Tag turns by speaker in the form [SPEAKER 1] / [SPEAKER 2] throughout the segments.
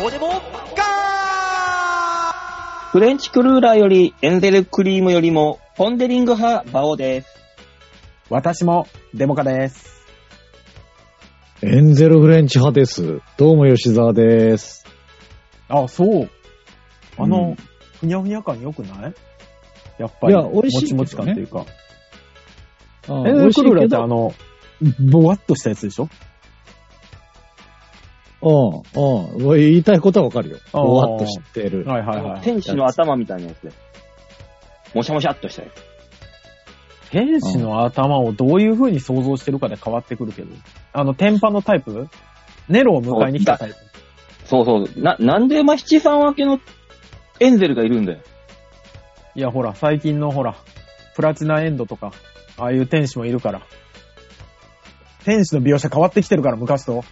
[SPEAKER 1] どうでもガ
[SPEAKER 2] フレンチクルーラーよりエンゼルクリームよりもポンデリング派馬王です。
[SPEAKER 3] 私もデモカです。
[SPEAKER 4] エンゼルフレンチ派です。どうも吉沢です。
[SPEAKER 3] あ、そう。あ
[SPEAKER 4] う
[SPEAKER 3] の
[SPEAKER 4] ん、
[SPEAKER 3] ふにゃふにゃ感良くないやっぱり。
[SPEAKER 4] いや美味しいけどね
[SPEAKER 3] もちもち感っていうか。
[SPEAKER 4] あ
[SPEAKER 3] エンゼルクルーラーってあの、ぼわっとしたやつでしょ
[SPEAKER 4] うん、うん。言いたいことはわかるよ。
[SPEAKER 3] あー
[SPEAKER 4] ぼわっと知ってる。
[SPEAKER 3] はいはいはい。
[SPEAKER 2] 天使の頭みたいなやつで。もしゃもしゃっとしたやつ。
[SPEAKER 3] 天使の頭をどういう風に想像してるかで変わってくるけど。あの、天パのタイプネロを迎えに来たタイプ。
[SPEAKER 2] そうそう。な、なんでマ七さん分けのエンゼルがいるんだよ。
[SPEAKER 3] いや、ほら、最近のほら、プラチナエンドとか、ああいう天使もいるから。天使の描写変わってきてるから、昔と。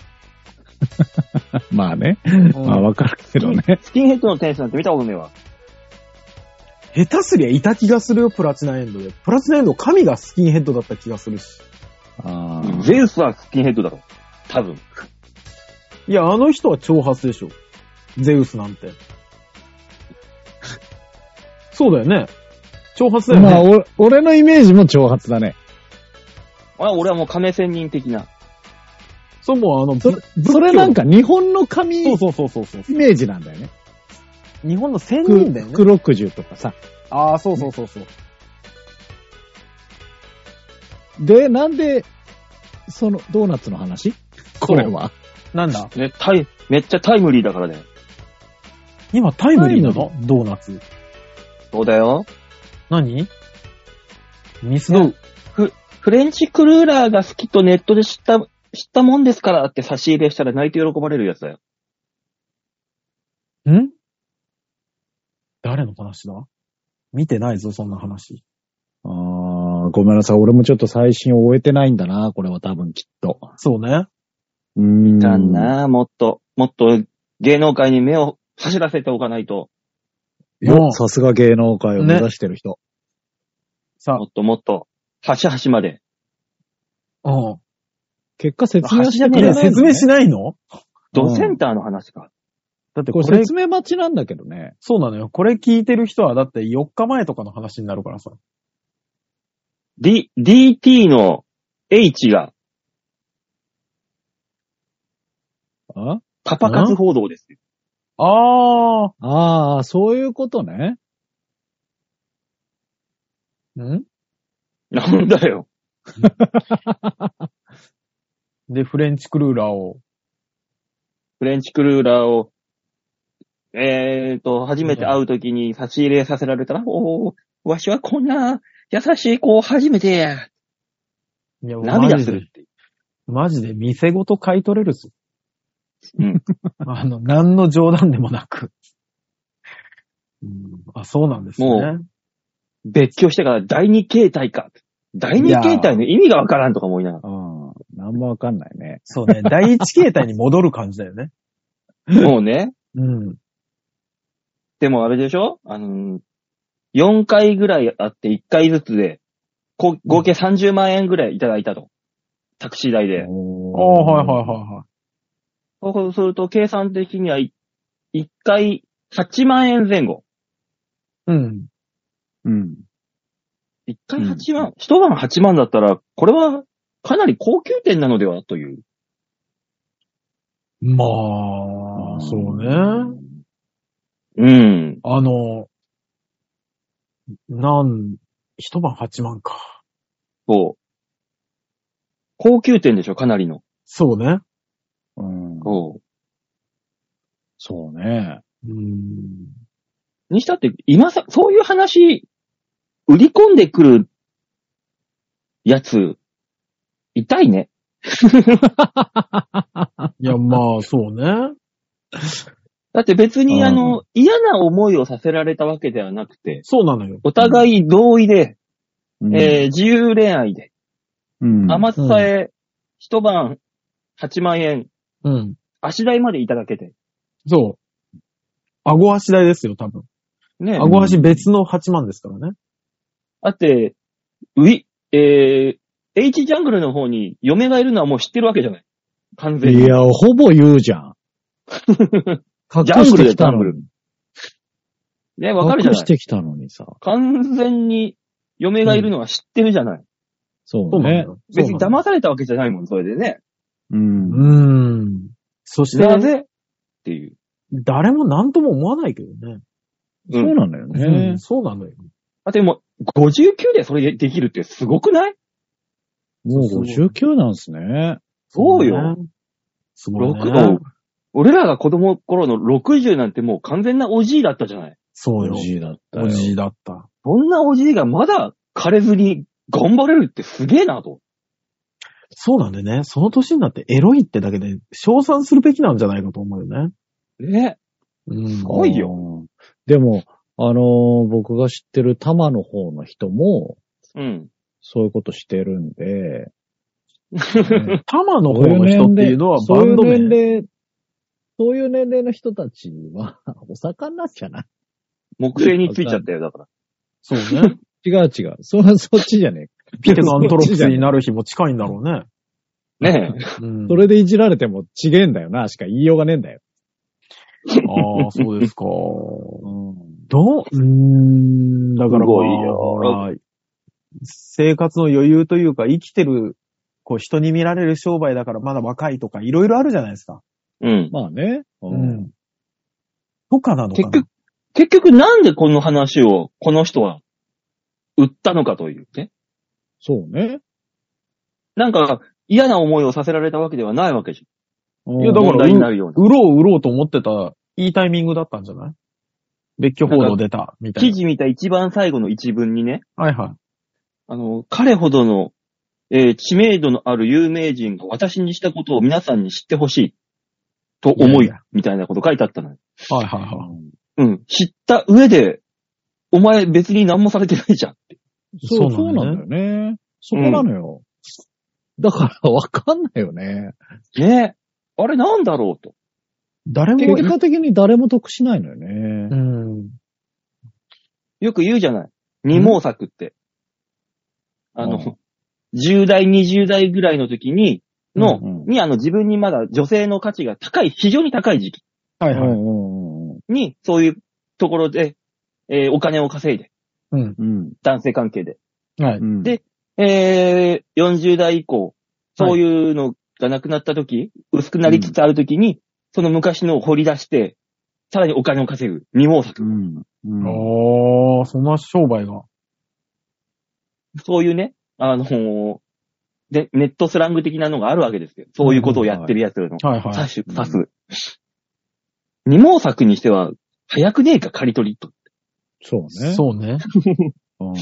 [SPEAKER 4] まあね。
[SPEAKER 3] うん
[SPEAKER 4] まあわかるけどね。
[SPEAKER 2] スキンヘッドの天使なんて見たことねえわ。
[SPEAKER 3] 下手すりゃいた気がするよ、プラチナエンドで。プラチナエンド、神がスキンヘッドだった気がするし。
[SPEAKER 4] あ
[SPEAKER 2] ゼウスはスキンヘッドだろ。多分。
[SPEAKER 3] いや、あの人は挑発でしょ。ゼウスなんて。そうだよね。挑発だ
[SPEAKER 4] あ
[SPEAKER 3] よね。
[SPEAKER 4] まあ、お俺のイメージも挑発だね。
[SPEAKER 2] あ俺はもう亀仙人的な。
[SPEAKER 3] そうもうあの、
[SPEAKER 4] そ
[SPEAKER 3] ぶ
[SPEAKER 4] それなんか日本の神
[SPEAKER 3] そう
[SPEAKER 4] イ
[SPEAKER 3] そうそうそうそう。
[SPEAKER 4] メージなんだよね。
[SPEAKER 3] 日本の仙
[SPEAKER 4] ふ
[SPEAKER 3] 人だよね。
[SPEAKER 4] 黒くじゅうとかさ。
[SPEAKER 3] ああ、そうそうそうそう。
[SPEAKER 4] で、なんで、その、ドーナツの話これは。
[SPEAKER 3] なんだ
[SPEAKER 2] ね、タイ、めっちゃタイムリーだからだよ。
[SPEAKER 3] 今タイムリーなのドーナツ。
[SPEAKER 2] そうだよ。
[SPEAKER 3] 何ミスド。
[SPEAKER 2] フレンチクルーラーが好きとネットで知った、知ったもんですからって差し入れしたら泣いて喜ばれるやつだよ。
[SPEAKER 3] ん誰の話だ見てないぞ、そんな話。
[SPEAKER 4] ああーごめんなさい。俺もちょっと最新を終えてないんだな。これは多分きっと。
[SPEAKER 3] そうね。
[SPEAKER 4] うーん
[SPEAKER 2] だなあもっと、もっと芸能界に目を差し出せておかないと、
[SPEAKER 3] う
[SPEAKER 4] よ、
[SPEAKER 3] ん
[SPEAKER 4] さすが芸能界を目指してる人。
[SPEAKER 3] さ
[SPEAKER 2] もっともっと、端々まで。
[SPEAKER 3] あ、うん。
[SPEAKER 4] 結果説明してく
[SPEAKER 3] い
[SPEAKER 4] れな
[SPEAKER 3] や、
[SPEAKER 4] い、ね。
[SPEAKER 3] 説明しないの
[SPEAKER 2] ドセンターの話か。
[SPEAKER 3] だって
[SPEAKER 4] こ
[SPEAKER 3] こ
[SPEAKER 4] れ
[SPEAKER 3] れ、
[SPEAKER 4] 説明待ちなんだけどね。
[SPEAKER 3] そうなのよ。これ聞いてる人は、だって4日前とかの話になるからさ。
[SPEAKER 2] D、DT の H が
[SPEAKER 4] あ
[SPEAKER 2] パパ活報道ですよ。
[SPEAKER 3] あー、
[SPEAKER 4] ああ、そういうことね。
[SPEAKER 3] ん
[SPEAKER 2] なんだよ。
[SPEAKER 3] で、フレンチクルーラーを。
[SPEAKER 2] フレンチクルーラーを、えーと、初めて会うときに差し入れさせられたら、おー、わしはこんな優しい子を初めてや、
[SPEAKER 3] いや、
[SPEAKER 2] 涙
[SPEAKER 3] マ
[SPEAKER 2] す
[SPEAKER 3] ジ
[SPEAKER 2] る
[SPEAKER 3] で
[SPEAKER 2] っ、ていう。
[SPEAKER 3] マジで店ごと買い取れるぞ。
[SPEAKER 2] うん。
[SPEAKER 3] あの、何の冗談でもなく。うん、あ、そうなんですね。
[SPEAKER 2] も別居してから第二形態か。第二形態の意味がわからんとか思いながら。
[SPEAKER 4] ああ、なんもわかんないね。
[SPEAKER 3] そうね。第一形態に戻る感じだよね。
[SPEAKER 2] もうね。
[SPEAKER 3] うん。
[SPEAKER 2] でもあれでしょあのー、4回ぐらいあって1回ずつで、こ合計30万円ぐらいいただいたと。タクシー代で。
[SPEAKER 3] ああ、はいはい
[SPEAKER 4] い。
[SPEAKER 3] はいはい。
[SPEAKER 2] そうすると計算的には1回8万円前後。
[SPEAKER 3] うん。
[SPEAKER 4] うん。
[SPEAKER 2] 1回8万、一晩8万だったら、これはかなり高級店なのではという。
[SPEAKER 3] ま
[SPEAKER 4] あ
[SPEAKER 3] あ、
[SPEAKER 4] ー
[SPEAKER 3] そうね。。
[SPEAKER 2] うん。
[SPEAKER 3] あの、なん、一晩8万か。
[SPEAKER 2] そう。高級店でしょかなりの。
[SPEAKER 3] そうね。
[SPEAKER 4] うん、
[SPEAKER 2] そ
[SPEAKER 4] そうね。
[SPEAKER 3] うん。
[SPEAKER 2] う。にしたって、今さ、そういう話、売り込んでくる、やつ、痛いね。
[SPEAKER 3] いや、まあ、そうね。
[SPEAKER 2] だって別に、
[SPEAKER 4] うん
[SPEAKER 2] あの、嫌な思いをさせられたわけではなくて、
[SPEAKER 3] そうなのよ。
[SPEAKER 2] お互い同意で、
[SPEAKER 4] うん
[SPEAKER 2] えー自由恋愛で、
[SPEAKER 4] うん
[SPEAKER 2] 甘さえ、一晩8万円、
[SPEAKER 3] うん。
[SPEAKER 2] 足代までいただけて。
[SPEAKER 3] そう。顎足代ですよ、多分。
[SPEAKER 2] ね。
[SPEAKER 3] 顎足別の8万ですからね。
[SPEAKER 2] だって、ウィ、えー、H ジャングルの方に嫁がいるのはもう知ってるわけじゃない。完全に。
[SPEAKER 4] いや、ほぼ言うじゃん。
[SPEAKER 2] ジャングル
[SPEAKER 4] 隠
[SPEAKER 2] で
[SPEAKER 4] してきたの
[SPEAKER 2] ジャン
[SPEAKER 4] に。
[SPEAKER 2] ね、わかるじゃ
[SPEAKER 4] 隠
[SPEAKER 2] な
[SPEAKER 4] し
[SPEAKER 2] い。
[SPEAKER 4] てきたのにさ。
[SPEAKER 2] 完全に嫁がいるのは知ってるじゃない。
[SPEAKER 4] そうね。
[SPEAKER 2] 別に
[SPEAKER 3] ま
[SPEAKER 2] 騙されたわけじゃないもん、それでね。
[SPEAKER 4] うん。
[SPEAKER 3] うーん。そして、
[SPEAKER 2] なぜっていう。
[SPEAKER 3] 誰も何とも思わないけどね。
[SPEAKER 2] う。
[SPEAKER 4] そうんなんだよ
[SPEAKER 3] う
[SPEAKER 4] ね
[SPEAKER 3] ん。そうなのよ。
[SPEAKER 2] あ、でも、59でそれできるってすごくない
[SPEAKER 4] もう59なんすね。
[SPEAKER 2] そうよ。。
[SPEAKER 3] すごい、ね。
[SPEAKER 2] 六を。俺らが子供の頃の60なんてもう完全なおじいだったじゃない。
[SPEAKER 3] そうよ
[SPEAKER 4] お。じいだったよ。
[SPEAKER 3] おじいだった。
[SPEAKER 2] そんなおじいがまだ枯れずに頑張れるってすげえなと。
[SPEAKER 3] そうなんでね、その年になってエロいってだけで、称賛するべきなんじゃないかと思うよね。
[SPEAKER 2] ね。
[SPEAKER 3] うん。
[SPEAKER 2] ごい
[SPEAKER 4] よ。でも、あのー僕が知ってる多摩の方の人も、
[SPEAKER 2] うん。
[SPEAKER 4] そういうことしてるんで、
[SPEAKER 3] タマの方
[SPEAKER 4] そういう
[SPEAKER 3] の人
[SPEAKER 4] 年齢
[SPEAKER 3] っていうのは
[SPEAKER 4] そ
[SPEAKER 3] バ
[SPEAKER 4] うい
[SPEAKER 3] ン
[SPEAKER 4] う
[SPEAKER 3] ド
[SPEAKER 4] 年
[SPEAKER 3] 名。
[SPEAKER 4] 齢、そういう年齢の人たちは、 お魚なんじゃない
[SPEAKER 2] 木星についちゃったよ、だから。
[SPEAKER 3] そうね。
[SPEAKER 4] 違う違う。そ、そっちじゃねえ。
[SPEAKER 3] ピケのアントロプス
[SPEAKER 4] そっちじゃね
[SPEAKER 3] になる日も近いんだろうね。
[SPEAKER 2] ね
[SPEAKER 3] うん。
[SPEAKER 4] それでいじられてもちげえんだよな、しか言いようがねえんだよ。
[SPEAKER 3] ああ、そうですか。
[SPEAKER 4] うん。
[SPEAKER 3] どう、うーん、だから
[SPEAKER 2] すごい
[SPEAKER 3] まあ
[SPEAKER 2] よ
[SPEAKER 3] ほら生活の余裕というか、生きてる、こう人に見られる商売だからまだ若いとか、いろいろあるじゃないですか。
[SPEAKER 2] え。うん。
[SPEAKER 4] まあね。う
[SPEAKER 3] う。。とかなのか
[SPEAKER 2] 結
[SPEAKER 3] な
[SPEAKER 2] 局、結局なんでこの話をこの人は売ったのかというね。
[SPEAKER 4] そうね。
[SPEAKER 2] なんか嫌な思いをさせられたわけではないわけじ
[SPEAKER 4] い
[SPEAKER 3] いや
[SPEAKER 2] ゃん。
[SPEAKER 3] だから
[SPEAKER 2] 問題になるような。
[SPEAKER 3] 売ろう売ろうと思ってた、いいタイミングだったんじゃない別居報道出た、みたい
[SPEAKER 2] 記
[SPEAKER 3] な。
[SPEAKER 2] 事見た一番最後の一文にね、
[SPEAKER 3] はいは
[SPEAKER 2] あの、彼ほどの、えー知名度のある有名人が私にしたことを皆さんに知ってほしいと思
[SPEAKER 3] いやい
[SPEAKER 2] い、
[SPEAKER 3] や
[SPEAKER 2] みたいなこと書いてあったのよ。
[SPEAKER 3] い。はいはいは
[SPEAKER 2] う
[SPEAKER 3] い。
[SPEAKER 2] ん。知った上で、お前別に何もされてないじゃん。
[SPEAKER 4] そう、
[SPEAKER 3] そ
[SPEAKER 4] そうう
[SPEAKER 3] な
[SPEAKER 4] なんん
[SPEAKER 3] だ
[SPEAKER 4] だよね。そこなのよ。だから、わかんないよね。
[SPEAKER 2] ねえ。あれなんだろうと。
[SPEAKER 3] 誰も、
[SPEAKER 4] 結果的に誰も得しないのよ
[SPEAKER 3] う
[SPEAKER 4] ね。
[SPEAKER 3] ん。
[SPEAKER 2] よく言うじゃない。二毛作って。あの、10代、20代ぐらいの時に、の、
[SPEAKER 4] うんうん
[SPEAKER 2] にあの自分にまだ女性の価値が高い、非常に高い時期
[SPEAKER 3] は
[SPEAKER 4] う
[SPEAKER 3] い
[SPEAKER 4] んう
[SPEAKER 3] はい。
[SPEAKER 4] んうん
[SPEAKER 2] に、そういうところで、えーお金を稼いで、
[SPEAKER 3] うん。
[SPEAKER 4] うん。
[SPEAKER 2] 男性関係で。
[SPEAKER 3] はい。
[SPEAKER 4] うん
[SPEAKER 2] でえー、40代以降、そういうのがなくなった時、薄くなりつつある時に、その昔のを掘り出して、さらにお金を稼ぐ、二毛作。
[SPEAKER 4] うん。うん
[SPEAKER 3] おー、そんな商売が。
[SPEAKER 2] そういうね、あのーで、ネットスラング的なのがあるわけですよ。そういうことをやってるやつの。
[SPEAKER 3] はいはい。
[SPEAKER 2] 刺す、
[SPEAKER 4] うん
[SPEAKER 2] 刺す。二毛作にしては、早くねえか、刈り取りと。
[SPEAKER 4] そうね。
[SPEAKER 3] そうね。
[SPEAKER 4] うん。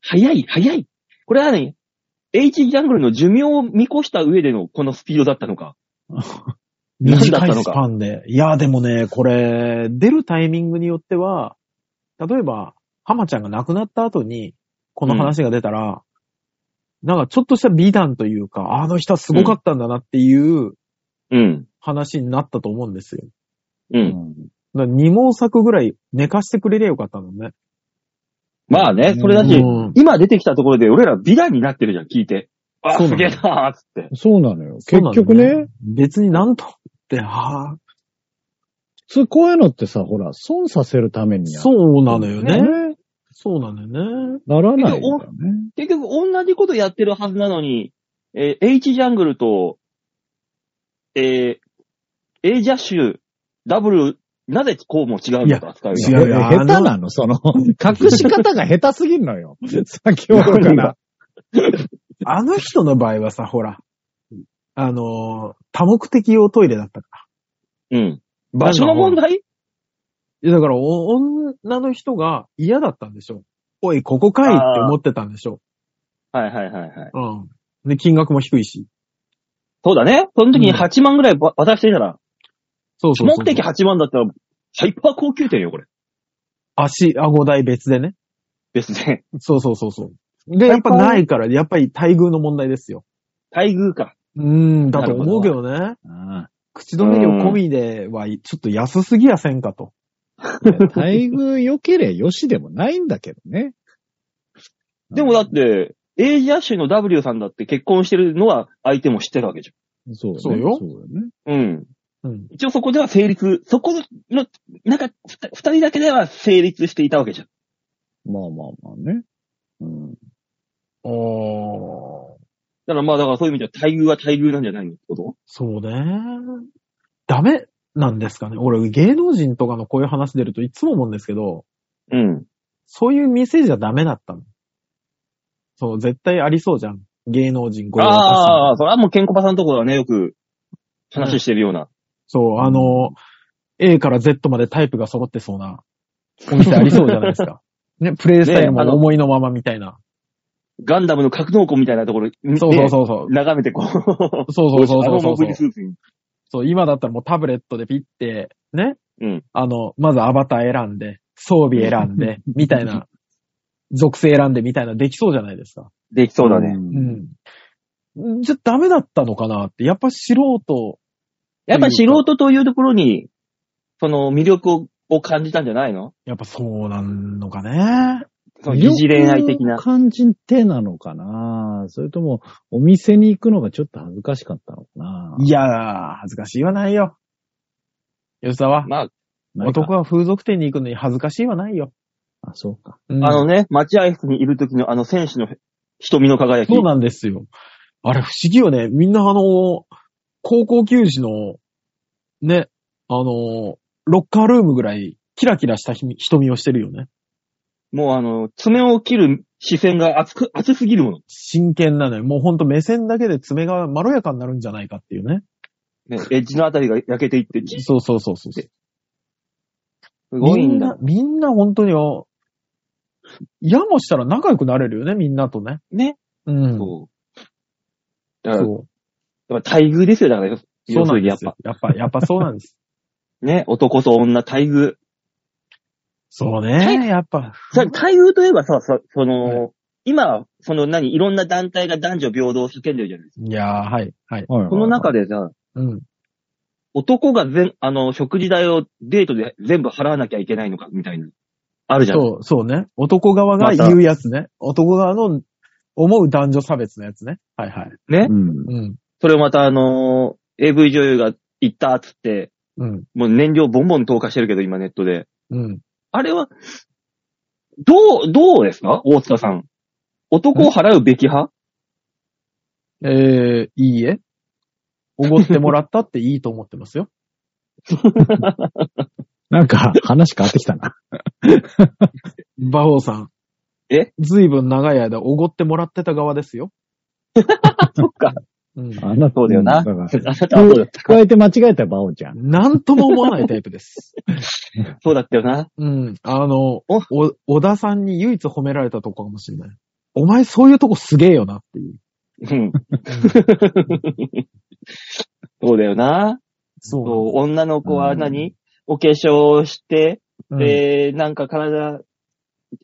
[SPEAKER 2] 早い、早い。これはね、H ジャングルの寿命を見越した上でのこのスピードだったのか。何だっ
[SPEAKER 3] 短
[SPEAKER 2] た
[SPEAKER 3] い
[SPEAKER 2] の
[SPEAKER 3] ス
[SPEAKER 2] か
[SPEAKER 3] パンで。いや、でもね、これ、出るタイミングによっては、例えば、浜ちゃんが亡くなった後に、この話が出たら、なんかちょっとした美談というか、あの人はすごかったんだなっていう
[SPEAKER 2] うん。
[SPEAKER 3] 話になったと思うんですよ。
[SPEAKER 2] う。
[SPEAKER 4] うんん
[SPEAKER 3] だから二毛作ぐらい寝かしてくれりゃよかったのね。
[SPEAKER 2] まあね、それだし、
[SPEAKER 3] うん
[SPEAKER 2] 今出てきたところで俺ら美談になってるじゃん、聞いて。あ、
[SPEAKER 3] そう
[SPEAKER 2] す
[SPEAKER 3] なの
[SPEAKER 2] げえなーっつって。
[SPEAKER 4] そうなのよ。結局ね、。
[SPEAKER 3] 別になんとって、ああ、
[SPEAKER 4] 普通こういうのってさ、ほら、損させるためにやる
[SPEAKER 3] そうなのよね。
[SPEAKER 4] ね。
[SPEAKER 3] そうなのよね。
[SPEAKER 4] ならないんだよね。
[SPEAKER 2] 結局同じことやってるはずなのに、えー H ジャングルと、えー A ジャッシュ、W、なぜこうも違うのか扱うよ
[SPEAKER 3] いや違うよ
[SPEAKER 4] え
[SPEAKER 3] あの
[SPEAKER 4] 下手なのその、隠し方が下手すぎるのよ。先ほどか
[SPEAKER 2] 何
[SPEAKER 4] ら
[SPEAKER 2] が。
[SPEAKER 3] あの人の場合はさ、ほら、あのー多目的用トイレだったか
[SPEAKER 2] うん。場所の問題
[SPEAKER 3] ら。いやだから、お女の人が嫌だったんでしょ。おい、ここかいって思ってたんでしょ。
[SPEAKER 2] はいはいはいはい。
[SPEAKER 3] うん。で、金額も低いし。
[SPEAKER 2] そうだね。その時に
[SPEAKER 3] うん
[SPEAKER 2] 8万ぐらいば渡してたら、
[SPEAKER 3] そうそうそう。
[SPEAKER 2] 目的8万だったら、ハイパー高級店よ、これ。
[SPEAKER 3] 足、顎代別でね。
[SPEAKER 2] ですね。
[SPEAKER 3] そうそうそうそう。で、やっぱないから、やっぱり待遇の問題ですよ。
[SPEAKER 2] 待遇か。
[SPEAKER 3] うーん、だと思うけどね。
[SPEAKER 4] ああ
[SPEAKER 3] 口止め料込みでは、ちょっと安すぎやせんかと。
[SPEAKER 4] いや待遇良ければ良しでもないんだけどね。
[SPEAKER 2] でもだって、A ジャッシュの W さんだって結婚してるのは相手も知ってるわけじ
[SPEAKER 4] そうね
[SPEAKER 3] そうよ
[SPEAKER 4] そうよね。
[SPEAKER 2] ゃん。うん。
[SPEAKER 3] うん。
[SPEAKER 2] 一応そこでは成立、そこの、なんか、ふた二人だけでは成立していたわけじゃん。
[SPEAKER 4] まあまあまあね。うん。
[SPEAKER 3] おー。
[SPEAKER 2] だからまあ、だからそういう意味では待遇は待遇なんじゃないのってこと
[SPEAKER 3] そうね。ダメなんですかね。俺、芸能人とかのこういう話出るといつも思うんですけど、
[SPEAKER 2] うん。
[SPEAKER 3] そういう店じゃダメだったの。そう、絶対ありそうじゃん。芸能人ご用
[SPEAKER 2] ああ、それはもうケンコバさんのところはね、よく話してるような。
[SPEAKER 3] そう、あの、A から Z までタイプが揃ってそうなお店ありそうじゃないですか。ね、プレイスタイルも
[SPEAKER 2] ねあの
[SPEAKER 3] 思いのままみたいな。
[SPEAKER 2] ガンダムの格納庫みたいなところ、ね
[SPEAKER 3] そうそうそうそう。
[SPEAKER 2] 眺めてこう。
[SPEAKER 3] そうそうそう
[SPEAKER 2] あ
[SPEAKER 3] そ
[SPEAKER 2] の
[SPEAKER 3] うそ
[SPEAKER 2] モ
[SPEAKER 3] う
[SPEAKER 2] ブリスーツに。
[SPEAKER 3] そう。今だったらもうタブレットでピッて、ね。
[SPEAKER 2] うん
[SPEAKER 3] あの、まずアバター選んで、装備選ん で、みたいな、属性選んでみたいなできそうじゃないですか。
[SPEAKER 2] できそうだね。
[SPEAKER 4] ん
[SPEAKER 3] うん。じゃ、ダメだったのかなって。やっぱ素人、
[SPEAKER 2] やっぱ素人というところに、その魅力をを感じたんじゃないの
[SPEAKER 3] やっぱそうなんのかね。
[SPEAKER 2] その疑似恋愛的な。
[SPEAKER 4] 感じてなのかなそれとも、お店に行くのがちょっと恥ずかしかったのかない
[SPEAKER 3] やー、恥ずかしいはないよ。吉沢、
[SPEAKER 2] まあ、
[SPEAKER 4] ないか
[SPEAKER 3] 男は風俗店に行くのに恥ずかしいはないよ。
[SPEAKER 4] あ、そうか。
[SPEAKER 3] うん
[SPEAKER 2] あのね、待合室にいる時のあの選手の瞳の輝き。
[SPEAKER 3] そうなんですよ。あれ不思議よね。みんなあの、高校球児の、ね、あの、ロッカールームぐらい、キラキラした瞳瞳をしてるよね。
[SPEAKER 2] もうあの、爪を切る視線が熱く、熱すぎるもの。
[SPEAKER 3] 真剣なのよ。もうほんと目線だけで爪がまろやかになるんじゃないかっていうね。
[SPEAKER 2] ね、エッジのあたりが焼けていって、す
[SPEAKER 3] そうそうそうそう。
[SPEAKER 2] ごい
[SPEAKER 3] み
[SPEAKER 2] ん
[SPEAKER 3] ん
[SPEAKER 2] だ
[SPEAKER 3] な。、みんな本当によ、やもしたら仲良くなれるよね、みんなとね。
[SPEAKER 2] ね。
[SPEAKER 3] うん。
[SPEAKER 2] そう。だから、
[SPEAKER 3] そう。
[SPEAKER 2] やっぱ待遇ですよ、だから、
[SPEAKER 3] そうなん
[SPEAKER 2] 要
[SPEAKER 3] です
[SPEAKER 2] する
[SPEAKER 3] よ。やっぱ、やっぱそうなんです。
[SPEAKER 2] にやっぱ。ね、男と女、待遇。
[SPEAKER 3] そう
[SPEAKER 2] は
[SPEAKER 3] ね、やっぱ。
[SPEAKER 2] さ、待遇といえばさ、そその、
[SPEAKER 3] は
[SPEAKER 2] 今、その何、いろんな団体が男女平等を叫んでるじゃないです
[SPEAKER 3] いやー、はい、はい。
[SPEAKER 4] はいはいはい
[SPEAKER 2] か。その中でさ、
[SPEAKER 3] うん。
[SPEAKER 2] 男が全、あの、食事代をデートで全部払わなきゃいけないのか、みたいな。あるじゃん。
[SPEAKER 3] そう、そうね。男側が言うやつね。男側の思う男女差別のやつね。はいはい。
[SPEAKER 2] ね
[SPEAKER 4] う。ん。
[SPEAKER 3] うん。
[SPEAKER 2] それをまた、あのー、AV 女優が行ったっつって、
[SPEAKER 3] うん。
[SPEAKER 2] もう燃料ボンボン投下してるけど、今ネットで。
[SPEAKER 3] うん。
[SPEAKER 2] あれは、どう、どうですか大塚さん。男を払うべき派
[SPEAKER 3] えー、いいえ。おごってもらったっていいと思っ てますよ。
[SPEAKER 4] なんか、話変わってきたな。
[SPEAKER 3] 馬王さん。
[SPEAKER 2] え
[SPEAKER 3] ずいぶん長い間おごってもらってた側ですよ。
[SPEAKER 2] そっか。
[SPEAKER 3] うん。
[SPEAKER 4] あ な
[SPEAKER 2] そうだよな
[SPEAKER 4] だから
[SPEAKER 2] あなたはそうだった
[SPEAKER 4] 加えて間違えたバオちゃん。
[SPEAKER 3] なんとも思わないタイプです。
[SPEAKER 2] そうだったよな。
[SPEAKER 3] うん。あの、
[SPEAKER 2] お
[SPEAKER 3] お、小田さんに唯一褒められたとこかもしれない。お前そういうとこすげえよなっていう。
[SPEAKER 2] うん。 そうだよな。そ
[SPEAKER 3] そ
[SPEAKER 2] う、女の子は何、
[SPEAKER 4] う
[SPEAKER 2] お化粧して、
[SPEAKER 3] う。
[SPEAKER 2] で、なんか体、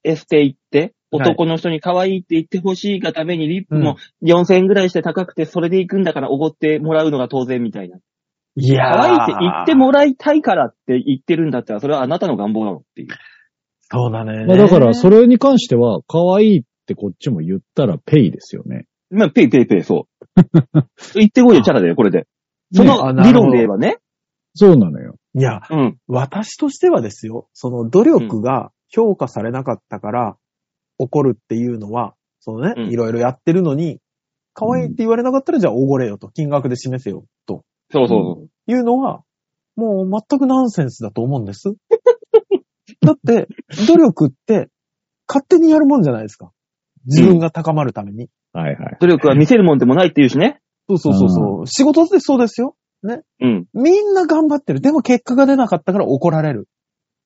[SPEAKER 2] エステ行って、
[SPEAKER 3] はい
[SPEAKER 2] 男の人に可愛いって言ってほしいがためにリップ
[SPEAKER 3] うん
[SPEAKER 2] も4000円ぐらいして高くて、それで行くんだからおごってもらうのが当然みたいな。
[SPEAKER 3] いやー
[SPEAKER 2] 可愛いって言ってもらいたいからって言ってるんだったら、それはあなたの願望なのっていう。
[SPEAKER 3] そうだね。
[SPEAKER 4] まあだから、それに関しては、可愛いってこっちも言ったらペイですよね。
[SPEAKER 2] まあ、ペイペイペイ、 そう。言ってこいよ、チャラだよ、これで。そ
[SPEAKER 3] ね
[SPEAKER 2] の
[SPEAKER 3] あなる
[SPEAKER 2] 理
[SPEAKER 3] ほど
[SPEAKER 2] 論で言えばね。
[SPEAKER 4] そうなのよ。
[SPEAKER 3] いや、
[SPEAKER 2] うん。
[SPEAKER 3] 私としてはですよ、その努力が評価されなかったから、怒るっていうのは、そのね、
[SPEAKER 2] うん
[SPEAKER 3] いろいろやってるのに、可愛いって言われなかったら、じゃあおごれよと、金額で示せよ、と
[SPEAKER 2] そうそう
[SPEAKER 3] いうのは、もう全くナンセンスだと思うんです。だって、努力って、勝手にやるもんじゃないですか。自分が高まるために。
[SPEAKER 4] はいはい。
[SPEAKER 2] 努力は見せるもんでもないっていうしね。
[SPEAKER 3] そうそうそうそう。仕事ってそうですよ。
[SPEAKER 2] うん。
[SPEAKER 3] みんな頑張ってる。でも結果が出なかったから怒られる。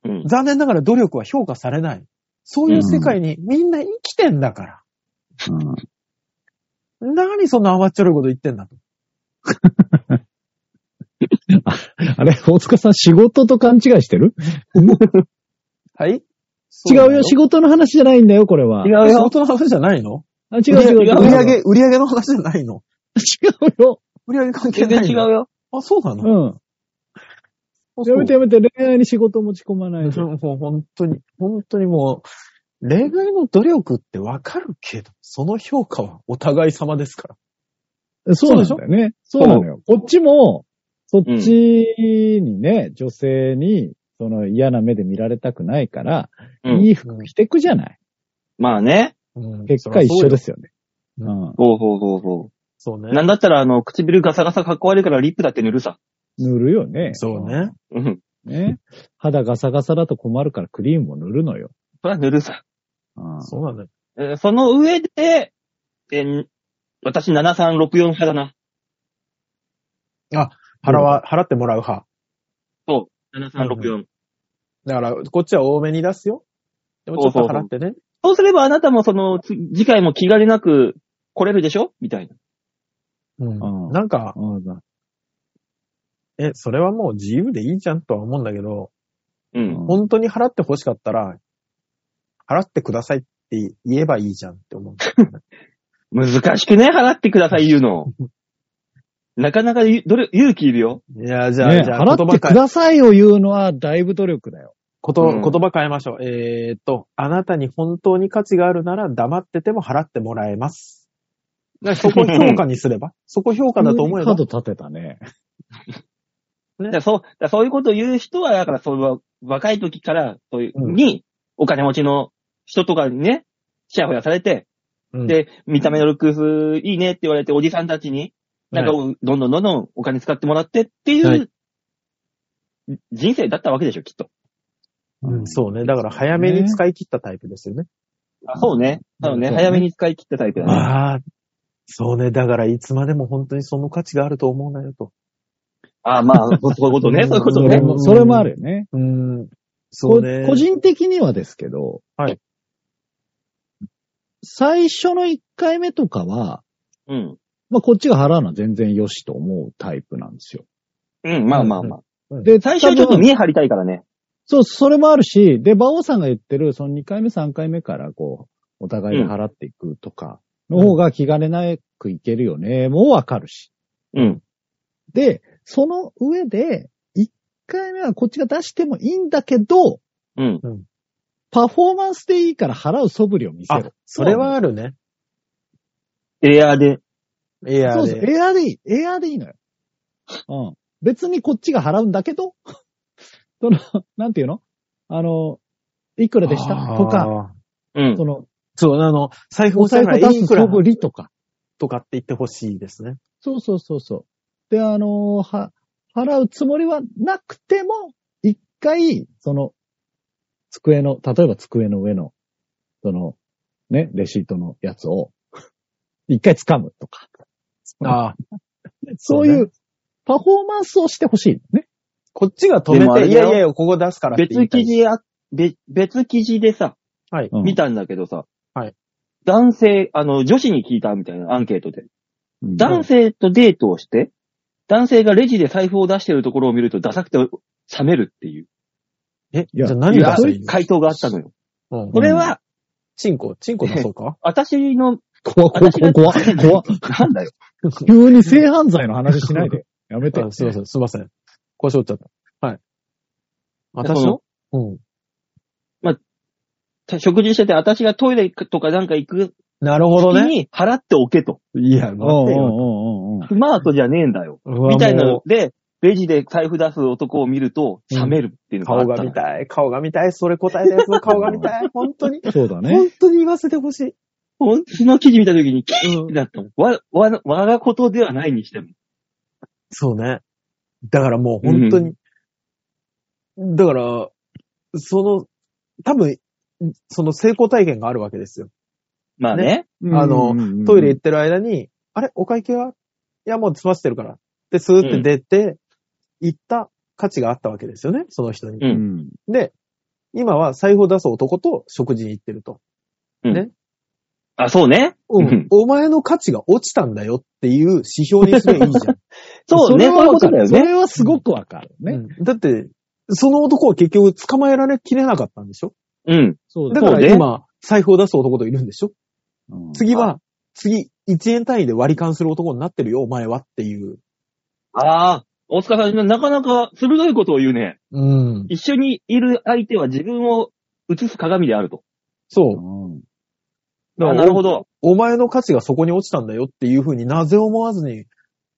[SPEAKER 2] うん。
[SPEAKER 3] 残念ながら努力は評価されない。そういう世界にみんな生きてんだから。
[SPEAKER 4] うん
[SPEAKER 3] 何そんな甘っちょろいこと言ってんだと。
[SPEAKER 4] あれ、大塚さん仕事と勘違いしてる
[SPEAKER 3] はい
[SPEAKER 4] 違うよ、仕事の話じゃないんだよ、これは。
[SPEAKER 2] 違う
[SPEAKER 3] 事。仕
[SPEAKER 2] よ。
[SPEAKER 3] 事の話じゃないの
[SPEAKER 4] あ違う
[SPEAKER 3] 売り
[SPEAKER 4] 違う
[SPEAKER 3] 上げ売
[SPEAKER 4] 違う。
[SPEAKER 3] り上げ、売り上げの話じゃないの
[SPEAKER 4] 違うよ。
[SPEAKER 3] 売り上げ関係
[SPEAKER 2] 全
[SPEAKER 3] な
[SPEAKER 2] 然違
[SPEAKER 3] い
[SPEAKER 2] う
[SPEAKER 3] の。
[SPEAKER 2] よ。
[SPEAKER 3] あ、そうなの、
[SPEAKER 4] うん。やめてやめて、恋愛に仕事持ち込まない
[SPEAKER 3] あ
[SPEAKER 4] で。
[SPEAKER 3] そうもう本当に、本当にもう、恋愛の努力ってわかるけど、その評価はお互い様ですから。
[SPEAKER 4] そうなんだよね。
[SPEAKER 3] う
[SPEAKER 4] そうなのよ。こっちも、そそっちにね、女性に、その嫌な目で見られたくないから、
[SPEAKER 2] うん
[SPEAKER 4] いい服着てくじゃない。
[SPEAKER 2] まあね。
[SPEAKER 3] うん。
[SPEAKER 4] 結果一緒ですすよね。
[SPEAKER 3] う
[SPEAKER 4] うんん。
[SPEAKER 2] ほうほうほうほ
[SPEAKER 3] そう
[SPEAKER 2] う。な
[SPEAKER 3] ね。
[SPEAKER 2] んだったら、あの、唇ガサガサかっこ悪いからリップだって塗るさ。
[SPEAKER 4] 塗るよね。
[SPEAKER 3] そうね。
[SPEAKER 2] うん。
[SPEAKER 4] うん。ね。肌ガサガサだと困るからクリームも塗るのよ。
[SPEAKER 2] それは塗るさ。
[SPEAKER 4] うん。
[SPEAKER 3] そうなんだよ。
[SPEAKER 2] えーその上で、えー私7364派だな。
[SPEAKER 3] 払わ、払ってもらう派。
[SPEAKER 2] 7364。
[SPEAKER 3] だから、こっちは多めに出すよ。でもちょっと払ってね。
[SPEAKER 2] そうすればあなたもその、つ次回も気兼ねなく来れるでしょみたいな。
[SPEAKER 3] うん
[SPEAKER 4] うん
[SPEAKER 3] なんか、
[SPEAKER 4] うんだ
[SPEAKER 3] え、それはもう自由でいいじゃんとは思うんだけど、
[SPEAKER 2] うん。
[SPEAKER 4] うん
[SPEAKER 3] 本当に払って欲しかったら、払ってくださいって言えばいいじゃんって思う。
[SPEAKER 2] 難しくね払ってください、言うの。 なかなかゆ、どれ、勇気いるよ。
[SPEAKER 3] いや、じゃあ、
[SPEAKER 4] ね
[SPEAKER 3] じゃあ、言
[SPEAKER 4] 払って
[SPEAKER 3] 葉
[SPEAKER 4] く
[SPEAKER 3] 変え、
[SPEAKER 4] ださいを言うのはだいぶ努力だよ。
[SPEAKER 3] こと、
[SPEAKER 2] うん
[SPEAKER 3] 言葉変えましょう。えーっと、あなたに本当に価値があるなら黙ってても払ってもらえます。だからそこ評 価にす ればそこ評価だと思えば
[SPEAKER 4] 角、立てたね。
[SPEAKER 2] だからそう、だからそういうことを言う人は、だからそういう若い時から、そういう、
[SPEAKER 3] うん
[SPEAKER 2] に、お金持ちの人とかにね、シャホヤされて、
[SPEAKER 3] うん
[SPEAKER 2] で、見た目のルックスいいねって言われて、おじさんたちに、なんか、どんどんどんどんお金使ってもらってっていう、
[SPEAKER 3] はい
[SPEAKER 2] 人生だったわけでしょ、きっと。
[SPEAKER 3] うんそうね。だから早めに使い切ったタイプですよね。
[SPEAKER 2] あそうね。多分ね、
[SPEAKER 4] そうね
[SPEAKER 2] 早めに使い切ったタイプだね。
[SPEAKER 3] ああ、そうね。だからいつまでも本当にその価値があると思うなよと。
[SPEAKER 2] ああ、まあ、 そういうことね、そういうこと
[SPEAKER 4] それ
[SPEAKER 2] ね。
[SPEAKER 4] もそれもあるよね。
[SPEAKER 3] うーん。そうね。
[SPEAKER 4] こ個人的にはですけど、
[SPEAKER 3] はい
[SPEAKER 4] 最初の1回目とかは、
[SPEAKER 2] うん。
[SPEAKER 4] まあ、こっちが払うのは全然よしと思うタイプなんですよ。
[SPEAKER 2] うん、まあまあまあ。
[SPEAKER 4] で、
[SPEAKER 2] 最初はちょっ
[SPEAKER 4] 多
[SPEAKER 2] と
[SPEAKER 4] 分
[SPEAKER 2] 見え張りたいからね。
[SPEAKER 4] そう、それもあるし、で、馬王さんが言ってる、その2回目、3回目から、こう、お互いで払っていくとか、の方が気兼ねなくいけるよね、もうわかるし。
[SPEAKER 2] うん。
[SPEAKER 4] で、その上で、1回目はこっちが出してもいいんだけど、
[SPEAKER 2] うん。
[SPEAKER 4] パフォーマンスでいいから払う素振りを見せ
[SPEAKER 3] あ
[SPEAKER 4] る。、
[SPEAKER 3] それはあるね。
[SPEAKER 2] エアーで。
[SPEAKER 3] いや、
[SPEAKER 4] そうそう、エアーでいい。エアーでいいのよ。うん。別にこっちが払うんだけど、 その、なんていうのあの、いくらでしたとか、
[SPEAKER 3] か。
[SPEAKER 2] うん
[SPEAKER 4] そ。の、
[SPEAKER 3] そう、あの、財布
[SPEAKER 4] お
[SPEAKER 3] を
[SPEAKER 4] 財布出す
[SPEAKER 3] いくら
[SPEAKER 4] 素振りとか。
[SPEAKER 3] とかって言ってほしいですね。
[SPEAKER 4] そうそうそうそう。で、あのーは、払うつもりはなくても、一回、その、机の、例えば机の上の、その、ね、レシートのやつを、一回掴むとか。
[SPEAKER 3] ああ。
[SPEAKER 4] そうい、
[SPEAKER 3] そう
[SPEAKER 4] パフォーマンスをしてほしいね。
[SPEAKER 3] こっちが止
[SPEAKER 2] でもあ
[SPEAKER 3] め
[SPEAKER 2] れ
[SPEAKER 3] て、い
[SPEAKER 2] だよ
[SPEAKER 3] やいやいや、ここ出すからって言
[SPEAKER 2] 別
[SPEAKER 3] いたい
[SPEAKER 2] 記事あ、べ別記事でさ、
[SPEAKER 3] はい。
[SPEAKER 4] うん
[SPEAKER 2] 見たんだけどさ、
[SPEAKER 3] はい
[SPEAKER 2] 男性、あの、女子に聞いたみたいなアンケートで。
[SPEAKER 4] うん
[SPEAKER 2] 男性とデートをして、男性がレジで財布を出してるところを見るとダサくて冷めるっていう
[SPEAKER 3] え、
[SPEAKER 4] い
[SPEAKER 3] じゃ
[SPEAKER 4] や
[SPEAKER 3] あ何出したらいいの
[SPEAKER 2] 回答があったのよ。
[SPEAKER 3] うん
[SPEAKER 2] これは、
[SPEAKER 3] チンコ、チンコ出そうか
[SPEAKER 2] 私の、
[SPEAKER 4] 怖、怖、
[SPEAKER 2] 私が
[SPEAKER 4] 怖、怖、怖。
[SPEAKER 2] なんだよ。
[SPEAKER 4] 急に性犯罪の話しないで。やめて
[SPEAKER 3] あ。すいません、すいません。腰折っちゃった。はい。私
[SPEAKER 2] そ
[SPEAKER 3] のうん。
[SPEAKER 2] 食事してて、私がトイレとかなんか行く
[SPEAKER 3] なるほど
[SPEAKER 2] 時
[SPEAKER 3] ね。
[SPEAKER 2] に払っておけと。
[SPEAKER 3] いや、
[SPEAKER 4] うんうん
[SPEAKER 3] 待ってよ。
[SPEAKER 4] うんうんうん
[SPEAKER 2] スマートじゃねえんだよ。
[SPEAKER 3] うわ
[SPEAKER 2] みたいな
[SPEAKER 3] も
[SPEAKER 2] ので、レジで財布出す男を見ると、冷めるっていう
[SPEAKER 3] う
[SPEAKER 2] のがあ
[SPEAKER 3] 顔
[SPEAKER 2] っ
[SPEAKER 3] が
[SPEAKER 2] たの
[SPEAKER 3] 見たい。顔が見たい。それ答えのやつの顔が見た い。本当に。
[SPEAKER 4] そうだね。
[SPEAKER 3] 本当に言わせてほしい。
[SPEAKER 2] ほんその記事見たときに、キー
[SPEAKER 3] う
[SPEAKER 2] っ
[SPEAKER 3] ん
[SPEAKER 2] て。なったもん。わ、わ、わがことではないにしても。
[SPEAKER 3] そうね。だからもう本当に。だから、その、多分、その成功体験があるわけですよ。
[SPEAKER 2] まあね。
[SPEAKER 3] あの
[SPEAKER 4] うんうんうんうん
[SPEAKER 3] トイレ行ってる間に、あれお会計はいや、もう済ませてるから。で、スーって出て、行った価値があったわけですよね、その人に。
[SPEAKER 2] う
[SPEAKER 4] うん
[SPEAKER 3] で、今は財布を出す男と食事に行ってると。
[SPEAKER 2] あ、そうね。 うん
[SPEAKER 3] お前の価値が落ちたんだよっていう指標にすればいいじゃ ん。
[SPEAKER 2] そうね。
[SPEAKER 4] れ
[SPEAKER 2] そういう
[SPEAKER 4] は
[SPEAKER 2] こ
[SPEAKER 4] わか
[SPEAKER 2] とだ
[SPEAKER 4] る
[SPEAKER 2] よ
[SPEAKER 4] そ
[SPEAKER 2] ね。
[SPEAKER 4] れはすごくわかるね。
[SPEAKER 3] うんだって、その男は結局捕まえられきれなかったんでしょ
[SPEAKER 2] うん。
[SPEAKER 4] そう
[SPEAKER 3] だ
[SPEAKER 4] だ
[SPEAKER 3] か
[SPEAKER 2] そうね
[SPEAKER 3] ら今、財布を出す男といるんでしょ
[SPEAKER 4] うん
[SPEAKER 3] 次は、次、1円単位で割り勘する男になってるよ、お前はっていう。
[SPEAKER 2] ああ、大塚さん、なかなか鋭いことを言うね。
[SPEAKER 3] うん。
[SPEAKER 2] 一緒にいる相手は自分を映す鏡であると。
[SPEAKER 3] そう。
[SPEAKER 4] うん
[SPEAKER 2] あなるほど。
[SPEAKER 3] お前の価値がそこに落ちたんだよっていうふうになぜ思わずに、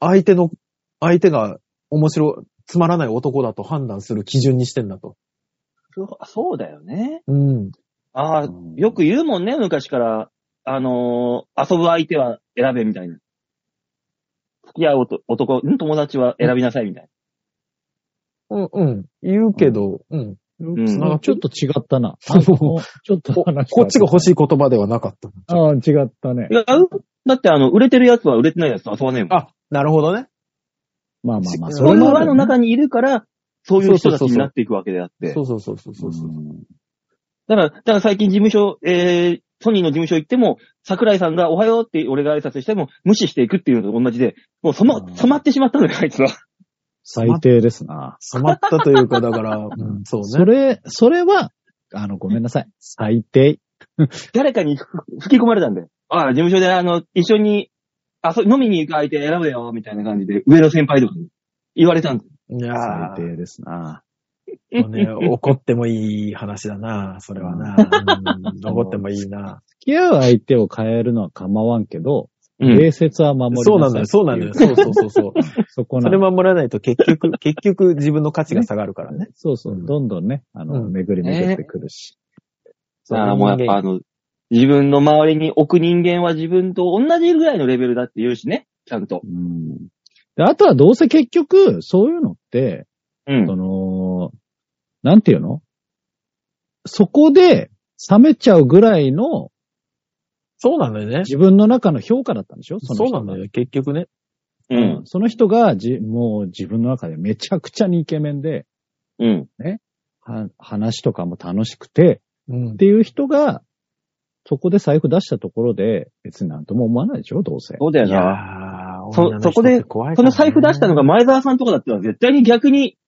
[SPEAKER 3] 相手の、相手が面白い、つまらない男だと判断する基準にしてんだと。
[SPEAKER 2] そうそうだよね。
[SPEAKER 3] うん。
[SPEAKER 2] ああ、
[SPEAKER 4] うん
[SPEAKER 2] よく言うもんね、昔から。あのー遊ぶ相手は選べみたいな。付き合う男男、ん友達は選びなさいみたいな。
[SPEAKER 3] うん、うん。言うけど、うん。
[SPEAKER 2] ん
[SPEAKER 4] なんかちょっと違ったな。
[SPEAKER 3] そう
[SPEAKER 4] あのちょっと
[SPEAKER 3] こ
[SPEAKER 4] 話
[SPEAKER 3] こっちが欲
[SPEAKER 4] い。
[SPEAKER 3] しい言葉ではなかった。
[SPEAKER 4] ああ、違ったね。
[SPEAKER 2] 違うだってあの、売れてるやつは売れてないやつと遊ばねえもん。
[SPEAKER 3] あ、なるほどね。
[SPEAKER 4] まあまあまあ、
[SPEAKER 2] そういう
[SPEAKER 4] もあ
[SPEAKER 2] 輪
[SPEAKER 4] る
[SPEAKER 2] の
[SPEAKER 4] よね
[SPEAKER 2] 中にいるから、そういう人たち
[SPEAKER 3] そうそうそうそう
[SPEAKER 2] になっていくわけであって
[SPEAKER 3] そ。うそうそうそうそうそう。
[SPEAKER 4] うん
[SPEAKER 2] だから、だから最近事務所、えー、ソニーの事務所行っても、桜井さんがおはようって俺が挨拶しても、無視していくっていうのと同じで、もう染
[SPEAKER 4] う
[SPEAKER 2] ま、
[SPEAKER 4] ん
[SPEAKER 2] 染まってしまったのよ、あいつは。
[SPEAKER 4] 最低ですな。
[SPEAKER 3] 染まったというか、だから、うん、そう
[SPEAKER 4] そ
[SPEAKER 3] ね。
[SPEAKER 4] れ、それは、あの、ごめんなさい。最低。
[SPEAKER 2] 誰かに吹き込まれたんだよ。ああ、事務所であの、一緒に、あ、そ、飲みに行く相手選ぶよ、みたいな感じで、上の先輩とかに言われたんだよ。
[SPEAKER 3] いや
[SPEAKER 4] 最
[SPEAKER 3] ー
[SPEAKER 4] 低ですな。
[SPEAKER 3] もうね、怒ってもいい話だな、それはな。うん怒ってもいいな。
[SPEAKER 4] 付き合う相手を変えるのは構わんけど、
[SPEAKER 2] うん。
[SPEAKER 4] 礼節は守りなさい
[SPEAKER 3] そうなんだよ、そうなんだ よ。。そうそうそうそう。
[SPEAKER 4] そこ
[SPEAKER 3] そ
[SPEAKER 4] なん
[SPEAKER 3] れ
[SPEAKER 4] だよ
[SPEAKER 3] 守らないと結局、結局自分の価値が下がるからね。
[SPEAKER 4] そうそうう、
[SPEAKER 3] ん
[SPEAKER 4] どんどんね、あの、
[SPEAKER 3] うん
[SPEAKER 4] 巡り巡ってくるし。
[SPEAKER 2] だからもうやっぱあの、自分の周りに置く人間は自分と同じぐらいのレベルだって言うしね、ちゃんと。
[SPEAKER 4] うん。で、あとはどうせ結局、そういうのって、
[SPEAKER 2] うん。
[SPEAKER 4] その、なんていうのそこで冷めちゃうぐらいの
[SPEAKER 3] そうなんだよね。
[SPEAKER 4] 自分の中の評価だったんでしょその
[SPEAKER 3] そう
[SPEAKER 4] 人
[SPEAKER 3] なんだよ、結局ね。
[SPEAKER 2] うん。
[SPEAKER 4] その人がじ、もう自分の中でめちゃくちゃにイケメンで、
[SPEAKER 2] うん。
[SPEAKER 4] は話とかも楽しくて、
[SPEAKER 3] うん
[SPEAKER 4] っていう人が、そこで財布出したところで、別になんとも思わないでしょどうせ。
[SPEAKER 2] そうだよ
[SPEAKER 3] いや
[SPEAKER 2] な。
[SPEAKER 3] ー
[SPEAKER 2] そ
[SPEAKER 3] 女の人
[SPEAKER 2] そこで
[SPEAKER 3] って怖いか
[SPEAKER 2] そ
[SPEAKER 3] ら
[SPEAKER 2] の
[SPEAKER 3] ね
[SPEAKER 2] 財布出したのが前澤さんとかだったら絶対に逆に、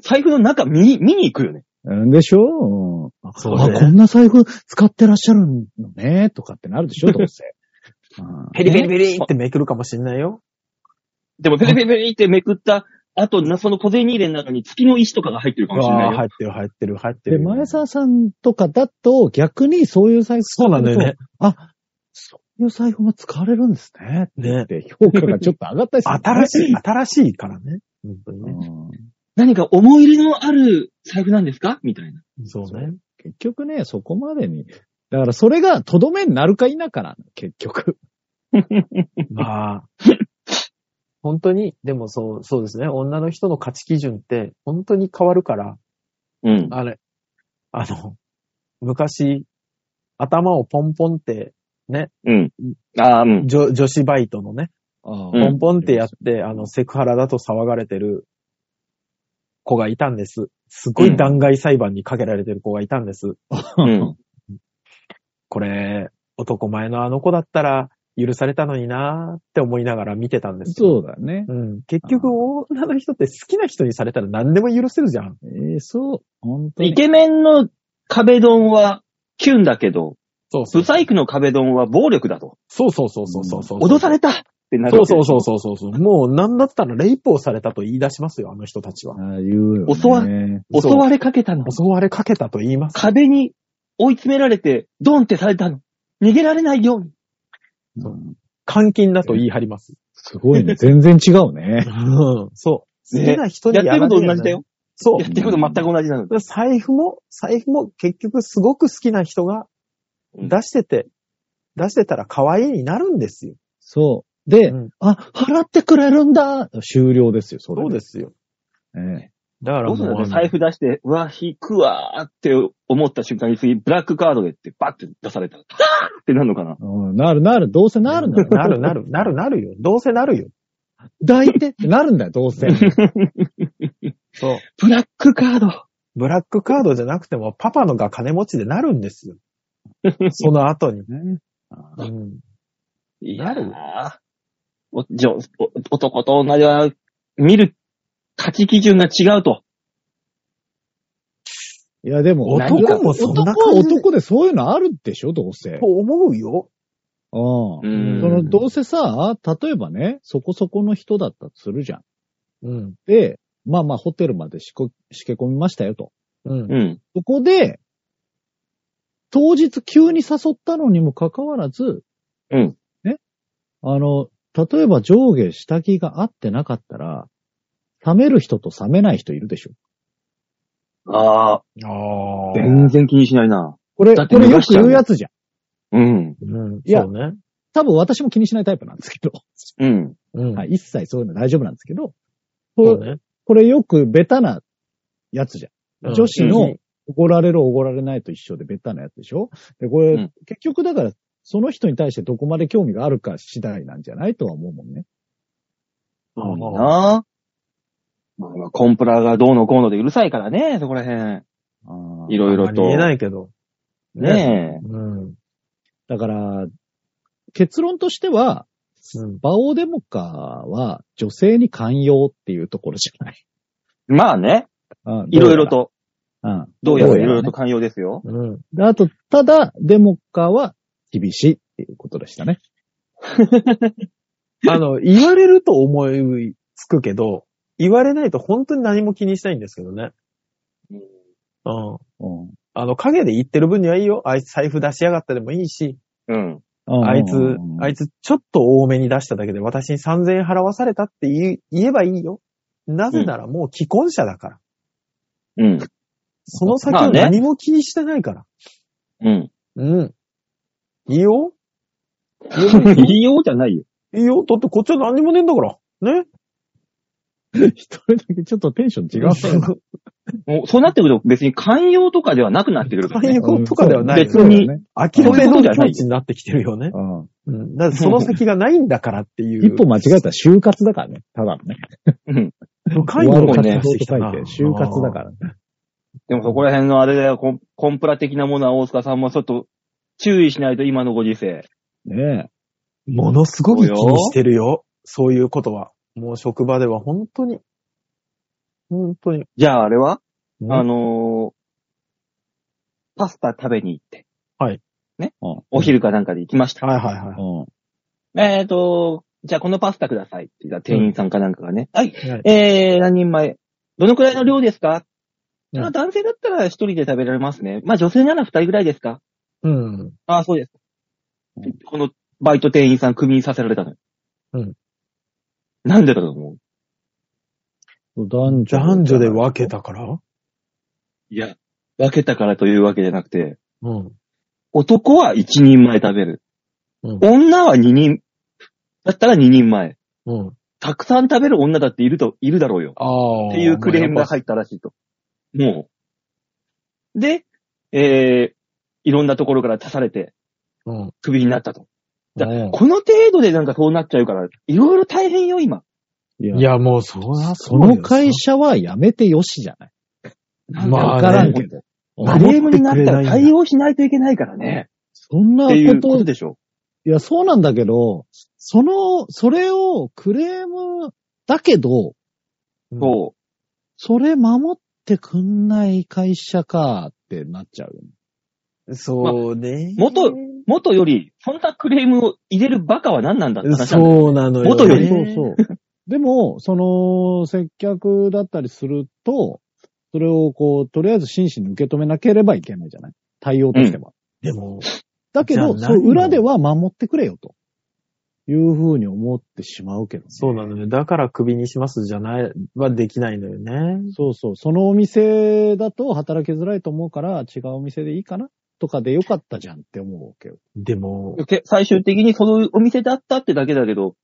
[SPEAKER 2] 財布の中見に、見に行くよね。
[SPEAKER 4] うんでしょ、うん
[SPEAKER 3] そう
[SPEAKER 4] あ、こ
[SPEAKER 3] ね。
[SPEAKER 4] んな財布使ってらっしゃるのね、とかってな るでしょどうせ。うん
[SPEAKER 3] ペリペリペリってめくるかもしんないよ。
[SPEAKER 2] でもペリペリペリってめくった後、なその小銭入れの中に月の石とかが入ってるかもしれ
[SPEAKER 3] あ
[SPEAKER 2] な
[SPEAKER 3] あ
[SPEAKER 2] い
[SPEAKER 3] ー、
[SPEAKER 2] よ。
[SPEAKER 3] 入ってる、入ってる、入って
[SPEAKER 4] で、
[SPEAKER 3] る。
[SPEAKER 4] 前澤さんとかだと逆にそういう財布
[SPEAKER 3] そうなんだよね。
[SPEAKER 4] あ、そういう財布も使われるんですね。
[SPEAKER 3] ね。
[SPEAKER 4] で、評価がちょっと上がったりする、
[SPEAKER 3] 新しい、新しいからね。本当に
[SPEAKER 4] う
[SPEAKER 3] ね。
[SPEAKER 4] ん
[SPEAKER 2] 何か思い入れのある財布なんですかみたいな。
[SPEAKER 3] そうね。
[SPEAKER 4] 結局ね、そこまでに。だからそれがとどめになるか否かなの、結局。
[SPEAKER 3] まあ、本当に、でもそう、そうですね。女の人の価値基準って本当に変わるから、
[SPEAKER 2] うん。
[SPEAKER 3] あれ、あの、昔、頭をポンポンって、
[SPEAKER 2] うん。ああ、うん。
[SPEAKER 3] 女女子バイトのね、
[SPEAKER 2] うん
[SPEAKER 3] ポンポンってやって、あの、セクハラだと騒がれてる子がいたんです。すごい弾劾裁判にかけられてる子がいたんです。
[SPEAKER 2] うん。
[SPEAKER 3] これ、男前のあの子だったら許されたのになーって思いながら見てたんですよ。
[SPEAKER 4] そうだね。
[SPEAKER 3] うん。結局、女の人って好きな人にされたら何でも許せるじゃん。
[SPEAKER 4] えーそう、本当
[SPEAKER 2] イ
[SPEAKER 4] に。
[SPEAKER 2] ケメンの壁ドンはキュンだけど、
[SPEAKER 3] そうそ
[SPEAKER 2] ブ
[SPEAKER 3] う。
[SPEAKER 2] サイクの壁ドンは暴力だと。
[SPEAKER 3] そうそうそうそうそうそう。
[SPEAKER 2] 脅されたってなる
[SPEAKER 3] そ
[SPEAKER 2] わ
[SPEAKER 3] う
[SPEAKER 2] け
[SPEAKER 3] そ
[SPEAKER 2] で
[SPEAKER 3] うそうそうそうそう。もう何だったらレイプをされたと言い出しますよ、あの人たちは。
[SPEAKER 4] ああ、言うよ、ね。
[SPEAKER 2] 襲わ
[SPEAKER 3] そう
[SPEAKER 2] 襲われかけたの。
[SPEAKER 3] 襲われかけたと言います。
[SPEAKER 2] 壁に追い詰められて、ドンってされたの。逃げられないように。
[SPEAKER 4] うん
[SPEAKER 3] 監禁だと言い張ります。
[SPEAKER 4] すご いね。全然違うね。
[SPEAKER 3] うん。そう。好
[SPEAKER 2] ね
[SPEAKER 3] きな人に
[SPEAKER 2] やってること
[SPEAKER 3] や
[SPEAKER 2] 同
[SPEAKER 3] られる
[SPEAKER 2] じだよ。
[SPEAKER 3] そう
[SPEAKER 2] やっ。てること全く同じなの。
[SPEAKER 3] 財布も、財布も結局すごく好きな人が
[SPEAKER 2] うん
[SPEAKER 3] 出してて、出してたら可愛いになるんですよ。
[SPEAKER 4] そう。で、
[SPEAKER 3] うん
[SPEAKER 4] あ、払ってくれるんだ終了ですよ、それ。
[SPEAKER 3] そうですよ。
[SPEAKER 4] す。ね、
[SPEAKER 3] だから
[SPEAKER 2] どう
[SPEAKER 3] もう
[SPEAKER 2] するんだ
[SPEAKER 3] あ
[SPEAKER 2] ろう
[SPEAKER 3] の
[SPEAKER 2] 財布出して、うわ、引くわーって思った瞬間に次、ブラックカードでってバッて出されたら、はーってなるのかな
[SPEAKER 4] うん。なるなる。どうせなるんだよ。
[SPEAKER 3] なるなる、なるなるよ。どうせなるよ。
[SPEAKER 4] 抱いてってなるんだよ、どうせ。
[SPEAKER 3] そう。
[SPEAKER 2] ブラックカード
[SPEAKER 3] ブラックカードじゃなくても、パパのが金持ちでなるんです よ。その後に。
[SPEAKER 4] ねあ
[SPEAKER 3] う
[SPEAKER 4] ー
[SPEAKER 3] ん。
[SPEAKER 2] い
[SPEAKER 3] な
[SPEAKER 2] や
[SPEAKER 3] るよ
[SPEAKER 2] ーおじょお男と女では、見る価値基準が違うと。
[SPEAKER 4] いや、でも、
[SPEAKER 3] 男
[SPEAKER 4] 何が
[SPEAKER 3] もそんな感じ
[SPEAKER 4] 男は男でそういうのあるでしょ、どうせ。
[SPEAKER 3] と思うよ。
[SPEAKER 4] うん。
[SPEAKER 3] ん
[SPEAKER 4] その、どうせさ、例えばね、そこそこの人だったとするじゃん。
[SPEAKER 3] うん。
[SPEAKER 4] で、まあまあ、ホテルまでしこ、しけ込みましたよと。
[SPEAKER 3] うん。
[SPEAKER 2] うん。
[SPEAKER 4] そこで、当日急に誘ったのにもかかわらず、
[SPEAKER 2] うん。
[SPEAKER 4] ね。あの、例えば上下下着が合ってなかったら、冷める人と冷めない人いるでしょ。
[SPEAKER 2] ああ、
[SPEAKER 3] ああ。
[SPEAKER 2] 全然気にしないな。
[SPEAKER 4] これ、
[SPEAKER 2] だ
[SPEAKER 4] こ
[SPEAKER 2] って
[SPEAKER 4] れよ
[SPEAKER 2] 逃し
[SPEAKER 4] く
[SPEAKER 2] ちゃう
[SPEAKER 4] 言うやつじゃん。
[SPEAKER 2] うん。
[SPEAKER 3] うん。
[SPEAKER 4] いや
[SPEAKER 3] そうね。
[SPEAKER 4] 多分私も気にしないタイプなんですけど。
[SPEAKER 2] うん。
[SPEAKER 3] うん。
[SPEAKER 4] はい、一切そういうの大丈夫なんですけど、こ
[SPEAKER 3] そう
[SPEAKER 4] れ
[SPEAKER 3] ね。
[SPEAKER 4] これよくベタなやつじゃ。
[SPEAKER 3] うんん
[SPEAKER 4] 女子
[SPEAKER 2] う
[SPEAKER 4] の
[SPEAKER 2] ん
[SPEAKER 4] 怒られる怒られないと一緒でベタなやつでしょで、これ、
[SPEAKER 2] うん
[SPEAKER 4] 結局だから、その人に対してどこまで興味があるか次第なんじゃないとは思うもんね。
[SPEAKER 3] あー
[SPEAKER 2] なあ。まあまあ、コンプラがどうのこうのでうるさいからね、そこら辺。いろいろ
[SPEAKER 3] あんまり
[SPEAKER 2] と。
[SPEAKER 3] 言えないけど。
[SPEAKER 2] ね
[SPEAKER 3] うん。
[SPEAKER 4] だから、結論としては、
[SPEAKER 3] うん。
[SPEAKER 4] バオデモカは女性に寛容っていうところじ ゃない。
[SPEAKER 2] え。まあね、
[SPEAKER 4] うん
[SPEAKER 2] いろいろ。と、ど
[SPEAKER 4] ど
[SPEAKER 2] う
[SPEAKER 4] う
[SPEAKER 2] や
[SPEAKER 4] や
[SPEAKER 2] ら
[SPEAKER 4] ら
[SPEAKER 2] い
[SPEAKER 4] ね
[SPEAKER 2] ろいろと寛容ですよ。
[SPEAKER 3] うん。
[SPEAKER 4] であと、ただ、デモカは厳しいっていうことでしたね。
[SPEAKER 3] あの、 言われると思いつくけど、言われないと本当に何も気にしたいんですけどね。うん。
[SPEAKER 4] うん
[SPEAKER 3] あの、影で言ってる分にはいいよ。あいつ財布出しやがったでもいいし、
[SPEAKER 2] うん。
[SPEAKER 3] あいつ
[SPEAKER 4] うんうんう、ん
[SPEAKER 3] あいつちょっと多めに出しただけで私に3000円払わされたって言い言えばいいよ。なぜならもう既婚者だから。
[SPEAKER 2] うん。
[SPEAKER 3] その先
[SPEAKER 2] まあ
[SPEAKER 3] は
[SPEAKER 2] ね
[SPEAKER 3] 何も気にしてないから。
[SPEAKER 2] うん。
[SPEAKER 3] うん。いいよ。
[SPEAKER 2] 言いようじゃないよ。
[SPEAKER 3] いいよ。だってこっちは何にもねえんだから。ね。
[SPEAKER 4] 一人だけちょっとテンション違 うな。
[SPEAKER 2] もうそうなってくると別に寛容とかではなくなってくるから
[SPEAKER 3] 寛
[SPEAKER 2] ね。
[SPEAKER 3] 容とかではない
[SPEAKER 2] 別に
[SPEAKER 4] そう
[SPEAKER 3] 諦めの境地になってきてるよね。
[SPEAKER 4] だよね
[SPEAKER 3] うん。だってその先がないんだからってい
[SPEAKER 4] うん
[SPEAKER 3] う。
[SPEAKER 4] 一歩間違えたら就活だからね。ただのね。
[SPEAKER 2] うん。
[SPEAKER 3] 深いものを
[SPEAKER 4] 終わ
[SPEAKER 3] 出
[SPEAKER 4] る
[SPEAKER 3] し
[SPEAKER 4] 活動
[SPEAKER 3] て
[SPEAKER 4] と
[SPEAKER 3] きた
[SPEAKER 4] 書い
[SPEAKER 3] な。
[SPEAKER 4] て、就活だからね。
[SPEAKER 2] でもそこら辺のあれだよ、コンコンプラ的なものは大塚さんもちょっと注意しないと今のご時世。
[SPEAKER 4] ね
[SPEAKER 3] ものすごく気にしてるよ。そういうことは。もう職場では本当に。本当に。
[SPEAKER 2] じゃああれは
[SPEAKER 4] え。
[SPEAKER 2] あのーパスタ食べに行って。
[SPEAKER 3] はい。
[SPEAKER 2] ね、
[SPEAKER 4] うん
[SPEAKER 2] お昼かなんかで行きました。
[SPEAKER 3] はいはいは
[SPEAKER 4] うん
[SPEAKER 2] えっ、と、じゃあこのパスタくださいって言ったら店員さんかなんかがね。はい。
[SPEAKER 3] い。はい
[SPEAKER 2] えー、何人前どのくらいの量ですか、
[SPEAKER 3] うん
[SPEAKER 2] あ男性だったら一人で食べられますね。まあ女性なら二人ぐらいですか
[SPEAKER 3] うん。
[SPEAKER 2] ああ、そうです
[SPEAKER 4] うん。
[SPEAKER 2] このバイト店員さんクビにさせられたのよ。
[SPEAKER 3] うん。
[SPEAKER 2] なんでだと思う
[SPEAKER 4] 男女。
[SPEAKER 3] 男女で分け。たから
[SPEAKER 2] いや、分けたからというわけじゃなくて、
[SPEAKER 3] うん。
[SPEAKER 2] 男は一人前食べる。
[SPEAKER 3] うん
[SPEAKER 2] 女は二人、だったら二人前。
[SPEAKER 3] うん。
[SPEAKER 2] たくさん食べる女だっていると、いるだろうよ。
[SPEAKER 3] ああ。
[SPEAKER 2] っていうクレームが入ったらしいと。もう。で、えー、いろんなところから足されて、
[SPEAKER 3] うん。
[SPEAKER 2] クビになったと。だ
[SPEAKER 3] うん
[SPEAKER 2] この程度でなんかそうなっちゃうから、いろいろ大変よ、今。
[SPEAKER 4] い
[SPEAKER 3] い
[SPEAKER 4] や、
[SPEAKER 3] や、もうそうな、
[SPEAKER 4] その会社はやめてよしじゃない。
[SPEAKER 2] なん
[SPEAKER 3] まあね
[SPEAKER 4] わからんけど。
[SPEAKER 2] ク
[SPEAKER 3] 守っ
[SPEAKER 2] レ
[SPEAKER 3] て
[SPEAKER 2] ー
[SPEAKER 3] く
[SPEAKER 2] ム
[SPEAKER 3] れ
[SPEAKER 2] に
[SPEAKER 3] な
[SPEAKER 2] ないっ
[SPEAKER 3] んだ
[SPEAKER 2] たら対応しないといけないからね。
[SPEAKER 4] そんな
[SPEAKER 2] っていう
[SPEAKER 4] こ
[SPEAKER 2] こと
[SPEAKER 4] と、
[SPEAKER 2] でしょ。
[SPEAKER 4] いや、そうなんだけど、その、それをクレームだけど、
[SPEAKER 3] そ
[SPEAKER 2] そ
[SPEAKER 4] それ守ってくんない会社かってなっちゃうよね。
[SPEAKER 3] う。そうね。
[SPEAKER 2] う。元、元より、そんなクレームを入れるバカは何なんだって話なんだよ
[SPEAKER 3] そうなのよね。
[SPEAKER 2] 元より
[SPEAKER 4] そうそう。 でも、その、接客だったりすると、それをこう、とりあえず真摯に受け止めなければいけないじゃない対応としては。
[SPEAKER 3] でも、
[SPEAKER 4] だけど、
[SPEAKER 3] じゃあ
[SPEAKER 4] そう
[SPEAKER 3] 何を
[SPEAKER 4] 裏では守ってくれよと。いうふうに思ってしまうけど、ね。
[SPEAKER 3] そうなのよ。だから首にしますじゃない、はできないのよね。
[SPEAKER 4] そうそう。そのお店だと働きづらいと思うから、違うお店でいいかなとかでよかったじゃんって思うわけよ。
[SPEAKER 3] でも、
[SPEAKER 2] け最終的にそのお店だったってだけだけど、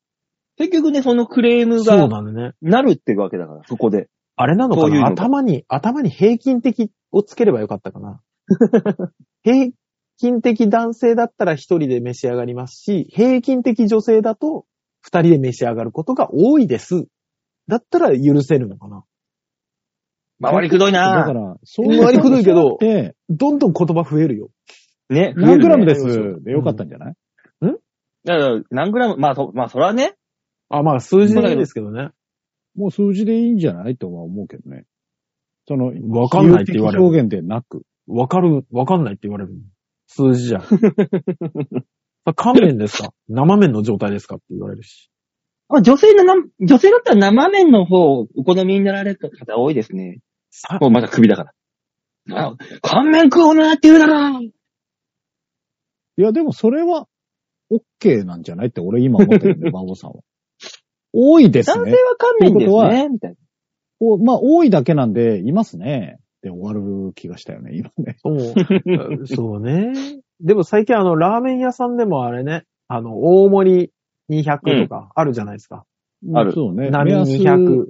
[SPEAKER 2] 結局ね、そのクレーム
[SPEAKER 3] そ
[SPEAKER 2] が
[SPEAKER 3] うなのね。
[SPEAKER 2] なるってわけだから、そこで。
[SPEAKER 3] あれなのか
[SPEAKER 2] そういう
[SPEAKER 3] な
[SPEAKER 2] のが
[SPEAKER 3] 頭に、頭に平均的をつければよかった かな。平均的男性だったら一人で召し上がりますし、平均的女性だと二人で召し上がることが多いです。だったら許せるのかな。
[SPEAKER 2] 回りくどい
[SPEAKER 4] だ
[SPEAKER 2] な
[SPEAKER 4] から、そう
[SPEAKER 3] 割りくどいけど
[SPEAKER 4] で、
[SPEAKER 3] どんどん言葉増えるよ。
[SPEAKER 2] ね、
[SPEAKER 4] 何グラム
[SPEAKER 2] で
[SPEAKER 4] ですでよかったんじゃない、
[SPEAKER 2] だから、何グラム、まあ、そ、まあ、それはね、
[SPEAKER 3] あ、まあ数字なんですけどね。
[SPEAKER 4] もう数字でいいんじゃないとは思うけどね。その、
[SPEAKER 3] わかんないって言われる
[SPEAKER 4] 比喩的表現でなく。
[SPEAKER 3] わかる、わかんないって言われる。数字じゃ ん。乾麺ですか生麺の状態ですかって言われるし。
[SPEAKER 2] まあ女性のな、女性だったら生麺の方、お好みになられる方多いですね。
[SPEAKER 3] さ
[SPEAKER 2] もうまだ首だから。あ、乾麺食おうなって言うだろ
[SPEAKER 4] いや、でもそれは、OK なんじゃな いって俺今思ってるんで、馬王さんは。多いです
[SPEAKER 2] 男性
[SPEAKER 4] ね。
[SPEAKER 2] は乾麺ですね、みたいな。
[SPEAKER 4] おまあ、多いだけなんで、いますね。で終わる気がしたよね、今ね。
[SPEAKER 3] そう。そうね。でも最近あの、ラーメン屋さんでもあれね、あの、大盛り200とかあるじゃないですか。
[SPEAKER 2] ある
[SPEAKER 4] そうね。
[SPEAKER 3] 波
[SPEAKER 4] 目安
[SPEAKER 3] 200。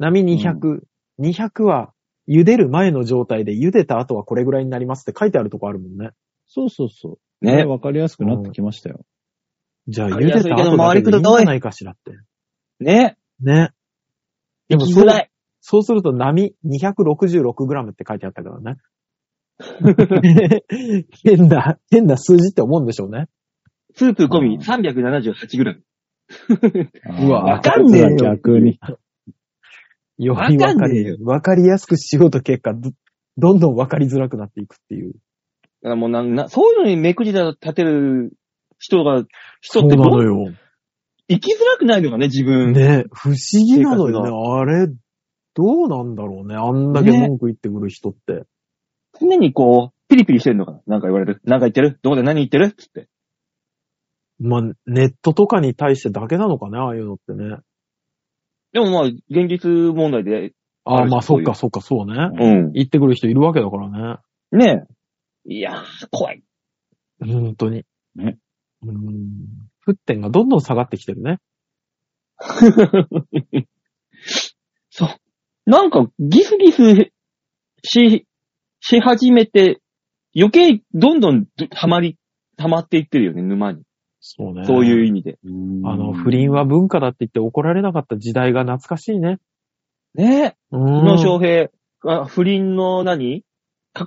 [SPEAKER 3] 波200。200は、茹でる前の状態で茹でた後はこれぐらいになりますって書いてあるとこあるもんね。
[SPEAKER 4] そうそうそう。ね、
[SPEAKER 2] ね。
[SPEAKER 4] わかりやすくなってきましたよ。
[SPEAKER 3] じゃあ
[SPEAKER 2] わか
[SPEAKER 3] 茹
[SPEAKER 2] りや
[SPEAKER 3] です
[SPEAKER 2] い
[SPEAKER 3] た
[SPEAKER 2] けど
[SPEAKER 3] 後だけでいいんじゃないかしらって。
[SPEAKER 2] ね。
[SPEAKER 3] ね。
[SPEAKER 2] で
[SPEAKER 3] でも
[SPEAKER 2] も、
[SPEAKER 3] そう
[SPEAKER 2] ぐ、らい。
[SPEAKER 3] そうすると波 266g って書いてあったから ね。 変な、変な数字って思うんでしょうね。
[SPEAKER 2] スープ込
[SPEAKER 4] う
[SPEAKER 2] み
[SPEAKER 4] ん
[SPEAKER 2] 378g。
[SPEAKER 3] うわ
[SPEAKER 2] わかんねえよ
[SPEAKER 4] 逆に。
[SPEAKER 3] よ
[SPEAKER 2] わか
[SPEAKER 3] り
[SPEAKER 2] んね
[SPEAKER 3] わか
[SPEAKER 2] え
[SPEAKER 3] り
[SPEAKER 2] よ、
[SPEAKER 3] わかりやすくしようと結果、どどんどんわかりづらくなっていくってい
[SPEAKER 2] だ
[SPEAKER 3] う。
[SPEAKER 2] からもうなんな、そういうのに目くじら立てる人が、人ってどう
[SPEAKER 3] よ。
[SPEAKER 2] 生きづらくないのかね、自分。
[SPEAKER 3] ね不思議なの
[SPEAKER 2] 生活
[SPEAKER 3] よね。あれ、どうなんだろうね。あんだけ文句言ってくる人って。
[SPEAKER 2] 常にこう、ピリピリしてるのかななんか言われるなんか言ってるどこで何言ってるつって。
[SPEAKER 3] まあ、ネットとかに対してだけなのかね、ああいうのってね。
[SPEAKER 2] でもまあ、現実問題で、
[SPEAKER 3] あ
[SPEAKER 2] あ
[SPEAKER 3] あ、
[SPEAKER 2] る
[SPEAKER 3] まあ、
[SPEAKER 2] そ
[SPEAKER 3] そうっ
[SPEAKER 2] いう
[SPEAKER 3] か、そっか、そうね。
[SPEAKER 2] うん。
[SPEAKER 3] 言ってくる人いるわけだからね。
[SPEAKER 2] ねえ。いやー、怖い。
[SPEAKER 3] 本当に。
[SPEAKER 4] ね。
[SPEAKER 3] うん。沸点がどんどん下がってきてるね。
[SPEAKER 2] そう。なんか、ギスギスし、し始めて、余計どんどんハマり、ハマっていってるよね、沼に。
[SPEAKER 3] そうね。。
[SPEAKER 2] そういうう意味で。
[SPEAKER 3] あの、不倫は文化だって言って怒られなかった時代が懐かしいね。
[SPEAKER 2] ねえ。
[SPEAKER 3] うん。
[SPEAKER 2] 宇野昌平、あ不倫の何囲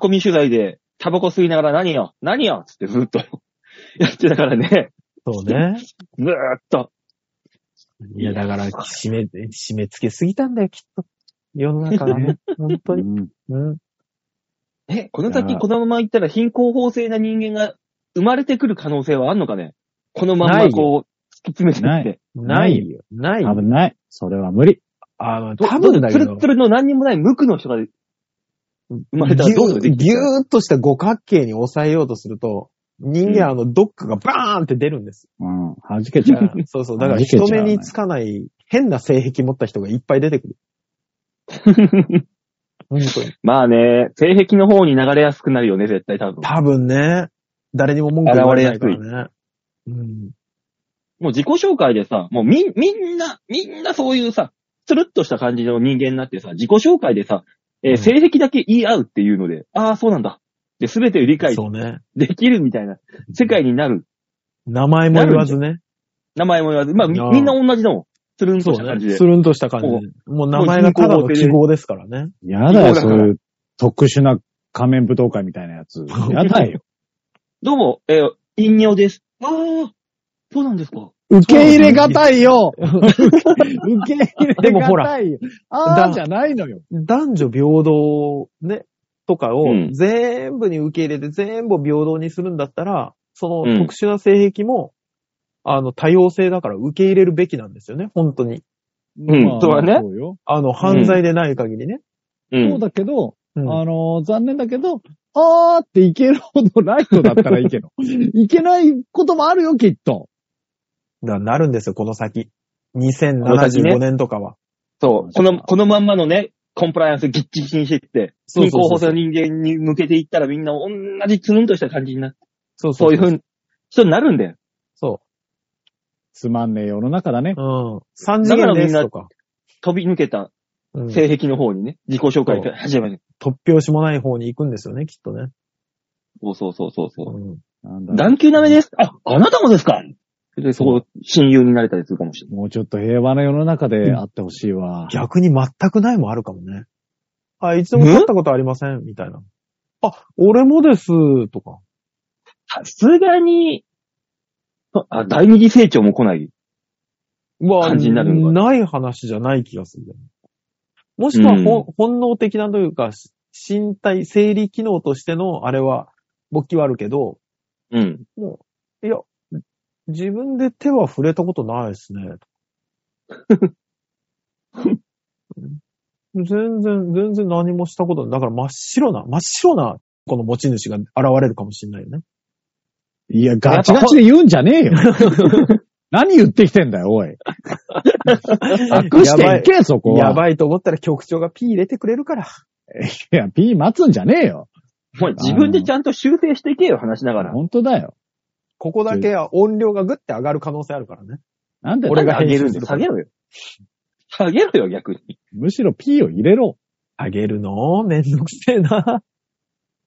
[SPEAKER 2] み取材で、タバコ吸いながら何よ何よつってずっと やってたからね。
[SPEAKER 3] そうね。
[SPEAKER 2] ずーっと。
[SPEAKER 3] いや、だから、締め、締め付けすぎたんだよ、きっと。世の中がね。本当
[SPEAKER 4] う
[SPEAKER 3] に。
[SPEAKER 4] ん
[SPEAKER 3] うん。
[SPEAKER 2] え、この
[SPEAKER 4] い
[SPEAKER 2] 先
[SPEAKER 4] やー
[SPEAKER 2] このまま行ったら貧困法制な人間が生まれてくる可能性はあんのかねこのまんま
[SPEAKER 3] ないよ
[SPEAKER 2] こう、突き詰めて
[SPEAKER 4] な
[SPEAKER 2] っ
[SPEAKER 4] い
[SPEAKER 2] て。
[SPEAKER 3] ないよ。ない
[SPEAKER 4] 危
[SPEAKER 3] よ。
[SPEAKER 4] ない。それは無理。
[SPEAKER 3] あの、
[SPEAKER 2] ど
[SPEAKER 3] 多分だ
[SPEAKER 2] どツ
[SPEAKER 3] けど
[SPEAKER 2] ルッ、ツルの何にもない無垢の人が生まれたらどうする
[SPEAKER 3] ぎゅぎゅーっとした五角形に抑えようとすると、人間、
[SPEAKER 2] うん
[SPEAKER 3] あの、どっかがバーンって出るん です。
[SPEAKER 4] うん。弾けち ゃう。
[SPEAKER 3] そうそう。だから
[SPEAKER 4] あ事件
[SPEAKER 3] 人
[SPEAKER 4] じゃ
[SPEAKER 3] 目
[SPEAKER 4] ない
[SPEAKER 3] につかない変な性癖持った人がいっぱい出てくる。本当に。
[SPEAKER 2] まあね、性癖の方に流れやすくなるよね、絶対多分。
[SPEAKER 3] 多分ね、誰にも文句言われないからね。うん。
[SPEAKER 2] もう自己紹介でさ、もうみ、みんな、みんなそういうさ、つるっとした感じの人間になってさ、自己紹介でさ、えー
[SPEAKER 3] うん
[SPEAKER 2] 性癖だけ言い合うっていうので、ああ、そうなんだ。で、すべてを理解
[SPEAKER 3] そうね。
[SPEAKER 2] できるみたいな世界になる。
[SPEAKER 3] 名前も言わずね。
[SPEAKER 2] 名前も言わず、まあみ
[SPEAKER 3] いやー
[SPEAKER 2] みんな同じだもん。つるんと
[SPEAKER 3] そ
[SPEAKER 2] した
[SPEAKER 3] う
[SPEAKER 2] 感じ
[SPEAKER 3] ね。
[SPEAKER 2] で。
[SPEAKER 3] スルンとした感じで
[SPEAKER 2] も。
[SPEAKER 3] もう名前がただの記号ですからね。
[SPEAKER 4] やだよ、そういう特殊な仮面舞踏会みたいなやつ。やだよ。
[SPEAKER 2] どうも、えー、陰陽です。ああ、そうなんですか。
[SPEAKER 4] 受け入れがたいよ受け入
[SPEAKER 3] で
[SPEAKER 4] れ
[SPEAKER 3] も
[SPEAKER 4] が
[SPEAKER 3] ほ
[SPEAKER 4] た
[SPEAKER 3] ら
[SPEAKER 4] いよ。あ
[SPEAKER 3] だ
[SPEAKER 4] あ、じゃないのよ。
[SPEAKER 3] 男女平等ね、とかを
[SPEAKER 2] うん
[SPEAKER 3] 全部に受け入れて全部を平等にするんだったら、そ
[SPEAKER 2] うん
[SPEAKER 3] の特殊な性癖も、あの、多様性だから受け入れるべきなんですよね、本当に。
[SPEAKER 2] うん
[SPEAKER 4] まあ
[SPEAKER 2] そうだね
[SPEAKER 4] そうよ。
[SPEAKER 3] あの、犯罪でない限りね。
[SPEAKER 2] う。
[SPEAKER 4] そうんだけど、
[SPEAKER 3] うん
[SPEAKER 4] あのー残念だけど、あーっていけるほどない人だったらいいけど。いけないこともあるよ、きっと。
[SPEAKER 3] だからなるんですよ、この先。
[SPEAKER 2] この先ね
[SPEAKER 3] 2075年とかは。
[SPEAKER 2] そう。この、このまんまのね、コンプライアンスギッチギチにしてって、
[SPEAKER 3] そう
[SPEAKER 2] 貧
[SPEAKER 3] そう
[SPEAKER 2] 困
[SPEAKER 3] そ
[SPEAKER 2] 法
[SPEAKER 3] う
[SPEAKER 2] 制の人間に向けていったらみんな同じつるんとした感じになって、
[SPEAKER 3] そうそ
[SPEAKER 2] そうういうふうに、人になるんだよ。
[SPEAKER 3] そ
[SPEAKER 4] つまんねえ世の中だね。
[SPEAKER 3] う。うん。三次元ですとか。
[SPEAKER 2] 飛び抜けた
[SPEAKER 3] うん
[SPEAKER 2] 性癖の方にね、自己紹介
[SPEAKER 3] そう
[SPEAKER 2] 始める。
[SPEAKER 3] 突拍子もない方に行くんですよね、きっとね。
[SPEAKER 2] そうそうそうそうそう。
[SPEAKER 3] うん
[SPEAKER 4] なんだろう
[SPEAKER 2] 男球なめです。あ、あなたもですかで、そこ、親友になれたりするかもしれない。
[SPEAKER 4] もうちょっと平和な世の中であってほしいわ。
[SPEAKER 3] 逆に全くないもあるかもね。あ、一度も会ったことありません、みたいな。あ、俺もです、とか。
[SPEAKER 2] さすがに、あ、第二次成長も来ない。
[SPEAKER 3] は
[SPEAKER 2] 感じになるのか
[SPEAKER 3] ない話じゃない気がするんだよね。もしくは、
[SPEAKER 2] うん
[SPEAKER 3] ほん本能的なというか、し身体、生理機能としての、あれは、勃起はあるけど、
[SPEAKER 2] うん。
[SPEAKER 3] もう、いや、自分で手は触れたことないで すね。全然、全然何もしたことない。だから真っ白な、真っ白な、この持ち主が現れるかもしれないよね。
[SPEAKER 4] いや、ガチガチで言うんじゃねえよ。何言ってきてんだよ、おい。隠していけ、そこは。
[SPEAKER 3] やばいと思ったら局長が P 入れてくれるから。
[SPEAKER 4] いや、ピー待つんじゃねえよ。
[SPEAKER 2] お前自分でちゃんと修正していけよ、話しながら。
[SPEAKER 4] 本当だよ。
[SPEAKER 3] ここだけは音量がグッて上がる可能性あるからね。
[SPEAKER 4] なんでだ
[SPEAKER 3] 俺が
[SPEAKER 2] 下
[SPEAKER 3] 編
[SPEAKER 2] げ
[SPEAKER 3] 集
[SPEAKER 2] るん
[SPEAKER 3] す
[SPEAKER 2] で
[SPEAKER 3] る
[SPEAKER 2] 下げろよ。下げろよ、逆に。
[SPEAKER 4] むしろ P を入れろ。
[SPEAKER 3] 上げるの めんどくせえな。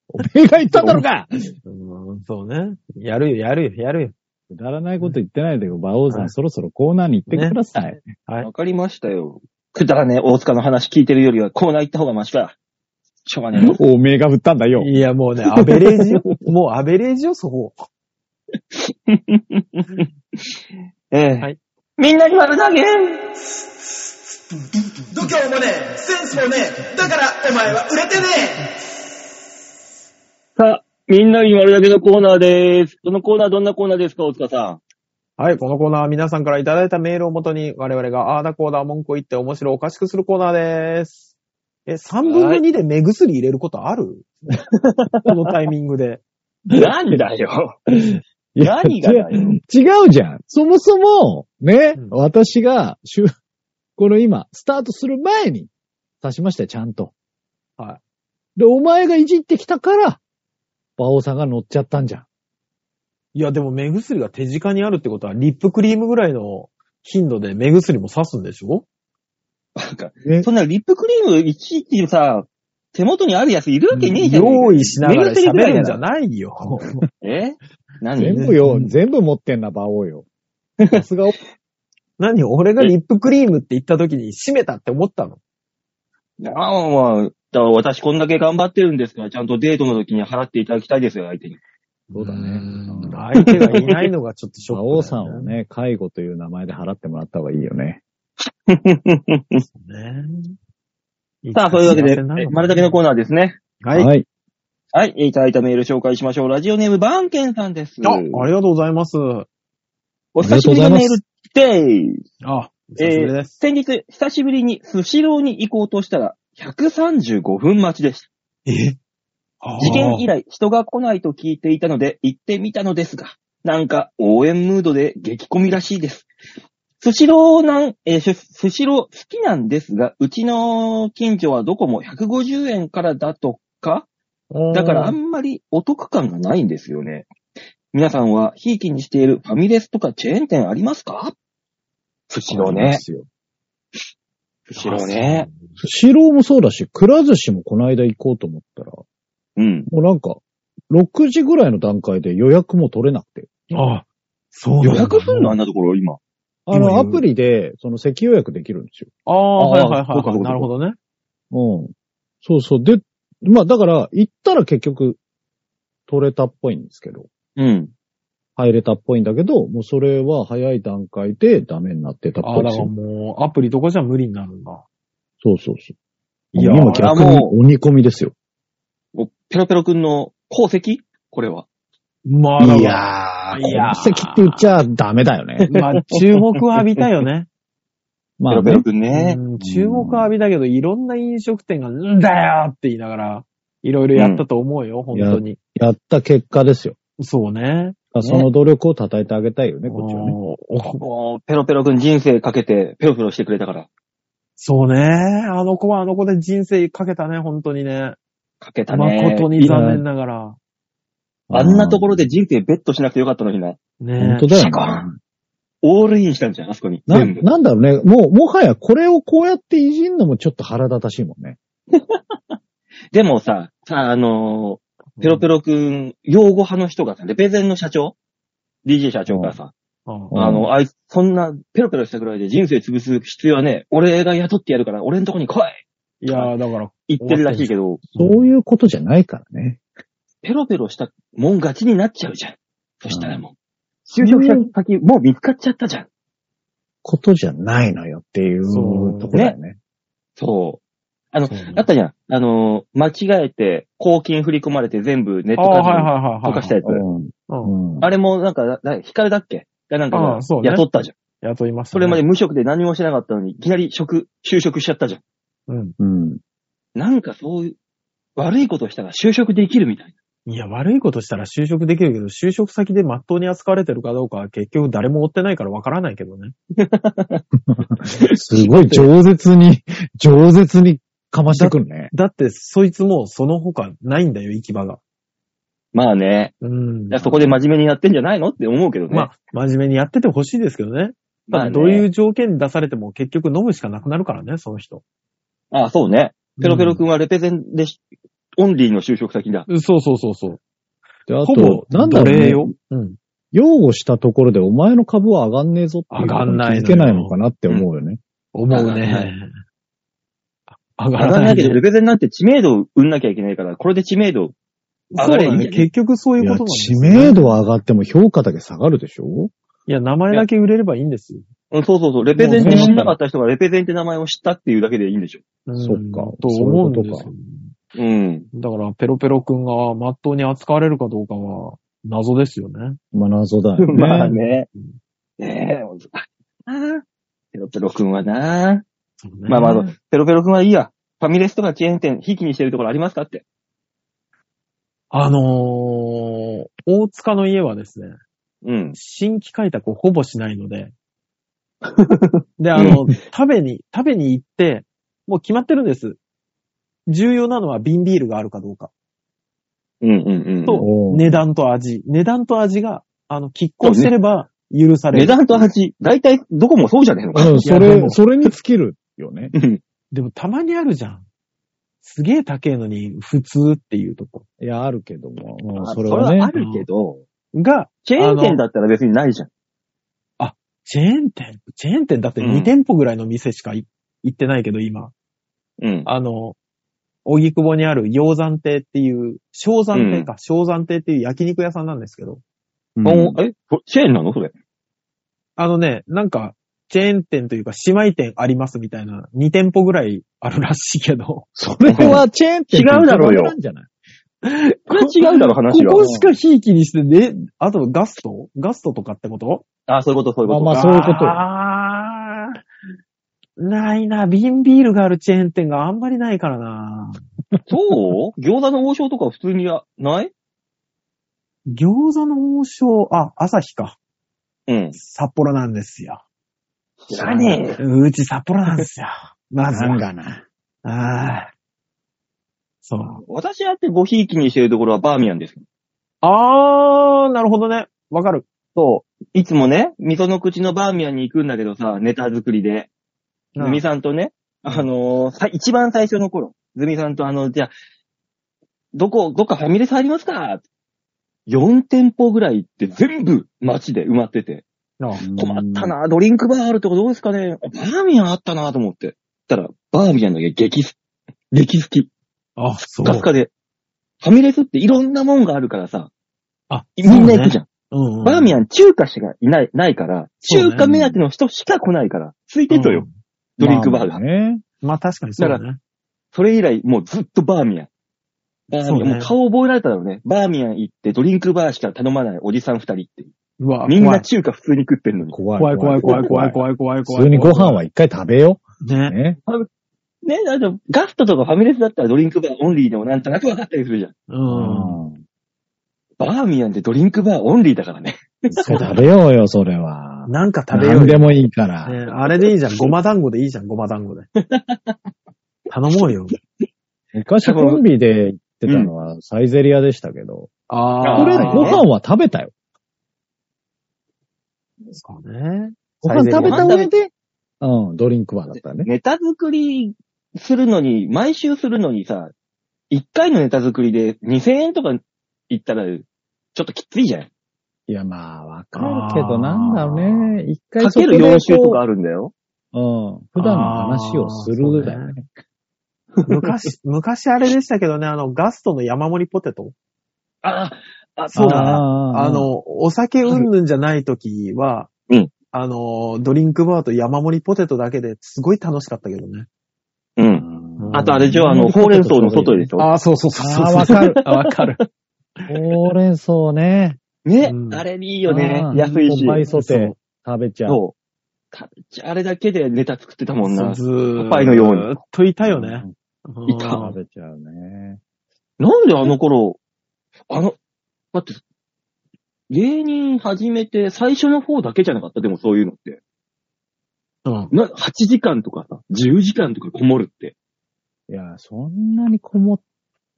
[SPEAKER 4] おめえが言ったんだろうか
[SPEAKER 3] うん、そうね。やるよ、やるよ、やるよ。
[SPEAKER 4] くだらないこと言ってないで、馬王さ
[SPEAKER 3] はい
[SPEAKER 4] ん、そろそろコーナーに行ってください。
[SPEAKER 3] はい
[SPEAKER 2] わかりましたよ。くだらねえ、大塚の話聞いてるよりはコーナー行った方がマシか。しょうがねえの。
[SPEAKER 4] おめえが振ったんだよ。
[SPEAKER 3] いや、もうね、アベレージよ。 もうアベレージよ、そこ。
[SPEAKER 2] ええ
[SPEAKER 3] はい
[SPEAKER 2] みんなに丸投げ
[SPEAKER 1] 度胸もねえ、センスもねえ、だからお前は売れてねえ
[SPEAKER 2] さあ、みんなに丸投げのコーナーでーす。そのコーナーどんなコーナーですか、大塚さ
[SPEAKER 3] はい、このコーナーは皆さんからいただいたメールをもとに、我々があーだこーだ文句を言って面白おかしくするコーナーです。え、3分の2で目薬入れることあ るこのタイミングで。
[SPEAKER 2] ん。なんだよ。
[SPEAKER 4] いや
[SPEAKER 2] 何がだよ。
[SPEAKER 4] 違うじゃん。そもそも、ね、
[SPEAKER 3] うん
[SPEAKER 4] 私が、しゅこの今、スタートする前に、刺しましたよ、ちゃんと。。
[SPEAKER 3] はい
[SPEAKER 4] で、お前がいじってきたから、馬王さんが乗っちゃったんじゃん。
[SPEAKER 3] いや、でも目薬が手近にあるってことは、リップクリームぐらいの頻度で目薬も刺すんでしょ
[SPEAKER 2] なんか
[SPEAKER 4] え
[SPEAKER 2] そんなリップクリームいちいちさ、手元にあるやついるわけねえじゃん。
[SPEAKER 3] 用意しながら喋るんじゃ
[SPEAKER 2] な
[SPEAKER 3] ないよ。
[SPEAKER 2] え何
[SPEAKER 4] 全部よ、全部持ってんな、馬 王よ。さすが、
[SPEAKER 3] 何俺がリップクリームって言った時に閉めたって思ったの
[SPEAKER 2] ああ、まあ、だから私こんだけ頑張ってるんですから、ちゃんとデートの時に払っていただきたいですよ、相手に。
[SPEAKER 4] そうだね
[SPEAKER 3] ん相手がいないのがちょっとショッ
[SPEAKER 4] 馬
[SPEAKER 3] クだよ、
[SPEAKER 4] 王さんをね、介護という名前で払ってもらった方がいいよね。
[SPEAKER 3] ね。
[SPEAKER 2] さあ、そういうわけで、丸だけのコ
[SPEAKER 3] ー
[SPEAKER 2] ーナーですね。
[SPEAKER 3] ナはい。
[SPEAKER 4] はい。
[SPEAKER 2] はい、いただいたメール紹介しましょう。ラジオネームバーンケンさんです。
[SPEAKER 3] あ、ありがとうございます。
[SPEAKER 2] お久しぶりのメールで
[SPEAKER 3] あ、
[SPEAKER 2] えー
[SPEAKER 3] 久しぶりです。
[SPEAKER 2] 先日、久しぶりにスシローに行こうとしたら、135分待ちでした。
[SPEAKER 3] え
[SPEAKER 2] 事件以来、人が来ないと聞いていたので、行ってみたのですが、なんか応援ムードで激混みらしいです。スシローなん、えーしゅスシロー好きなんですが、うちの近所はどこも150円からだとか、だからあ
[SPEAKER 3] うん
[SPEAKER 2] んまりお得感がないんですよね。皆さんは、ひいきにしているファミレスとかチェーン店ありますかスシロー
[SPEAKER 4] ありま
[SPEAKER 2] ね。
[SPEAKER 4] すよ。
[SPEAKER 2] スシローね。。
[SPEAKER 4] スシローもそうだし、くら寿司もこの間行こうと思ったら、
[SPEAKER 2] うん。
[SPEAKER 4] もうなんか、6時ぐらいの段階で予約も取れなくて。
[SPEAKER 3] あ、そう
[SPEAKER 2] 予
[SPEAKER 3] なんだ
[SPEAKER 2] 約するのあんなところ、今。
[SPEAKER 4] あ
[SPEAKER 3] 今
[SPEAKER 4] の、
[SPEAKER 3] よ
[SPEAKER 4] アプリで、その席予約できるんですよ。
[SPEAKER 3] ああ、はいはい
[SPEAKER 2] そうか
[SPEAKER 3] は
[SPEAKER 2] そう
[SPEAKER 3] い。
[SPEAKER 2] か
[SPEAKER 3] なるほどね。
[SPEAKER 4] うん。そうそう。で、まあだから、行ったら結局、取れたっぽいんですけど、
[SPEAKER 2] うん。
[SPEAKER 4] 入れたっぽいんだけど、もうそれは早い段階でダメになってたっ
[SPEAKER 3] ああ、
[SPEAKER 4] ぽい
[SPEAKER 3] だ
[SPEAKER 4] で
[SPEAKER 3] か
[SPEAKER 4] す
[SPEAKER 3] ら
[SPEAKER 4] よ。
[SPEAKER 3] もう、アプリとかじゃ無理になるんだ。
[SPEAKER 4] そうそうそう。
[SPEAKER 3] いや
[SPEAKER 4] 今逆に鬼込みですよ。
[SPEAKER 2] もうペロペロくんの功績これは。
[SPEAKER 3] まあ、だ
[SPEAKER 4] い
[SPEAKER 3] から
[SPEAKER 4] やー、
[SPEAKER 3] いやー。
[SPEAKER 4] この席って言っちゃダメだよね
[SPEAKER 3] まあ、注目は浴びたよね。
[SPEAKER 4] ま
[SPEAKER 2] ペ
[SPEAKER 4] あ
[SPEAKER 2] ロペ
[SPEAKER 4] ね
[SPEAKER 2] ロくんね。
[SPEAKER 3] うん注目は浴びたけど、いろんな飲食店が、んだよって言いながら、いろいろやったと思うよ、本当に。
[SPEAKER 4] やった結果ですよ。
[SPEAKER 3] そうね。
[SPEAKER 4] その努力を称えてあげたいよね、こっちはね。
[SPEAKER 3] お
[SPEAKER 2] もうペロペロくん人生かけて、ペロペロしてくれたから。
[SPEAKER 3] そうね。あの子はあの子で人生かけたね、本当にね。
[SPEAKER 2] かけたね。
[SPEAKER 3] 誠に残念ながら。
[SPEAKER 2] あんなところで人生ベットしなくてよかったのにな。
[SPEAKER 3] ね
[SPEAKER 4] 本当だよ
[SPEAKER 2] シャ
[SPEAKER 4] ね
[SPEAKER 2] カーオールインしたんじゃん、あそこに。
[SPEAKER 4] な、
[SPEAKER 2] 全部。
[SPEAKER 4] なんだろうね。もう、もはやこれをこうやっていじんのもちょっと腹立たしいもんね。
[SPEAKER 2] でもさ、さ、あのーペロペロくん、用語派の人がさ、レペゼンの社長 ?DJ 社長がさ、
[SPEAKER 3] うん
[SPEAKER 4] うん
[SPEAKER 2] あの、あいつ、そんな、ペロペロしたぐらいで人生潰す必要はねえ、俺が雇ってやるから、俺のとこに来
[SPEAKER 3] いやー、だから、
[SPEAKER 2] い言ってるらしいけど、
[SPEAKER 4] そういうことじゃないからね。
[SPEAKER 2] ペロペロしたもん勝ちになっちゃうじゃん。そしたらもう。就
[SPEAKER 4] うん
[SPEAKER 2] 職先、もう見つかっちゃったじゃん。
[SPEAKER 4] ことじゃないのよっていう
[SPEAKER 3] そう
[SPEAKER 4] ところだよね。
[SPEAKER 2] そう。あの
[SPEAKER 3] そうね、
[SPEAKER 2] あったじゃん。あの、間違えて、公金振り込まれて全部ネッ
[SPEAKER 3] あ
[SPEAKER 2] ト
[SPEAKER 3] あ、はい
[SPEAKER 2] カ
[SPEAKER 3] はい
[SPEAKER 2] ジノ
[SPEAKER 3] はいはい。
[SPEAKER 2] とかしたやつ。
[SPEAKER 3] うん
[SPEAKER 4] うん。
[SPEAKER 2] あれもなんか、なヒカルだっけがなんか
[SPEAKER 3] あ
[SPEAKER 2] が
[SPEAKER 3] あそうね
[SPEAKER 2] 雇ったじゃん。
[SPEAKER 3] 雇いました、
[SPEAKER 2] それまで。無職で何もしなかったのに、いきなり職、就職しちゃったじゃん。
[SPEAKER 3] うん。
[SPEAKER 4] うん。
[SPEAKER 2] なんかそういう、悪いことをしたら就職できるみたい
[SPEAKER 3] いや、悪いことしたら就職できるけど、就職先で真っ当に扱われてるかどうかは結局誰も追ってないからわからないけどね。
[SPEAKER 4] すごい饒舌に、饒舌にかましてくるね。
[SPEAKER 3] だって、そいつもうその他ないんだよ、行き場が。
[SPEAKER 2] まあね。
[SPEAKER 3] うん
[SPEAKER 2] いや。そこで真面目にやってんじゃないのって思うけどね。
[SPEAKER 3] まあ、真面目にやっててほしいですけどね。
[SPEAKER 2] まあね
[SPEAKER 3] どういう条件に出されても結局飲むしかなくなるからね、その人。
[SPEAKER 2] ああ、そうね。ペロペロ君はレペゼンでし、オンリーの就職先だ。
[SPEAKER 3] うんそうそうそうそう。
[SPEAKER 4] で、あ
[SPEAKER 3] ほぼ
[SPEAKER 4] と、、なんだろう、
[SPEAKER 3] 奴隷
[SPEAKER 4] ね、
[SPEAKER 3] よ。うん。
[SPEAKER 4] 擁護したところでお前の株は上がんねえぞっていうことに
[SPEAKER 3] 上がんないのよ
[SPEAKER 4] 気づけないのかなって思うよね。
[SPEAKER 3] 思う
[SPEAKER 2] 上がらな
[SPEAKER 3] ね。 上
[SPEAKER 2] 上がらないけど、レペゼンなんて知名度を生んなきゃいけないから、これで知名度上がればいいんじゃな
[SPEAKER 3] そうだね
[SPEAKER 2] い
[SPEAKER 3] 結局そういう
[SPEAKER 4] い
[SPEAKER 3] こ
[SPEAKER 4] や
[SPEAKER 3] となんです
[SPEAKER 4] 知
[SPEAKER 3] よ
[SPEAKER 4] 名度は上がっても評価だけ下がるでしょ
[SPEAKER 3] いや、名前だけ売れればいいんですよ。
[SPEAKER 2] うんそうそうそう。レペゼンって知んなかった人がレペゼンって名前を知ったっていうだけでいいんでしょ。
[SPEAKER 3] うん
[SPEAKER 4] そっか
[SPEAKER 3] と思うんです
[SPEAKER 4] そういうこ
[SPEAKER 3] よ。
[SPEAKER 2] うん。
[SPEAKER 3] だから、ペロペロくんが真っ当に扱われるかどうかは、謎ですよね。
[SPEAKER 4] まあ謎だよね。
[SPEAKER 2] まあね。ねえ、ほんとああペロペロ君はな、まあまあ
[SPEAKER 3] そうね、
[SPEAKER 2] ペロペロ君はいいや。ファミレスとかチェーン店、ひいきにしてるところありますかって。
[SPEAKER 3] あのー、大塚の家はですね、
[SPEAKER 2] うん。
[SPEAKER 3] 新規開拓をほぼしない ので、で、あの、食べに、食べに行って、もう決まってるんです。重要なのは瓶ビールがあるかどうか。
[SPEAKER 2] うんうん
[SPEAKER 3] そう
[SPEAKER 4] おう
[SPEAKER 3] 値段と味。値段と味が、あの、拮抗してれば許さ
[SPEAKER 2] うん。
[SPEAKER 3] れる。
[SPEAKER 2] 値段と味、大体どこもそうじゃねえのか。
[SPEAKER 4] うん、そ
[SPEAKER 3] いやで
[SPEAKER 4] れ、
[SPEAKER 3] も
[SPEAKER 4] それに尽きるよね。
[SPEAKER 2] うん
[SPEAKER 3] でもたまにあるじゃん。すげえ高えのに普通っていうとこ。
[SPEAKER 4] いや、あるけども。うん
[SPEAKER 2] あ
[SPEAKER 4] それはね
[SPEAKER 2] あ。るけど、
[SPEAKER 3] が、
[SPEAKER 2] チェーン店だったら別にないじゃん。
[SPEAKER 3] チェーン店、チェーン店だって
[SPEAKER 2] うん
[SPEAKER 3] 2店舗ぐらいの店しかい行ってないけど、今。
[SPEAKER 2] うん。
[SPEAKER 3] あの、大木久保にある洋山亭っていう、小山亭か、小山亭っていう焼肉屋さんなんですけど、
[SPEAKER 4] う
[SPEAKER 2] お
[SPEAKER 4] ん
[SPEAKER 2] えそチェーンなのそれ。
[SPEAKER 3] あのね、なんか、チェーン店というか、姉妹店ありますみたいな、2店舗ぐらいあるらしいけど、
[SPEAKER 4] それはチェーン店
[SPEAKER 2] 違うだろうよ
[SPEAKER 4] と一緒なんじゃない
[SPEAKER 2] これ違うだろ、話が。
[SPEAKER 3] ここしかひいきにしてね、あとガストガストとかってこと
[SPEAKER 2] あ、そういうこと、そういうこと。
[SPEAKER 4] まあそういうことよ
[SPEAKER 3] あーないな、瓶ビールがあるチェーン店があんまりないからな。
[SPEAKER 2] そう餃子の王将とか普通にやない
[SPEAKER 3] 餃子の王将、あ、朝日か。
[SPEAKER 2] うん。
[SPEAKER 3] 札幌なんですよ。
[SPEAKER 2] 知らねえよ。
[SPEAKER 3] うち札幌なん ですよ。まずは。
[SPEAKER 4] かな。
[SPEAKER 3] ああ。そう。
[SPEAKER 2] 私だってごひいきにしてるところはバーミヤンです。
[SPEAKER 3] あー、なるほどね。わかる。
[SPEAKER 2] そう。いつもね、味噌の口のバーミヤンに行くんだけどさ、ネタ作りで。ズミさんとね、あのーさ一番最初の頃、ズミさんとあの、じゃあ、どこ、どっかファミレスありますか ?4 店舗ぐらい行って全部街で埋まってて、
[SPEAKER 3] あ
[SPEAKER 2] 困ったな、ドリンクバーあるとこどうですかねあバーミヤンあったなと思って。たら、バーミヤンだけ激す、激好き。
[SPEAKER 3] あ、そう。
[SPEAKER 2] ガスカで。ファミレスっていろんなもんがあるからさ、
[SPEAKER 3] あ、
[SPEAKER 2] みんな行くじゃん。
[SPEAKER 3] ゃん。うんうん。
[SPEAKER 2] バーミ
[SPEAKER 3] ヤ
[SPEAKER 2] ヤン中華しかいない、ないから、
[SPEAKER 3] そうね
[SPEAKER 2] 中華目当ての人しか来ないから、ついてとよ、。ドリンクバーが。
[SPEAKER 4] ね。
[SPEAKER 3] まあ確かにそうだね。
[SPEAKER 2] それ以来、もうずっとバーミヤン。バーミ
[SPEAKER 3] そう
[SPEAKER 2] ヤン、
[SPEAKER 3] ね
[SPEAKER 2] もう顔覚えられただろうね。バーミヤン行って、ドリンクバーしか頼まないおじさん二人っていう。
[SPEAKER 3] うわ、
[SPEAKER 2] みん
[SPEAKER 3] 怖
[SPEAKER 2] ない中華普通に食ってんのに。
[SPEAKER 4] 怖い。
[SPEAKER 3] 怖い怖い怖い怖い
[SPEAKER 4] い。
[SPEAKER 3] 怖い怖い怖い。
[SPEAKER 4] 普通にご飯は一回食べよう。
[SPEAKER 3] ね。
[SPEAKER 4] ね。
[SPEAKER 2] ねだってガストとかファミレスだったらドリンクバーオンリーでもなんとなく分かったりするじゃん。
[SPEAKER 3] うん。
[SPEAKER 2] バーミヤンってドリンクバーオンリーだからね。
[SPEAKER 4] それ食べようよ、それは。
[SPEAKER 3] なんか食べようよ
[SPEAKER 4] 何でもいいから。
[SPEAKER 3] ねあれでいいじゃん。ごま団子でいいじゃん、ごま団子 で。頼もうよ。
[SPEAKER 4] 昔コンビで行ってたのはサイゼリアでしたけど、
[SPEAKER 2] ー
[SPEAKER 3] あ
[SPEAKER 4] これ
[SPEAKER 2] はい
[SPEAKER 4] ご飯は食べたよ。
[SPEAKER 3] ですかね。
[SPEAKER 4] ご飯食べた
[SPEAKER 2] サイゼ
[SPEAKER 4] 上で、うん、ドリンクバーだったね。
[SPEAKER 2] ネタ作りするのに、毎週するのにさ、一回のネタ作りで2000円とか行ったら、ちょっときついじゃん。
[SPEAKER 4] いや、まあ、わかるけど、なんだろうね。一回
[SPEAKER 2] か
[SPEAKER 4] そ
[SPEAKER 2] け
[SPEAKER 4] こ
[SPEAKER 2] る
[SPEAKER 4] でこう
[SPEAKER 2] 4週とかあるんだよ。
[SPEAKER 4] うん。普段の話をするだよね。
[SPEAKER 3] 昔、 昔あれでしたけどね、あの、ガストの山盛りポテト。
[SPEAKER 2] ああ、あ、
[SPEAKER 3] そうだな
[SPEAKER 2] あ
[SPEAKER 4] あ
[SPEAKER 3] あ
[SPEAKER 4] ー、
[SPEAKER 3] の、お酒うんぬんじゃない時は、
[SPEAKER 2] うん
[SPEAKER 3] あの、ドリンクバーと山盛りポテトだけですごい楽しかったけどね。
[SPEAKER 2] ーう。
[SPEAKER 4] うんん
[SPEAKER 2] あとあれでしょ、あの、ほうれん草の外でしょ。
[SPEAKER 3] ああ、そうそうそうそう。
[SPEAKER 4] あーわかる。
[SPEAKER 3] あわかる。
[SPEAKER 4] ほうれん草ね。
[SPEAKER 2] ね
[SPEAKER 3] う、ん
[SPEAKER 2] あれいいよね
[SPEAKER 4] う。ん
[SPEAKER 2] 安いし。
[SPEAKER 4] パイソテー食べちゃう。
[SPEAKER 2] そう。かあれだけでネタ作ってたもんな。
[SPEAKER 3] ずー
[SPEAKER 2] パパイのように
[SPEAKER 3] っといたよね。
[SPEAKER 4] うん。
[SPEAKER 2] いた
[SPEAKER 3] うん
[SPEAKER 4] 食べちゃうね。
[SPEAKER 2] なんであの頃、あの、だって、芸人始めて最初の方だけじゃなかったでもそういうのって。
[SPEAKER 3] うん。
[SPEAKER 2] な、8時間とかさ、10時間とかこもるって。
[SPEAKER 4] いや、そんなにこもっ、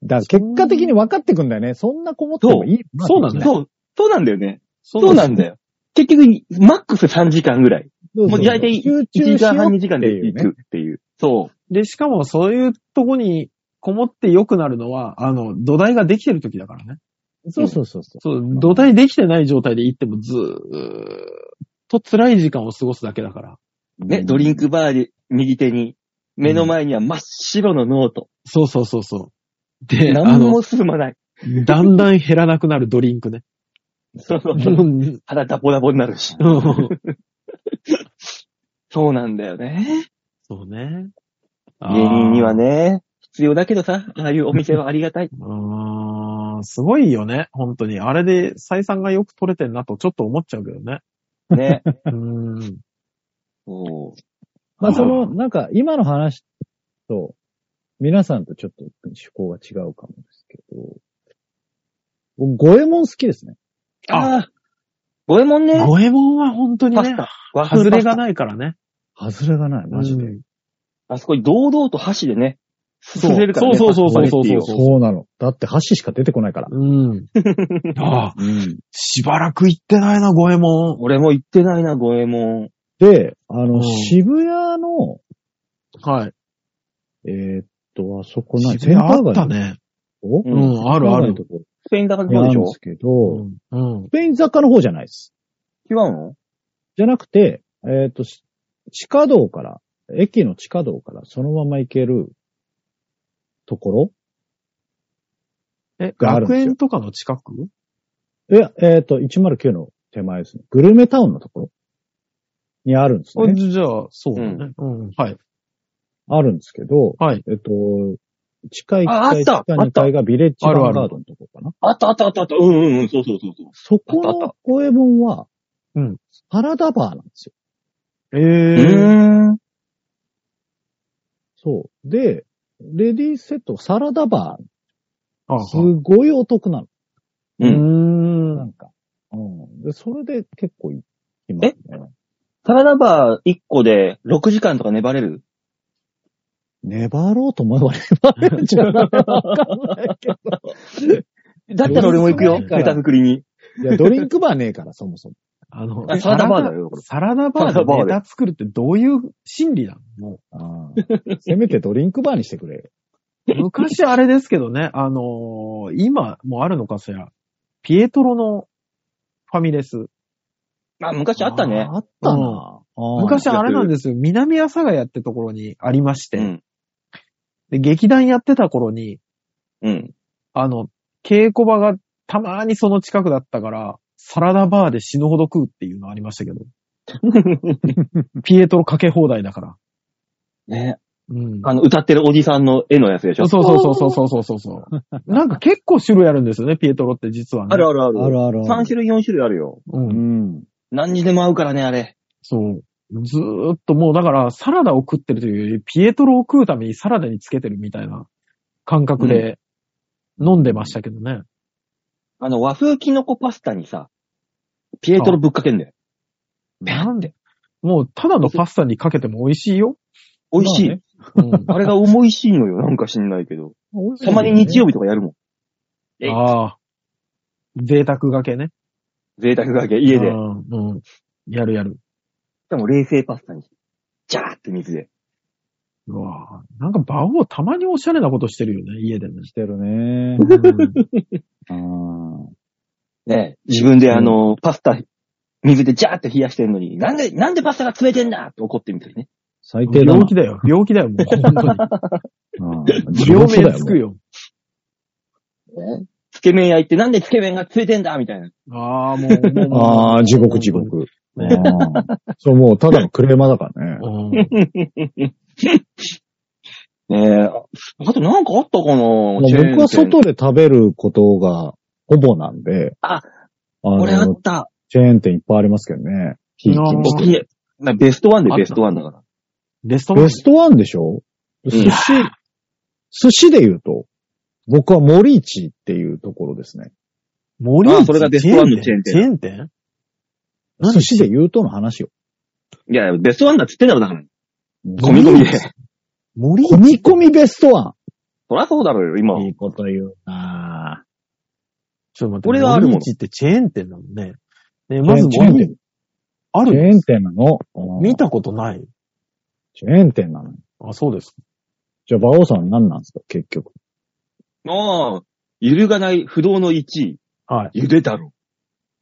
[SPEAKER 4] だから結果的に分かってくんだよね。そんなこもってもいい。
[SPEAKER 3] そうなんだよ
[SPEAKER 2] そう、そうなんだよね。
[SPEAKER 3] そ
[SPEAKER 2] そうなんんだよ。結局、マックス3時間ぐらい。
[SPEAKER 4] そう
[SPEAKER 2] もう大体
[SPEAKER 4] 集
[SPEAKER 2] 1
[SPEAKER 4] 中
[SPEAKER 2] 時
[SPEAKER 4] し
[SPEAKER 2] 間
[SPEAKER 4] よ
[SPEAKER 2] 半
[SPEAKER 4] う
[SPEAKER 2] 2時間で行くっていう。そ
[SPEAKER 3] で、しかもそういうとこにこもって良くなるのは、あの、土台ができてる時だからね。
[SPEAKER 4] そうそうそうそう。
[SPEAKER 3] そう、土台できてない状態で行ってもずーっと辛い時間を過ごすだけだから。
[SPEAKER 2] う。ね、ドリンクバーで右手に、目の前には真っ白のノート。
[SPEAKER 3] そうそうそうそう。で、あ
[SPEAKER 2] 何
[SPEAKER 3] の、
[SPEAKER 2] も進まない。
[SPEAKER 3] だんだん減らなくなるドリンクね。
[SPEAKER 2] そうそう
[SPEAKER 3] う
[SPEAKER 2] そうん肌ダボダボになるし。
[SPEAKER 3] うん
[SPEAKER 2] そうなんだよね。
[SPEAKER 3] そうね。
[SPEAKER 2] 芸人にはね、必要だけどさ、ああいうお店はありがたい。
[SPEAKER 3] あー。うーん、すごいよね。本当に。あれで採算がよく取れてんなとちょっと思っちゃうけどね。
[SPEAKER 2] ね。
[SPEAKER 3] うーん。
[SPEAKER 2] そう
[SPEAKER 4] まあそ
[SPEAKER 3] あ
[SPEAKER 4] の、
[SPEAKER 3] ー
[SPEAKER 4] なんか今の話と、皆さんとちょっと趣向が違うかもですけど、僕、五右衛門好きですね。
[SPEAKER 2] ああ、五右衛門ね。
[SPEAKER 3] 五右衛門は本当に
[SPEAKER 2] パ
[SPEAKER 3] ね
[SPEAKER 2] ス、タ。和
[SPEAKER 3] 外
[SPEAKER 2] 風
[SPEAKER 3] れ
[SPEAKER 2] パス
[SPEAKER 3] が
[SPEAKER 2] タ。
[SPEAKER 3] ないからね。
[SPEAKER 4] 外れがない、マジで。
[SPEAKER 3] うん
[SPEAKER 2] あそこに堂々と箸でね、すすれるからね。
[SPEAKER 3] そうそうそうそうそう
[SPEAKER 2] パスタのスパゲッティを
[SPEAKER 4] そうなの。だって箸しか出てこないから。
[SPEAKER 3] うん。ああ、
[SPEAKER 4] うん、
[SPEAKER 3] しばらく行ってないな、五右衛門。
[SPEAKER 2] 俺も行ってないな、五右衛門。
[SPEAKER 4] で、あの、
[SPEAKER 3] うん
[SPEAKER 4] 渋谷の、
[SPEAKER 3] はい。
[SPEAKER 4] えーっと、あそこない、
[SPEAKER 3] 渋谷あった
[SPEAKER 4] ね。
[SPEAKER 3] ね。
[SPEAKER 4] お
[SPEAKER 2] う
[SPEAKER 3] うんん、あるある。
[SPEAKER 4] とこ
[SPEAKER 2] スペイン坂の
[SPEAKER 4] な
[SPEAKER 2] 方
[SPEAKER 4] ん
[SPEAKER 2] でし
[SPEAKER 4] で
[SPEAKER 2] ょ
[SPEAKER 4] すけど、
[SPEAKER 3] うん。
[SPEAKER 4] スペイン雑貨の方じゃないです。
[SPEAKER 2] 違うの
[SPEAKER 4] じゃなくて、えーっと、し地下道から、駅の地下道からそのまま行けるところ
[SPEAKER 3] え、
[SPEAKER 4] があるんで
[SPEAKER 3] 学
[SPEAKER 4] すよ
[SPEAKER 3] 園とかの近く
[SPEAKER 4] いや、えっ、と、109の手前ですね。グルメタウンのところにあるんです
[SPEAKER 3] あ
[SPEAKER 4] ね。
[SPEAKER 3] じゃあ、そうだね。うん。はい。
[SPEAKER 4] あるんですけど、
[SPEAKER 3] はい。
[SPEAKER 4] えっ、と、地下1
[SPEAKER 2] ああっ
[SPEAKER 4] 階、地
[SPEAKER 2] た
[SPEAKER 4] 下2階がビレッジヴァンガードのところかな。
[SPEAKER 2] あったあったあったあった。うんうんうん、そうそうそうそう。
[SPEAKER 4] そ
[SPEAKER 2] あっ
[SPEAKER 4] こ
[SPEAKER 2] たあ
[SPEAKER 4] の五右衛門は、
[SPEAKER 3] うん。
[SPEAKER 4] サラダバーなんですよ。
[SPEAKER 3] え
[SPEAKER 2] う
[SPEAKER 3] え。
[SPEAKER 2] ーん。
[SPEAKER 4] そう。で、レディースセット、サラダバ
[SPEAKER 3] あ
[SPEAKER 4] ー、すごいお得なの。
[SPEAKER 2] う。
[SPEAKER 3] うんん
[SPEAKER 4] な。んか。うん。で、それで結構行きますね。
[SPEAKER 2] サラダバー1個で6時間とか粘れる
[SPEAKER 4] 粘ろうと思えば粘れるんじゃないわかんないけど。
[SPEAKER 2] だったら俺も行くよ、
[SPEAKER 3] 六時間から
[SPEAKER 2] ネタ作りに。
[SPEAKER 4] いや、ドリンクバーねえから、そもそも。
[SPEAKER 3] あの
[SPEAKER 2] あ、サラダバーだよこれ
[SPEAKER 3] サラダバ
[SPEAKER 2] サラダ
[SPEAKER 3] ー
[SPEAKER 2] バー
[SPEAKER 3] で
[SPEAKER 2] で
[SPEAKER 3] ネタ作るってどういう心理なのも
[SPEAKER 4] ああ。せめてドリンクバーにしてくれよ。
[SPEAKER 3] う昔あれですけどね、あのー今もあるのかしら。ピエトロのファミレス。
[SPEAKER 2] あ、昔あったね。
[SPEAKER 4] あったな。ああ
[SPEAKER 3] 昔あれなんですよ。南阿佐ヶ谷ってところにありまして、
[SPEAKER 2] うん。
[SPEAKER 3] で劇団やってた頃に、
[SPEAKER 2] うん。
[SPEAKER 3] あの、稽古場がたまーにその近くだったから、サラダバーで死ぬほど食うっていうのありま したけど、ピエトロかけ放題だから。
[SPEAKER 2] ね。
[SPEAKER 3] うん。
[SPEAKER 2] あの、歌ってるおじさんの絵のやつでしょ
[SPEAKER 3] そうそうそうそうそうそうそうそう。なんか結構種類あるんですよね、ピエトロって実はね。
[SPEAKER 2] あるあるある。
[SPEAKER 4] あるあるあ
[SPEAKER 2] 3
[SPEAKER 4] る。
[SPEAKER 2] 種類4種類あるよ。
[SPEAKER 3] うん
[SPEAKER 4] う。ん。
[SPEAKER 2] 何にでも合うからね、あれ。
[SPEAKER 3] そう。ずーっともうだからサラダを食ってるというより、ピエトロを食うためにサラダにつけてるみたいな感覚で飲んでましたけどね。
[SPEAKER 2] あの、和風キノコパスタにさ、ピエトロぶっかけんだよ。
[SPEAKER 3] なんでもうただのパスタにかけても美味しいよ。
[SPEAKER 2] 美味しい。
[SPEAKER 4] まあね
[SPEAKER 3] うん。
[SPEAKER 2] あれが美味しいのよ。なんか知んないけど。たまに日曜日とかやるもん。えい
[SPEAKER 3] ああ。贅沢がけね。
[SPEAKER 2] 贅沢がけ、家で
[SPEAKER 3] う。ん。うんやるやる。
[SPEAKER 2] しかも冷製パスタに。ジャーって水で。
[SPEAKER 3] うわぁ。なんかバオたまにおしゃれなことしてるよね、家でね。
[SPEAKER 4] してるね。
[SPEAKER 3] うん
[SPEAKER 4] うん
[SPEAKER 2] ね自分であの、パスタ、水でジャーって冷やしてんのに、なんで、なんでパスタが冷てんだって怒ってみたりね。
[SPEAKER 4] 最低だな
[SPEAKER 3] 病気だよ。病気だよ、もう。本当
[SPEAKER 4] うん
[SPEAKER 3] に。病名つくよ。
[SPEAKER 2] つけ麺焼いて、なんでつけ麺が冷てんだみたいな。
[SPEAKER 3] ああ、もう、もう。もう
[SPEAKER 4] ああ、地獄地。獄。ああそう、もうただのクレーマーだからね。
[SPEAKER 3] うん
[SPEAKER 2] ねえ。あとなんかあったかな
[SPEAKER 4] もう僕は外で食べることがほぼなんで。
[SPEAKER 2] あ、
[SPEAKER 4] あ
[SPEAKER 2] 俺あ
[SPEAKER 4] の
[SPEAKER 2] っ、た。
[SPEAKER 4] チェーン店いっぱいありますけどね。ひいきに
[SPEAKER 2] お
[SPEAKER 4] し
[SPEAKER 2] き
[SPEAKER 4] て
[SPEAKER 3] あ
[SPEAKER 2] になベストワンでベストワンだから。
[SPEAKER 3] レストラン
[SPEAKER 4] ベストワンでしょ
[SPEAKER 2] ん
[SPEAKER 4] 寿司、寿司で言うと、僕は森市っていうところですね。
[SPEAKER 3] 森
[SPEAKER 2] あそれがベストワンのチェーン店
[SPEAKER 3] チェーン店何
[SPEAKER 4] 寿司で言うとの話を。
[SPEAKER 2] いや、ベストワンだっつってんだろ、だから。込
[SPEAKER 4] 込
[SPEAKER 2] み込みで。
[SPEAKER 3] 森
[SPEAKER 4] 込み込みベストワ
[SPEAKER 2] そりゃそうだろうよ、今
[SPEAKER 4] ン。。いいこと言うな
[SPEAKER 3] ちょっと待って、
[SPEAKER 2] これはあるもの
[SPEAKER 3] 森市ってチェーン店だもんね。ね
[SPEAKER 4] ぁ
[SPEAKER 3] まず
[SPEAKER 4] チェーン
[SPEAKER 3] 森
[SPEAKER 4] 店。
[SPEAKER 3] あ
[SPEAKER 4] チェ
[SPEAKER 3] る
[SPEAKER 4] ーン店なの。うん
[SPEAKER 3] 見たことない。
[SPEAKER 4] チェーン店なのよ。
[SPEAKER 3] あ、そうです。
[SPEAKER 4] じゃあ、馬王さん何なんですか結局。
[SPEAKER 2] ああ、揺るがない不動の1位、
[SPEAKER 3] はい。
[SPEAKER 2] ゆで太郎。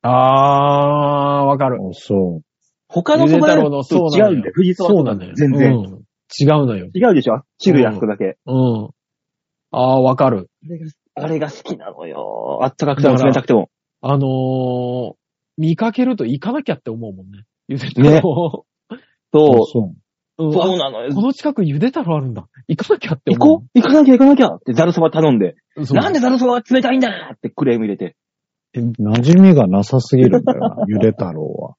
[SPEAKER 3] あー、わかる。
[SPEAKER 4] あそう。
[SPEAKER 2] 他の
[SPEAKER 3] ゆ
[SPEAKER 2] そ
[SPEAKER 3] で
[SPEAKER 2] ば
[SPEAKER 3] 太
[SPEAKER 2] 屋
[SPEAKER 3] 郎の
[SPEAKER 2] と違うんだよ。藤沢
[SPEAKER 3] そ
[SPEAKER 2] と
[SPEAKER 3] うな
[SPEAKER 2] か
[SPEAKER 3] んだよ。
[SPEAKER 2] 全然。
[SPEAKER 3] うん違うのよ。
[SPEAKER 2] 違うでしょ種類あそこだけ。
[SPEAKER 3] うん。あー、わかる。
[SPEAKER 2] あれが、あれが好きなのよ。あったかくても冷たくても。
[SPEAKER 3] あのー、見かけると行かなきゃって思うもんね。ゆで太郎。
[SPEAKER 4] あ
[SPEAKER 2] そう。
[SPEAKER 4] そう。
[SPEAKER 3] うん
[SPEAKER 2] そう
[SPEAKER 3] あ
[SPEAKER 2] なのよ
[SPEAKER 3] こ。の近くゆで太郎あるんだ。行かなきゃって
[SPEAKER 2] 行
[SPEAKER 3] 思
[SPEAKER 2] こう行かなきゃ行かなきゃってザルそば頼んで。
[SPEAKER 3] う。そう
[SPEAKER 2] なんでザルそばは冷たいんだってクレーム入れて。
[SPEAKER 4] 馴染みがなさすぎるんだよな、ゆで太郎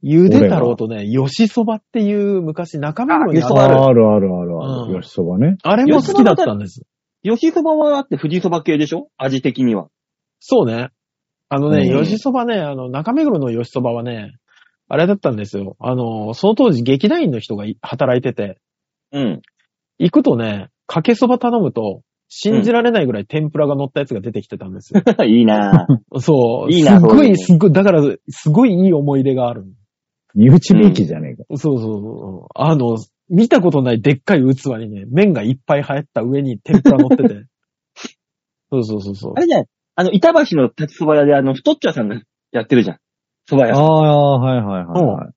[SPEAKER 3] ゆで太郎とね、吉そばっていう昔中目黒にあ
[SPEAKER 2] あ
[SPEAKER 4] は。
[SPEAKER 2] あ
[SPEAKER 3] る。
[SPEAKER 2] る
[SPEAKER 4] あるあるあるあ
[SPEAKER 3] う
[SPEAKER 4] る。
[SPEAKER 3] ん
[SPEAKER 4] よしそばね。
[SPEAKER 3] あれも好きだったんです。
[SPEAKER 2] 吉そばはあって藤そば系でしょ味的には。
[SPEAKER 3] そうね。あのね、
[SPEAKER 2] うん
[SPEAKER 3] 吉そばね、あの、中目黒の吉そばはね、あれだったんですよ。あの、その当時劇団員の人がい働いてて、
[SPEAKER 2] うん。
[SPEAKER 3] 行くとね、かけそば頼むと、信じられないぐらい天ぷらが乗ったやつが出てきてたんですよ。
[SPEAKER 2] いいな ぁ。
[SPEAKER 3] そ う。
[SPEAKER 2] いいな
[SPEAKER 3] すっ
[SPEAKER 2] そ
[SPEAKER 3] ご
[SPEAKER 2] ういう
[SPEAKER 3] い、
[SPEAKER 2] の
[SPEAKER 3] すっごい、だから、すごいいい思い出がある。
[SPEAKER 4] 身内びいきじゃねえか。
[SPEAKER 3] そうそうそう。あの、見たことないでっかい器にね、麺がいっぱい入った上に天ぷら乗って て。そうそうそうそう
[SPEAKER 2] あ。れじゃないあの、板橋の立ちそば屋であの、太っちょさんがやってるじゃん。蕎麦屋
[SPEAKER 4] あ。あ、はいはいはいはい。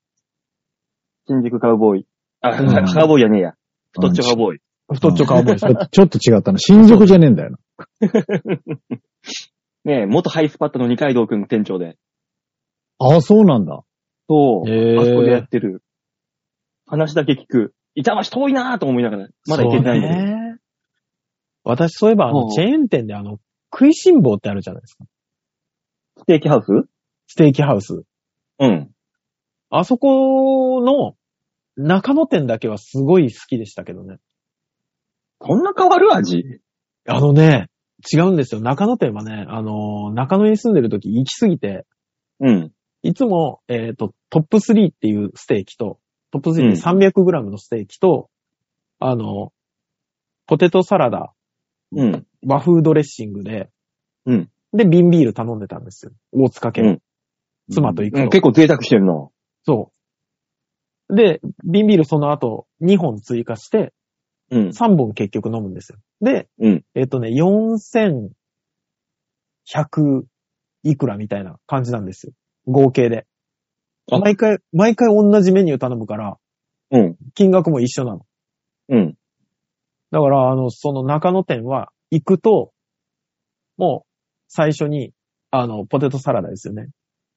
[SPEAKER 2] 新宿カウボーイ。あ、
[SPEAKER 4] うん
[SPEAKER 2] カウボーイじゃねえや。太っちょカウボーイ。
[SPEAKER 3] 太っちょカウ ボーイさん。
[SPEAKER 4] ちょっと違ったな。新宿じゃねえんだよな。
[SPEAKER 2] ねえ、元ハイスパッドの二階堂くん店長で。
[SPEAKER 4] ああ、そうなんだ。
[SPEAKER 2] そう。
[SPEAKER 3] へー
[SPEAKER 2] あそこでやってる。話だけ聞く。板橋遠いなぁと思いながら、まだ行けてないんだけ
[SPEAKER 3] そ
[SPEAKER 2] ど
[SPEAKER 3] うね私そういえば、あ
[SPEAKER 2] うん
[SPEAKER 3] の、チェーン店であの、食いしん坊ってあるじゃないですか。
[SPEAKER 2] ステーキハウス
[SPEAKER 3] ステーキハウス。
[SPEAKER 2] うん。
[SPEAKER 3] あそこの中野店だけはすごい好きでしたけどね。
[SPEAKER 2] こんな変わる味
[SPEAKER 3] あのね、違うんですよ。中野店はね、あのー、中野に住んでる時行き過ぎて、
[SPEAKER 2] うん。
[SPEAKER 3] いつも、えっ、と、トップ3っていうステーキと、トップ
[SPEAKER 2] うん
[SPEAKER 3] 3 300グラムのステーキと、あの、ポテトサラダ、
[SPEAKER 2] うん。
[SPEAKER 3] 和風ドレッシングで、
[SPEAKER 2] うん
[SPEAKER 3] で、瓶ビール頼んでたんですよ。大塚
[SPEAKER 2] う
[SPEAKER 3] 県
[SPEAKER 2] ん。
[SPEAKER 3] 妻と行くと。
[SPEAKER 2] 結構贅沢してるな
[SPEAKER 3] そう。で、瓶ビールその後2本追加して、
[SPEAKER 2] うん。
[SPEAKER 3] 3本結局飲むんですよ。で、
[SPEAKER 2] うん
[SPEAKER 3] えっ、とね、4100いくらみたいな感じなんですよ。合計で。
[SPEAKER 2] あ
[SPEAKER 3] 毎回、毎回同じメニュー頼むから、
[SPEAKER 2] うん。
[SPEAKER 3] 金額も一緒なの。
[SPEAKER 2] うん。
[SPEAKER 3] だから、あの、その中野店は、行くと、もう、最初に、あの、ポテトサラダですよね。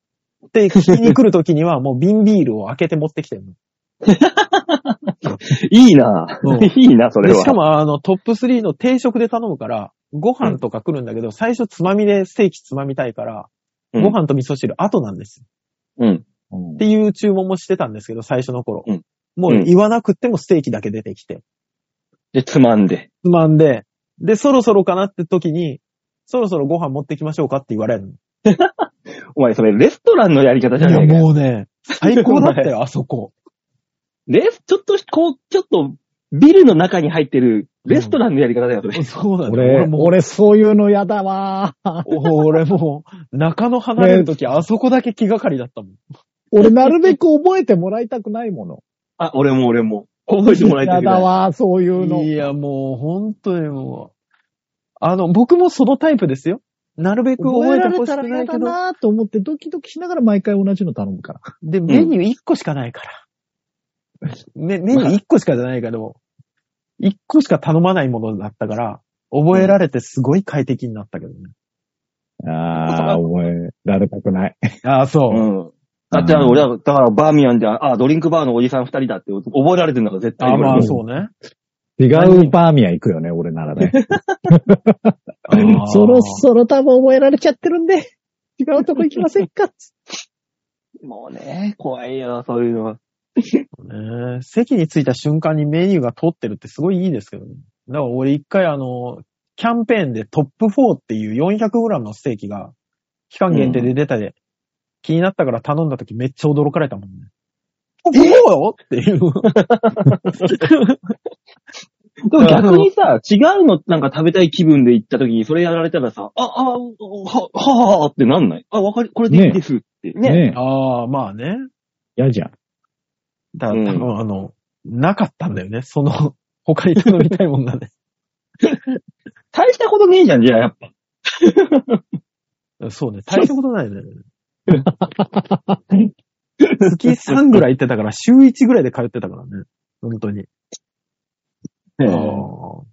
[SPEAKER 3] で、聞きに来るときには、もう瓶ビールを開けて持ってきてるの。
[SPEAKER 2] いいな
[SPEAKER 3] う ん
[SPEAKER 2] ぁ。いいな、それ
[SPEAKER 3] で、
[SPEAKER 2] は。
[SPEAKER 3] しかも、あの、トップ3の定食で頼むから、ご飯とか来るんだけど、最初つまみでステーキつまみたいから、
[SPEAKER 2] うん
[SPEAKER 3] ご飯と味噌汁後なんです
[SPEAKER 2] う
[SPEAKER 3] よ。
[SPEAKER 2] ん。
[SPEAKER 4] うん
[SPEAKER 3] っていう注文もしてたんですけど、最初の頃。
[SPEAKER 2] うん
[SPEAKER 3] も
[SPEAKER 2] うん
[SPEAKER 3] う言わなくってもステーキだけ出てきて、
[SPEAKER 2] で、つまんで。
[SPEAKER 3] つまんで、で、そろそろかなって時に、そろそろご飯持ってきましょうかって言われるの。
[SPEAKER 2] お前、それ、レストランのやり方
[SPEAKER 3] い
[SPEAKER 2] じゃな
[SPEAKER 3] や、
[SPEAKER 2] いかよ。
[SPEAKER 3] もうね、最高だったよ、あそこ。
[SPEAKER 2] レス、ちょっとし、こう、ちょっと、ビルの中に入ってる、レストランのやり方だよ、それ。
[SPEAKER 3] そうなんだよ。
[SPEAKER 4] 俺、
[SPEAKER 3] 俺も、
[SPEAKER 4] 俺そういうの嫌だわー。
[SPEAKER 3] 俺も、中野離れる時、あそこだけ気がかりだったもん。
[SPEAKER 4] 俺なるべく覚えてもらいたくないもの。
[SPEAKER 2] あ、俺も俺も。覚えてもらいた
[SPEAKER 4] 嫌
[SPEAKER 2] い。
[SPEAKER 4] だわー、そういうの。
[SPEAKER 3] いや、もう、本当にもう。あの、僕もそのタイプですよ。なるべく覚えてほしくないけど。
[SPEAKER 4] なーと思ってドキドキしながら毎回同じの頼むから。
[SPEAKER 3] で、メニュー1個しかないから。メメニュー1個しかじゃないけど、1個しか頼まないものだったから、覚えられてすごい快適になったけどね。
[SPEAKER 4] ああ、覚えられたくない。
[SPEAKER 3] ああ、そうう。
[SPEAKER 2] ん。だって、あの、俺は、だから、バーミヤンで、あ、ドリンクバーのおじさん二人だって、覚えられてるんだから、絶対
[SPEAKER 3] ああ、
[SPEAKER 2] 俺も。
[SPEAKER 3] まあ、そうね。
[SPEAKER 4] 違うバーミヤン行くよね、俺ならね。
[SPEAKER 3] ああ
[SPEAKER 4] そろそろ多分覚えられちゃってるんで、違うとこ行きませんか
[SPEAKER 2] もうね、怖いよ、そういうのは。
[SPEAKER 3] ねえ席に着いた瞬間にメニューが通ってるってすごいいいですけどね。だから俺一回あの、キャンペーンでトップ4っていう 400g のステーキが、期間限定で出たで、気になったから頼んだ時めっちゃ驚かれたもんね。トップ4よっていう。
[SPEAKER 2] でも逆にさ、違うのなんか食べたい気分で行った時にそれやられたらさ、あ、あ、は、ははってなんないあ、わかり、これでいいですって。ね。
[SPEAKER 4] ねえ、
[SPEAKER 3] ああ、まあね。
[SPEAKER 4] 嫌じゃん。
[SPEAKER 3] だから
[SPEAKER 2] うん
[SPEAKER 3] 多分あの、なかったんだよね。その、他に頼みたいもんがね。
[SPEAKER 2] 大したことねえじゃん、じゃあやっぱ。
[SPEAKER 3] そうね。大したことないね。月3ぐらい行ってたから、週1ぐらいで通ってたからね。本当に。ああそ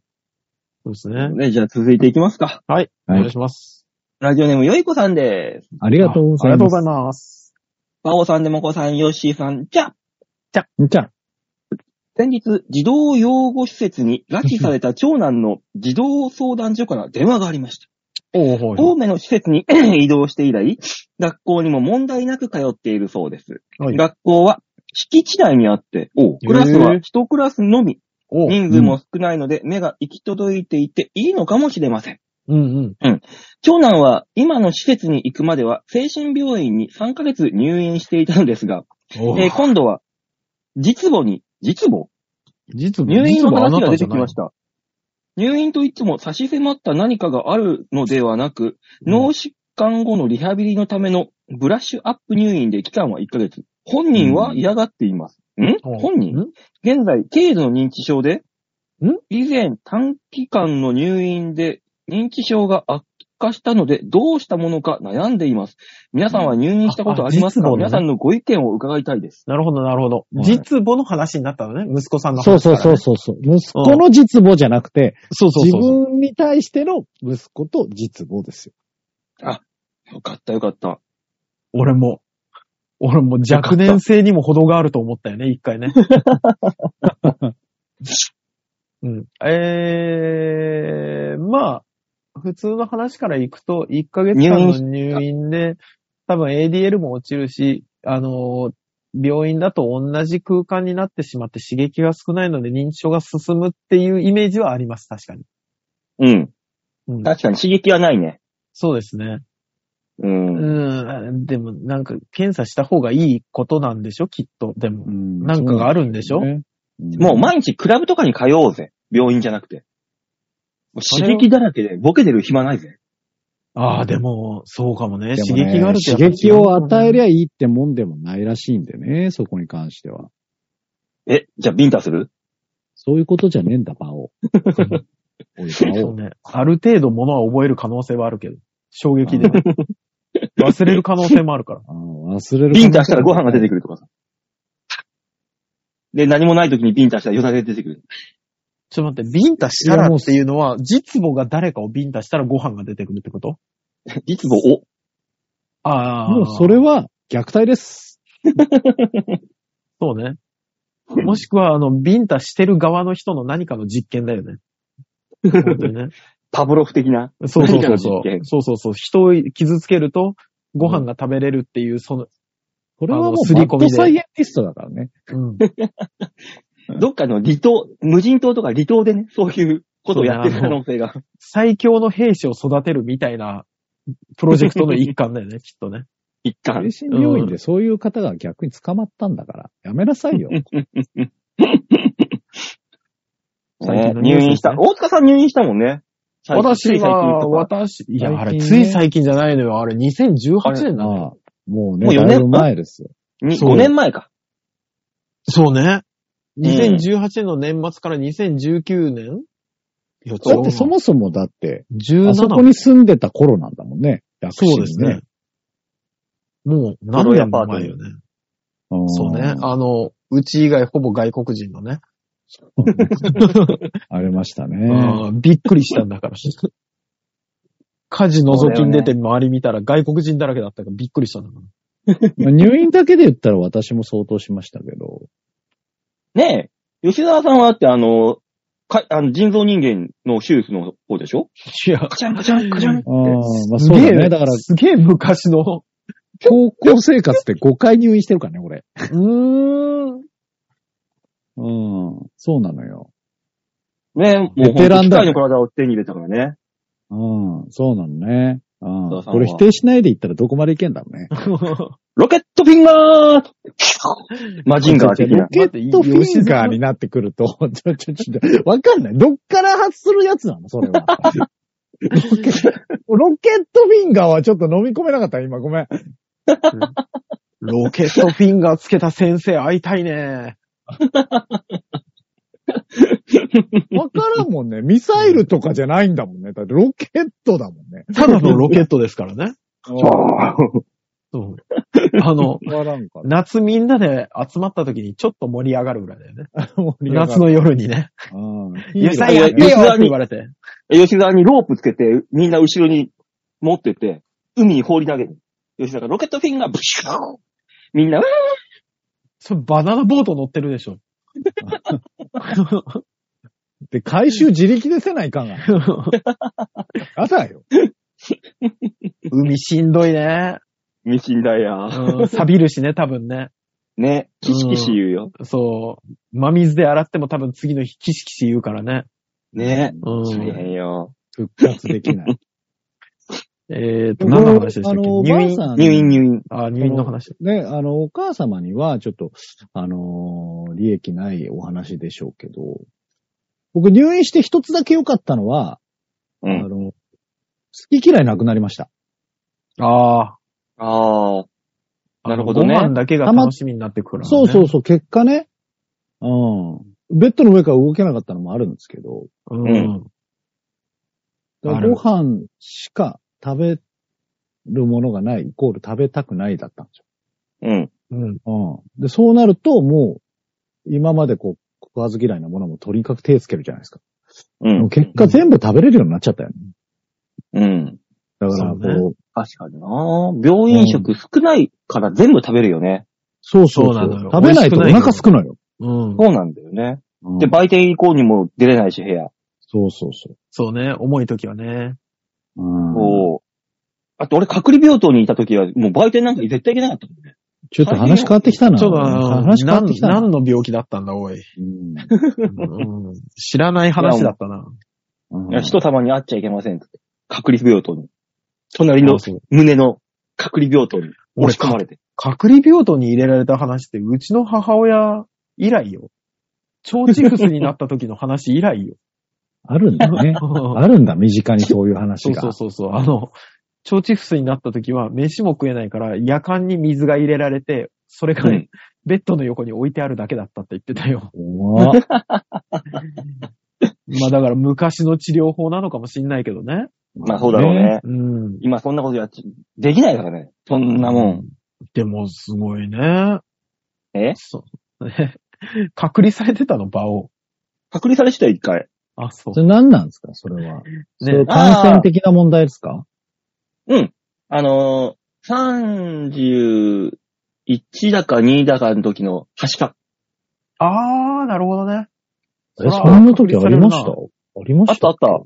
[SPEAKER 3] うですね。
[SPEAKER 2] ね、じゃあ続いていきますか。
[SPEAKER 3] お
[SPEAKER 4] はい
[SPEAKER 3] 願いします。
[SPEAKER 2] ラジオネームよいこさんです。
[SPEAKER 4] ありがとうござい
[SPEAKER 3] あありがとうご
[SPEAKER 4] ます。
[SPEAKER 3] ざいます。
[SPEAKER 2] バオさん、デモコさん、ヨッシーさん、じゃあ
[SPEAKER 4] じゃあ、
[SPEAKER 2] 先日、児童養護施設に拉致された長男の児童相談所から電話がありま した。
[SPEAKER 3] おうほうほ
[SPEAKER 2] 青
[SPEAKER 3] う
[SPEAKER 2] 梅の施設に 移動して以来、学校にも問題なく通っているそうです。
[SPEAKER 3] はい
[SPEAKER 2] 学校は敷地内にあって、クラスは一クラスのみ、
[SPEAKER 3] おう
[SPEAKER 2] 人数も少ないので目が行き届いていていいのかもしれません。
[SPEAKER 3] うんうん。
[SPEAKER 2] 長男は今の施設に行くまでは精神病院に3ヶ月入院していたのですが、
[SPEAKER 3] おう
[SPEAKER 2] えー今度は実母に、実母
[SPEAKER 3] 実
[SPEAKER 2] 入院の話が出て
[SPEAKER 3] じゃ
[SPEAKER 2] き
[SPEAKER 3] ない
[SPEAKER 2] ました。入院といつも差し迫った何かがあるのではなく、脳疾患後のリハビリのためのブラッシュアップ入院で期間は1ヶ月。本人は嫌がっています。ん
[SPEAKER 3] おう
[SPEAKER 2] 本人
[SPEAKER 3] ん
[SPEAKER 2] 現在、軽度の認知症で、
[SPEAKER 3] ん
[SPEAKER 2] 以前短期間の入院で認知症が悪化したので、どうしたものか悩んでいます。皆さんは入院したことあります
[SPEAKER 3] あ
[SPEAKER 2] か、
[SPEAKER 3] あ実母のね
[SPEAKER 2] 皆さんのご意見を伺いたいです。
[SPEAKER 3] なるほど、なるほど。
[SPEAKER 4] はい
[SPEAKER 3] 実母の話になったのね。息子さんの
[SPEAKER 4] そう
[SPEAKER 3] 話か
[SPEAKER 4] そ
[SPEAKER 3] ら
[SPEAKER 4] う
[SPEAKER 3] ね。
[SPEAKER 4] そうそうそう。息子の実母じゃなくて、
[SPEAKER 3] そうそう
[SPEAKER 4] 自
[SPEAKER 3] そうそう。
[SPEAKER 4] 分に対しての息子と実母ですよ。
[SPEAKER 2] よかったよかった。
[SPEAKER 3] 俺も、俺も若年性にも程があると思ったよね、一回ね。うん。えー、まあ、普通の話からいくと、1ヶ月間の入院で、多分 ADL も落ちるし、あのー病院だと同じ空間になってしまって刺激が少ないので認知症が進むっていうイメージはあります、確かに。
[SPEAKER 2] うん。
[SPEAKER 3] うん
[SPEAKER 2] 確かに刺激はないね。
[SPEAKER 3] そうですね。
[SPEAKER 2] うん。
[SPEAKER 3] うん、でもなんか検査した方がいいことなんでしょ、きっと。でも。なんかがあるんでしょ、
[SPEAKER 4] ね
[SPEAKER 2] もう毎日クラブとかに通おうぜ。病院じゃなくて。もう刺激だらけでボケてる暇ないぜ。
[SPEAKER 3] ああ、でも、そうかもね。
[SPEAKER 4] でも
[SPEAKER 3] 刺
[SPEAKER 4] ね
[SPEAKER 3] 激があるとやっぱ違う
[SPEAKER 4] 刺激を与えりゃいいってもんでもないらしいんでね、そこに関しては。
[SPEAKER 2] え、じゃあビンタする
[SPEAKER 4] そういうことじゃねえんだ、バオ。おい、バ
[SPEAKER 3] そう
[SPEAKER 4] オ。
[SPEAKER 3] ね。ある程度ものは覚える可能性はあるけど。衝撃 でね。忘れる可能性もあるから。
[SPEAKER 4] あー忘れる。
[SPEAKER 2] ビンタしたらご飯が出てくるとかさ。で、何もない時にビンタしたらよだれ出て くる。
[SPEAKER 3] ちょっと待って、ビンタしたらっていうのは、実母が誰かをビンタしたらご飯が出てくるってこと
[SPEAKER 2] 実母を。
[SPEAKER 3] ああ。
[SPEAKER 4] もうそれは虐待です。
[SPEAKER 3] そうね。もしくは、あの、ビンタしてる側の人の何かの実験だよね。本当に ね。
[SPEAKER 2] パブロフ的な。
[SPEAKER 3] そうそうそう
[SPEAKER 2] 何
[SPEAKER 3] そ
[SPEAKER 2] かの実
[SPEAKER 3] う。そうそうそう。人を傷つけると、ご飯が食べれるっていう、その、
[SPEAKER 4] これはも
[SPEAKER 3] あ
[SPEAKER 4] う
[SPEAKER 3] の
[SPEAKER 4] マ
[SPEAKER 3] 刷り
[SPEAKER 4] ッ
[SPEAKER 3] 込みで
[SPEAKER 4] ドサイエンティストだからね。
[SPEAKER 3] うん。
[SPEAKER 2] どっかの離島、無人島とか離島でね、そういうことをやってる可能性が。
[SPEAKER 3] 最強の兵士を育てるみたいな、プロジェクトの一環だよ ね、きっとね。
[SPEAKER 2] 一貫。
[SPEAKER 4] 精神病院でそういう方が逆に捕まったんだから、やめなさいよ。
[SPEAKER 3] 最近のニュ
[SPEAKER 2] 入
[SPEAKER 3] ースですね
[SPEAKER 2] 院した。大塚さん入院したもんね。最近つい最近とか
[SPEAKER 3] 私、いや、あれ、
[SPEAKER 4] 最
[SPEAKER 3] つ
[SPEAKER 4] 近ね
[SPEAKER 3] い最近じゃないのよ。あれ、2018年なのよ。
[SPEAKER 4] ああも
[SPEAKER 2] も
[SPEAKER 4] うね、
[SPEAKER 2] う四年
[SPEAKER 4] だいぶ前ですよ。
[SPEAKER 2] に
[SPEAKER 3] そう
[SPEAKER 2] 5年前か。
[SPEAKER 3] そうね。
[SPEAKER 2] ん
[SPEAKER 3] 2018年の年末から2019年いや、
[SPEAKER 4] だってそもそもだって、
[SPEAKER 3] 17
[SPEAKER 4] あそこに住んでた頃なんだもんね。薬
[SPEAKER 3] そ
[SPEAKER 4] 師
[SPEAKER 3] う
[SPEAKER 4] に
[SPEAKER 3] ですね。。もう、何年も前よね。
[SPEAKER 4] ん
[SPEAKER 3] そうね。あの、うち以外ほぼ外国人のね。
[SPEAKER 4] ありましたね。
[SPEAKER 3] うんびっくりしたんだから。 火事覗きに出て周り見たら外国人だらけだったからびっくりしたんだから。
[SPEAKER 4] まあ入院だけで言ったら私も相当しましたけど。
[SPEAKER 2] ねえ、吉沢さんはだってあの、かあの人造人間の手術の方でしょ
[SPEAKER 3] いや、
[SPEAKER 2] カチャンカチャンカチャンって
[SPEAKER 4] あ。あ、まあそうだね。だから
[SPEAKER 3] すげえ昔の。
[SPEAKER 4] 高校生活って5回入院してるからね、俺。
[SPEAKER 3] うーん。
[SPEAKER 4] うん。そうなのよ。
[SPEAKER 2] ね、もう
[SPEAKER 4] ベテラン
[SPEAKER 2] 本当機
[SPEAKER 4] だ
[SPEAKER 2] 械の体を手に入れたからね。
[SPEAKER 4] うん、そうなのね。う。
[SPEAKER 2] そうそうん
[SPEAKER 4] これ否定しないでいったらどこまでいけんだろ うね。
[SPEAKER 2] ロケットフィンガーマジンガー的
[SPEAKER 4] ロ
[SPEAKER 2] な。
[SPEAKER 4] ケットフィンガーになってくると、ちょ、ちょ、ちょちょ、わかんない。どっから発するやつなのそれは。ロケロケットフィンガーはちょっと飲み込めなかった、今。ごめん。
[SPEAKER 3] ロケットフィンガーつけた先生会いたいね。
[SPEAKER 4] わからんもんね。ミサイルとかじゃないんだもんね。だってロケットだもんね。
[SPEAKER 3] ただのロケットですからね。 そう。あの、
[SPEAKER 4] わからんから。
[SPEAKER 3] 夏みんなで集まった時にちょっと盛り上がるぐらいだよね。
[SPEAKER 4] 盛り上がる
[SPEAKER 3] 夏の夜に ね。
[SPEAKER 4] うん。いいよ
[SPEAKER 3] ゆさやってよって言われて。
[SPEAKER 2] 吉沢にロープつけて、みんな後ろに持ってて、海に放り投げる。吉沢がロケットフィンガーブシューみんな、わー
[SPEAKER 3] それバナナボート乗ってるでし ょ。
[SPEAKER 4] で、回収自力でせないかんが。 あだよ。
[SPEAKER 3] 海しんどいね。
[SPEAKER 2] ミシンだや。
[SPEAKER 3] うん、錆びるしね、多分ね。
[SPEAKER 2] ね、キシキシ言うよ。
[SPEAKER 3] そう。真水で洗っても多分次の日キシキシ言うからね。
[SPEAKER 2] ね、
[SPEAKER 3] う
[SPEAKER 2] 大
[SPEAKER 3] ん。
[SPEAKER 2] 変よ。
[SPEAKER 4] 復活できない。
[SPEAKER 3] えーと、 何の話でしたっけ
[SPEAKER 4] あの、お
[SPEAKER 3] 入
[SPEAKER 4] ばあ
[SPEAKER 3] 院。
[SPEAKER 4] さん
[SPEAKER 2] 入院入院。
[SPEAKER 3] あ、入院の話。
[SPEAKER 4] ね、あの、お母様には、ちょっと、あのー利益ないお話でしょうけど、僕入院して一つだけ良かったのは、
[SPEAKER 2] う
[SPEAKER 4] あ
[SPEAKER 2] ん。
[SPEAKER 4] の、好き嫌いなくなりました。
[SPEAKER 2] あ
[SPEAKER 3] あ
[SPEAKER 2] あ。
[SPEAKER 3] あ。
[SPEAKER 2] なるほどね
[SPEAKER 3] ご飯だけが楽しみになってくる、
[SPEAKER 4] そうそうそう、結果ね、うん。ベッドの上から動けなかったのもあるんですけど、
[SPEAKER 3] う。うん。
[SPEAKER 4] だから
[SPEAKER 3] ある
[SPEAKER 4] ご飯しか食べるものがない、イコール食べたくないだったんです
[SPEAKER 2] うん。
[SPEAKER 3] うん。
[SPEAKER 4] よ。うん。で、そうなると、もう、今までこう、食わず嫌いなものもとにかく手つけるじゃないですか。
[SPEAKER 2] う。
[SPEAKER 4] もうん結果全部食べれるようになっちゃったよね。
[SPEAKER 2] うん。
[SPEAKER 4] だから、こう、
[SPEAKER 3] そう
[SPEAKER 2] 確かにな病院食少ないから全部食べるよね。
[SPEAKER 4] そうそう
[SPEAKER 3] そうなのよ
[SPEAKER 4] 食べないとお
[SPEAKER 3] 美味しくないよ
[SPEAKER 4] 腹すくのよ。
[SPEAKER 3] うん。
[SPEAKER 2] そうなんだよね。で、
[SPEAKER 4] うん
[SPEAKER 2] 売店以降にも出れないし、部屋。
[SPEAKER 4] そうそうそ
[SPEAKER 3] そうね。重い時はね。
[SPEAKER 4] う。うん
[SPEAKER 2] そう。あと俺隔離病棟にいた時は、もう売店なんか絶対行けなかったもんね。
[SPEAKER 4] ちょっと話変わってきたな。
[SPEAKER 3] ちょっとあの、
[SPEAKER 4] 話変わってきたな。
[SPEAKER 3] 何何の病気だったんだ、おい。
[SPEAKER 4] うん
[SPEAKER 3] うん知らない話だったな。
[SPEAKER 4] うん
[SPEAKER 2] いや人様に会っちゃいけませんって。隔離病棟に。隣の胸の隔離病棟に押し込まれて。
[SPEAKER 3] 隔離病棟に入れられた話って、うちの母親以来よ。超チクスになった時の話以来よ。
[SPEAKER 4] あるんだ ね。あるんだ、身近にそういう話
[SPEAKER 3] そう
[SPEAKER 4] が。
[SPEAKER 3] そうそうそう。あの、腸チフスになった時は、飯も食えないから、夜間に水が入れられて、それがね、ベッドの横に置いてあるだけだったって言ってたよ。
[SPEAKER 4] 怖っ
[SPEAKER 3] まあだから昔の治療法なのかもしんないけどね。
[SPEAKER 2] まあそうだろうね。。
[SPEAKER 3] うん。
[SPEAKER 2] 今そんなことやっちゃ、できないからね。そんなもん。
[SPEAKER 3] でもすごいね。
[SPEAKER 2] え
[SPEAKER 3] そう。ね隔離されてたの、場を。
[SPEAKER 2] 隔離されてたよ、一回。
[SPEAKER 3] あ、そう
[SPEAKER 4] そ。れ何なんですかそれは。それ
[SPEAKER 3] ね、
[SPEAKER 4] 感染的な問題ですか
[SPEAKER 2] あのー、31だか2だかの時の、はしか。
[SPEAKER 3] あー、なるほどね。
[SPEAKER 4] え、
[SPEAKER 3] そ
[SPEAKER 4] そ
[SPEAKER 3] ら
[SPEAKER 4] んな時ありました
[SPEAKER 3] 隔
[SPEAKER 4] ありま
[SPEAKER 2] あっ
[SPEAKER 4] したた
[SPEAKER 2] あった。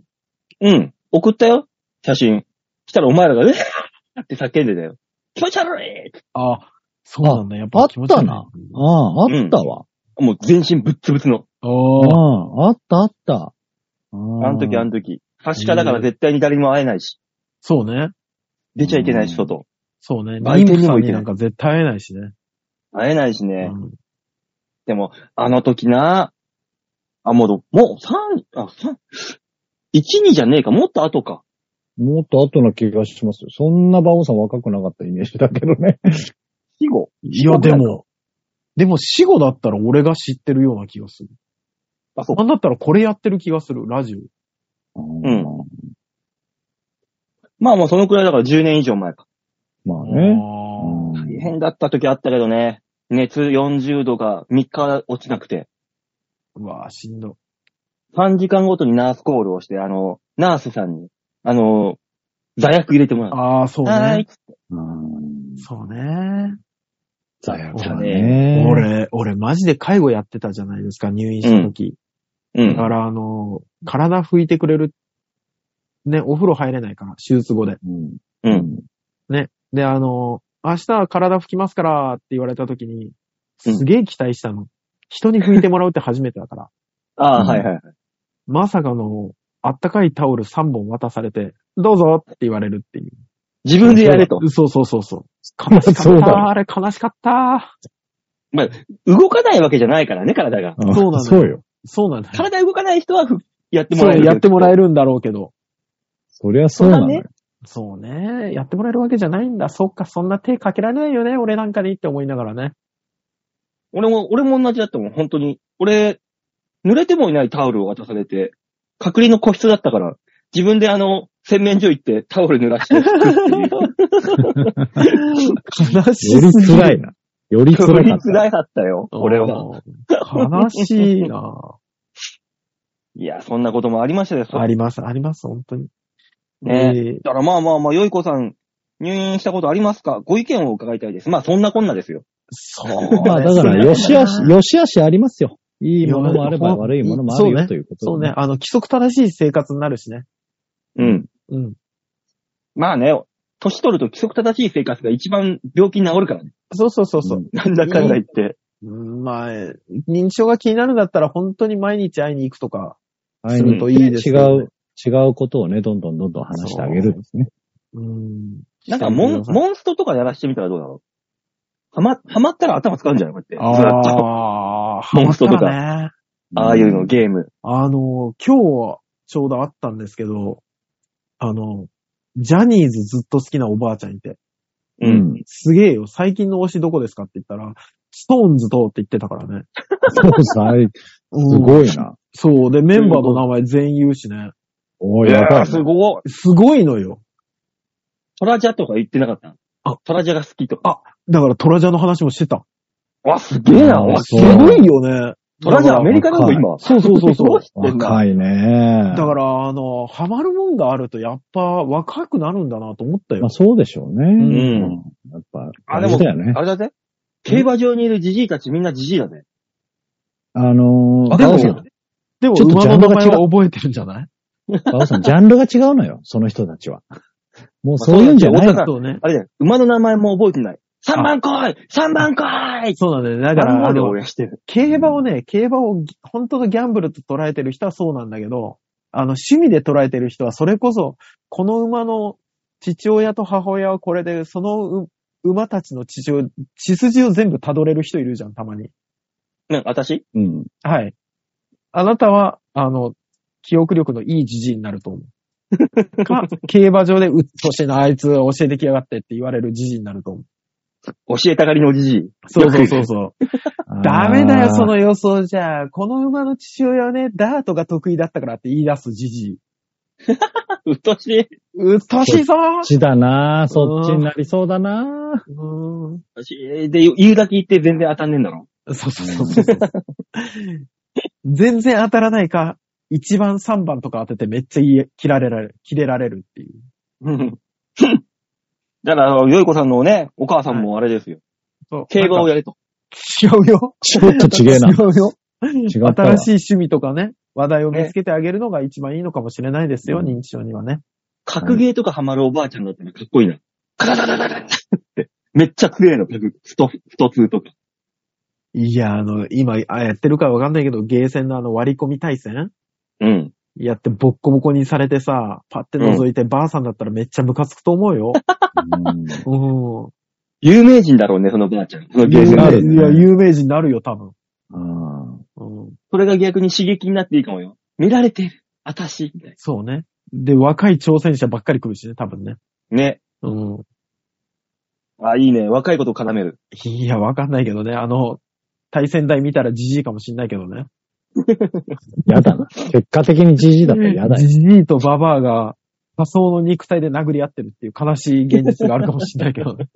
[SPEAKER 2] うん。送ったよ。写真。したらお前らが、うわー って叫んでたよ。気持ち悪い
[SPEAKER 3] あ、そうなんだ。やっ
[SPEAKER 4] あ
[SPEAKER 3] ぱ
[SPEAKER 4] っ
[SPEAKER 3] 気持ち悪
[SPEAKER 4] た
[SPEAKER 3] い
[SPEAKER 4] な。ああ、あったわ。
[SPEAKER 2] もう全身ぶっつぶつの。
[SPEAKER 4] あ
[SPEAKER 3] おー。
[SPEAKER 4] あ、あったあった。あ
[SPEAKER 2] あの時あ
[SPEAKER 4] ん
[SPEAKER 2] の時。はしかだから絶対に誰にも会えないし。
[SPEAKER 3] そうね。
[SPEAKER 2] 出ちゃいけないし、外。
[SPEAKER 3] そうね。
[SPEAKER 2] 売店にも行けない
[SPEAKER 3] 妊婦さんなんか絶対会えないしね。
[SPEAKER 2] 会えないしね。
[SPEAKER 3] うん
[SPEAKER 2] でも、あの時な、あ、もう、もう、三、あ、三、一、二じゃねえか、もっと後か。
[SPEAKER 4] もっと後な気がしますよ。そんな馬王さん若くなかったイメージだけどね。
[SPEAKER 2] 死後。
[SPEAKER 3] いや、でも、でも死後だったら俺が知ってるような気がする。
[SPEAKER 2] あ、そう。
[SPEAKER 3] なんだったらこれやってる気がする、ラジオ。
[SPEAKER 4] うん
[SPEAKER 2] まあもうそのくらいだから10年以上前か。
[SPEAKER 4] まあね。
[SPEAKER 3] あー
[SPEAKER 4] うん
[SPEAKER 2] 大変だった時あったけどね。熱40度が3日落ちなくて、
[SPEAKER 3] うわーしんどい。
[SPEAKER 2] 3時間ごとにナースコールをして、あの、ナースさんに、あの、座薬入れてもらう。
[SPEAKER 3] あー、そう
[SPEAKER 2] はー
[SPEAKER 3] ね
[SPEAKER 2] い。。
[SPEAKER 4] うん
[SPEAKER 3] そうね。
[SPEAKER 4] 罪悪だ
[SPEAKER 2] ね
[SPEAKER 4] ね。。
[SPEAKER 3] 俺、俺マジで介護やってたじゃないですか、入院した時。
[SPEAKER 2] う
[SPEAKER 3] だか
[SPEAKER 2] ん。
[SPEAKER 3] ら、あの、体拭いてくれる。ね、お風呂入れないから、手術後で。
[SPEAKER 4] うん。
[SPEAKER 2] う。
[SPEAKER 4] うんん。
[SPEAKER 3] で、あの、明日体拭きますからって言われた時に、すげえ期待したの。人に拭いてもらうって初めてだから。
[SPEAKER 2] ああ、はいはいはい。
[SPEAKER 3] まさかの、あったかいタオル3本渡されて、どうぞって言われるっていう。
[SPEAKER 2] 自分でやれと。
[SPEAKER 3] そうそうそうそう。 悲しか
[SPEAKER 4] そう
[SPEAKER 3] っ
[SPEAKER 4] だ
[SPEAKER 3] た。
[SPEAKER 4] ろ
[SPEAKER 3] あれ悲しかった。
[SPEAKER 2] 動かないわけじゃないからね、体が。
[SPEAKER 4] うん
[SPEAKER 3] そうなのよ
[SPEAKER 4] そうよ。
[SPEAKER 3] そうなんだよ。
[SPEAKER 2] 体動かない人はふやっても
[SPEAKER 3] そ
[SPEAKER 2] らえ
[SPEAKER 3] う、
[SPEAKER 2] る。
[SPEAKER 3] やってもらえ
[SPEAKER 2] る。
[SPEAKER 3] るんだろうけど。
[SPEAKER 4] そりゃそうなの
[SPEAKER 2] そう
[SPEAKER 4] よ
[SPEAKER 2] だ。
[SPEAKER 3] そうね。やってもらえるわけじゃないんだ。そっか、そんな手かけられないよね。俺なんかにって思いながらね。
[SPEAKER 2] 俺も、俺も同じだったもん、本当に。俺、濡れてもいないタオルを渡されて、隔離の個室だったから、自分であの、洗面所行ってタオル濡らして拭くってい う。
[SPEAKER 3] 悲
[SPEAKER 4] より辛いな。より辛
[SPEAKER 2] 振
[SPEAKER 4] か
[SPEAKER 2] り
[SPEAKER 4] っ
[SPEAKER 2] 辛いかったよ、俺は。
[SPEAKER 3] は。悲しい な。
[SPEAKER 2] いや、そんなこともありましたです。
[SPEAKER 3] あります、あります、本当に。
[SPEAKER 2] ね
[SPEAKER 3] えー
[SPEAKER 2] だからまあまあまあ、よいこさん、入院したことありますかご意見を伺いたいです。まあ、そんなこんなですよ。
[SPEAKER 3] そう
[SPEAKER 4] た。まあ
[SPEAKER 3] ね
[SPEAKER 4] だから、よしあし
[SPEAKER 3] そう、ね
[SPEAKER 4] よしあしありますよ。いいものもあれ
[SPEAKER 3] いや
[SPEAKER 4] ば
[SPEAKER 3] ほん
[SPEAKER 4] 悪いものもある
[SPEAKER 3] そう
[SPEAKER 4] よ
[SPEAKER 3] ね
[SPEAKER 4] ということ
[SPEAKER 3] そう
[SPEAKER 4] で
[SPEAKER 3] ね。あの、規則正しい生活になるしね。
[SPEAKER 2] うん。
[SPEAKER 3] うん。
[SPEAKER 2] まあね、年取ると規則正しい生活が一番病気に治るからね。
[SPEAKER 3] そうそうそうそう。
[SPEAKER 2] なんだかんだ言って。
[SPEAKER 3] うんまあ、えー認知症が気になるんだったら、本当に毎日会いに行くとか。
[SPEAKER 4] 会い
[SPEAKER 3] す
[SPEAKER 4] に
[SPEAKER 3] ると
[SPEAKER 4] 行っ
[SPEAKER 3] い
[SPEAKER 4] て
[SPEAKER 3] いです
[SPEAKER 4] 違
[SPEAKER 3] よね
[SPEAKER 4] う、違うことをね、どんどんどんどん話してあげるんですね。
[SPEAKER 3] うん。
[SPEAKER 2] なんかモン、モンストとかやらしてみたらどうだろうはま、はまったら頭使うんじゃないこうやって。ずっと
[SPEAKER 3] ああ、
[SPEAKER 2] モンストとか
[SPEAKER 3] そうだね。
[SPEAKER 2] ああいうの、ゲーム。
[SPEAKER 3] あの、今日、ちょうど会ったんですけど、あの、ジャニーズずっと好きなおばあちゃんいて、
[SPEAKER 2] う。
[SPEAKER 4] うんん。
[SPEAKER 3] すげえよ、最近の推しどこですかって言ったら、ストーンズとって言ってたからね。
[SPEAKER 4] そうさ、
[SPEAKER 3] うん
[SPEAKER 4] すごいな。
[SPEAKER 3] そう。で、メンバーの名前全員言うしね。
[SPEAKER 4] おー
[SPEAKER 2] い
[SPEAKER 4] やば
[SPEAKER 2] やー
[SPEAKER 4] いな
[SPEAKER 2] す。ごい。
[SPEAKER 3] すごいのよ。
[SPEAKER 2] トラジャとか言ってなかった
[SPEAKER 3] あ
[SPEAKER 2] トラジャが好きとか。
[SPEAKER 3] だからトラジャの話もしてた。
[SPEAKER 2] わ、すげえな、
[SPEAKER 4] うん
[SPEAKER 2] わ、
[SPEAKER 3] す
[SPEAKER 4] そ
[SPEAKER 2] す
[SPEAKER 4] う
[SPEAKER 2] ご
[SPEAKER 3] ご
[SPEAKER 2] い
[SPEAKER 3] い。よね。
[SPEAKER 2] トラジャアメリカなの
[SPEAKER 4] 若い
[SPEAKER 2] 今。
[SPEAKER 3] そうそうそうそう
[SPEAKER 2] ど知ってんだ
[SPEAKER 4] 若いね。
[SPEAKER 3] だから、あの、ハマるもんがあると、やっぱ若くなるんだなと思ったよ。
[SPEAKER 4] まあそうでしょうね。うんやっぱ、
[SPEAKER 2] あ
[SPEAKER 4] あ
[SPEAKER 2] で
[SPEAKER 4] れ
[SPEAKER 2] も
[SPEAKER 4] だよね。
[SPEAKER 2] あれだぜ。競馬場にいるジジイたちみんなジジイだね。
[SPEAKER 4] あのー、
[SPEAKER 2] で
[SPEAKER 4] バ
[SPEAKER 2] も
[SPEAKER 4] オさん、
[SPEAKER 3] でも、
[SPEAKER 4] ちょっと
[SPEAKER 3] 馬
[SPEAKER 4] ジャ
[SPEAKER 3] の
[SPEAKER 4] ン
[SPEAKER 3] 名
[SPEAKER 4] ルが
[SPEAKER 3] 前
[SPEAKER 4] 違う
[SPEAKER 3] は覚えてるんじゃない
[SPEAKER 4] バオさん、ジャンルが違うのよ。その人たちは。もうそういうんじゃない
[SPEAKER 2] そうだ
[SPEAKER 4] の
[SPEAKER 2] よ。
[SPEAKER 3] そうね。
[SPEAKER 2] あれだよ。馬の名前も覚えてない。3番来い !3 番来い
[SPEAKER 3] そうなんだよね。だか
[SPEAKER 2] 番
[SPEAKER 3] ら、
[SPEAKER 2] 号
[SPEAKER 3] あ
[SPEAKER 2] で
[SPEAKER 3] の、
[SPEAKER 2] 応援してる。
[SPEAKER 3] 競馬をね、競馬をぎ本当のギャンブルと捉えてる人はそうなんだけど、あの、趣味で捉えてる人は、それこそ、この馬の父親と母親はこれで、そのう馬たちの血を血筋を全部辿れる人いるじゃん、たまに。
[SPEAKER 2] ね、私
[SPEAKER 4] うん。
[SPEAKER 3] はい。あなたは、あの、記憶力のいいじじいになると思 う。か、競馬場で、うっとしてな、あいつ教えてきやがってって言われるじじいになると思う。
[SPEAKER 2] 教えたがりのジジイ。
[SPEAKER 3] そうそうそうそう。ダメだ
[SPEAKER 4] あ
[SPEAKER 3] よ、
[SPEAKER 4] ー
[SPEAKER 3] そ。の予想じゃ。この馬の父親はね、ダートが得意だったからって言い出すじじい。
[SPEAKER 2] うっとうしい。
[SPEAKER 3] うっとうしいぞ
[SPEAKER 4] こっちだなぁそっちになりそうだなぁ
[SPEAKER 3] うーん。
[SPEAKER 2] 私で、言うだけ言って全然当たんねえんだろ。
[SPEAKER 3] そうそうそうそうそう。全然当たらないか、1番、3番とか当ててめっちゃ言い切られられる、切れられるっていう。
[SPEAKER 2] うんだから、よいこさんのね、お母さんもあれですよ。
[SPEAKER 3] そう
[SPEAKER 2] 競馬を
[SPEAKER 3] なんか
[SPEAKER 2] やれと。
[SPEAKER 3] 違うよ。
[SPEAKER 4] ちょっと違え な。
[SPEAKER 3] 違うよ。
[SPEAKER 4] 違ったわ
[SPEAKER 3] 新しい趣味とかね、話題を見つけてあげるのが一番いいのかもしれないですよ、
[SPEAKER 4] うん
[SPEAKER 3] 認知症にはね。
[SPEAKER 2] 格ゲーとかハマるおばあちゃんだったらかっこいいな。カタカタカタカタって。めっちゃ強いの、格、スト、スト2とか。
[SPEAKER 3] いや、あの、今、あやってるかわかんないけど、ゲーセンのあの割り込み対戦
[SPEAKER 2] うん。
[SPEAKER 3] やってボッコボコにされてさ、パッて覗いて、ばあさんだったらめっちゃムカつくと思 うよ。うん。
[SPEAKER 2] 有名人だろうね、そのばあちゃん。そのゲーム
[SPEAKER 4] 有名
[SPEAKER 2] で。
[SPEAKER 3] いや、有名人になるよ、多分。
[SPEAKER 4] うんうん
[SPEAKER 3] うん。
[SPEAKER 2] それが逆に刺激になっていいかもよ。見られてる。あたし。みたい
[SPEAKER 3] そうね。で、若い挑戦者ばっかり来るしね、多分ね。
[SPEAKER 2] な。ね。
[SPEAKER 3] うん。
[SPEAKER 2] あ、いいね。若いことを絡める。
[SPEAKER 3] いや、わかんないけどね。あの、対戦台見たらジジイかもしんないけどね。
[SPEAKER 4] やだな。結果的にジジイだったらやだよ。
[SPEAKER 3] ジジイとババアが仮想の肉体で殴り合ってるっていう悲しい現実があるかもしんないけどね。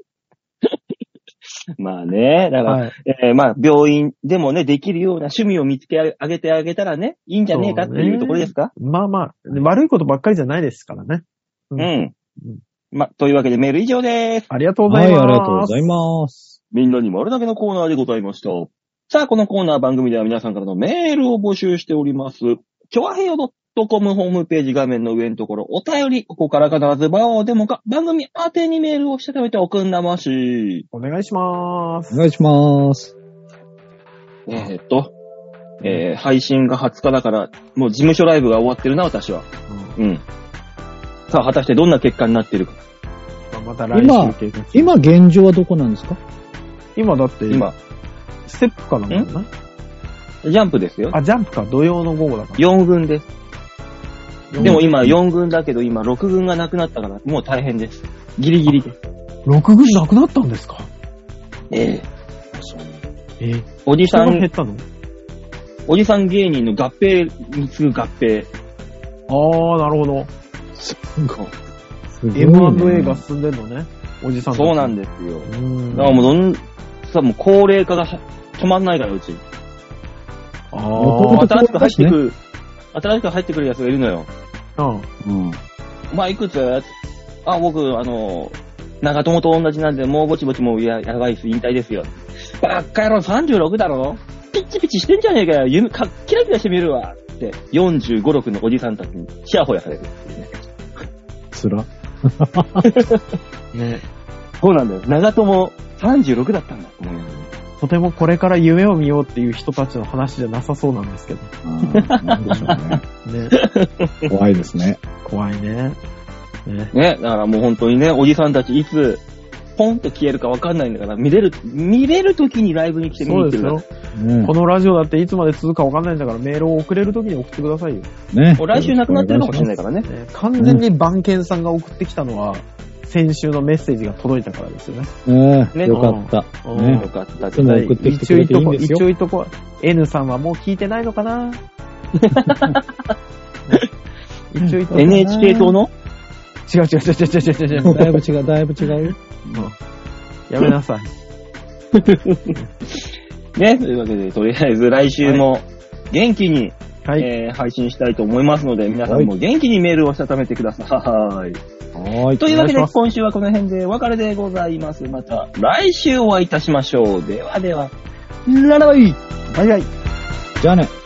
[SPEAKER 2] まあね。だから、
[SPEAKER 3] はい。
[SPEAKER 2] えーまあ、病院でもね、できるような趣味を見つけあげてあげたらね、いいんじゃねえかっていうところですか
[SPEAKER 3] まあまあ、悪いことばっかりじゃないですからね。
[SPEAKER 2] う
[SPEAKER 3] うね
[SPEAKER 2] ん。まあ、というわけでメール以上です。
[SPEAKER 3] ありがとうご
[SPEAKER 4] は
[SPEAKER 3] ざ
[SPEAKER 4] い、
[SPEAKER 3] い
[SPEAKER 4] あり
[SPEAKER 3] ます。
[SPEAKER 4] がとうございます。
[SPEAKER 2] みんなに丸投げのコーナーでございました。さあ、このコーナー番組では皆さんからのメールを募集しております。ちょわへよ .com ホームページ画面の上のところ、お便り、ここから必ずバオーデモか、番組宛てにメールをしたためておくんなまし。
[SPEAKER 3] お願いします。
[SPEAKER 4] お願いします。
[SPEAKER 2] えーっと、えー配信が20日だから、もう事務所ライブが終わってるな、私は。うん。さあ、果たしてどんな結果になってるか。
[SPEAKER 3] まあまた来週経験する
[SPEAKER 4] 今現状はどこなんですか
[SPEAKER 3] 今だって、
[SPEAKER 2] 今、
[SPEAKER 3] ステップかなんかな
[SPEAKER 2] ジャンプですよ。
[SPEAKER 3] あ、ジャンプか、土曜の午後だから。
[SPEAKER 2] 4軍です。
[SPEAKER 3] うん
[SPEAKER 2] でも今4軍だけど、今6軍がなくなったから、もう大変です。ギリギリです。
[SPEAKER 3] 6軍なくなったんですか
[SPEAKER 2] ええ
[SPEAKER 3] えー、
[SPEAKER 2] おじ
[SPEAKER 3] 人
[SPEAKER 2] さ
[SPEAKER 3] が減
[SPEAKER 2] ん
[SPEAKER 3] っ、たの
[SPEAKER 2] おじさん芸人の合併に次ぐ合併。
[SPEAKER 3] あー、なるほど。
[SPEAKER 4] すごいね
[SPEAKER 3] M&A が進んでんのね。おじさんたち
[SPEAKER 2] そうなんですよ。
[SPEAKER 3] うーん
[SPEAKER 2] だからもうどん、さ、もう高齢化がは止まんないから、うち。
[SPEAKER 4] も
[SPEAKER 3] あ
[SPEAKER 4] と
[SPEAKER 2] 新しく入ってくる、新しく入ってくるやつがいるのよ。
[SPEAKER 3] ー、うん。
[SPEAKER 4] うん。
[SPEAKER 2] お前いくつあ、僕、あの、長友と同じなんで、もうぼちぼちもうややばいです、引退ですよ。ばっか野郎36だろピッチピチしてんじゃねえかよ。夢か、キラキラして見えるわ。って、45、6のおじさんたちに、ちやほやされるっていうね。
[SPEAKER 4] つら。
[SPEAKER 3] ね、
[SPEAKER 2] そうなんだよ。長友36だったんだって思うよね
[SPEAKER 3] とてもこれから夢を見ようっていう人たちの話じゃなさそうなんですけど。
[SPEAKER 4] あーなんでしょう
[SPEAKER 3] ね、
[SPEAKER 4] ね。怖いですね。
[SPEAKER 3] 怖いね。ね、
[SPEAKER 2] ね、だからもう本当にね、おじさんたちいつ、ポンと消えるかわかんないんだから、見れる、見れる時にライブに来て見に
[SPEAKER 3] そ
[SPEAKER 2] 行
[SPEAKER 3] う
[SPEAKER 2] って
[SPEAKER 3] です
[SPEAKER 2] るから
[SPEAKER 3] よ。。このラジオだっていつまで続くかわかんないんだからメールを送れる時に送ってくださいよ。
[SPEAKER 4] ね。
[SPEAKER 2] もう来週なくなってるかもしれないからね。
[SPEAKER 3] ね、完全に番犬さんが送ってきたのは、先週のメッセージが届いたからですよね。
[SPEAKER 4] うん。
[SPEAKER 2] ね
[SPEAKER 4] よか った。
[SPEAKER 3] うん
[SPEAKER 4] ね
[SPEAKER 2] よかった
[SPEAKER 4] いつも送ってきてくれていいんです
[SPEAKER 3] 一応
[SPEAKER 4] よ。
[SPEAKER 3] いとこ、N さんはもう聞いてないのかなね一応いとこ。違う違う
[SPEAKER 2] NHK 党の
[SPEAKER 3] 違う違 う違う違う違う。
[SPEAKER 4] だいぶ違う、だいぶ違う よ。
[SPEAKER 3] もうやめなさい。
[SPEAKER 2] ね、というわけで、とりあえず来週も元気に、
[SPEAKER 3] はい。
[SPEAKER 2] えー配信したいと思いますので、皆さんも元気にメールをしたためてください。
[SPEAKER 4] はーい。
[SPEAKER 2] というわけ
[SPEAKER 3] お願いし
[SPEAKER 2] で、
[SPEAKER 3] ます
[SPEAKER 2] 今週はこの辺でお別れでございます。また来週お会いいたしましょう。ではでは、ララバイ
[SPEAKER 3] バイバイ。
[SPEAKER 4] じゃあね。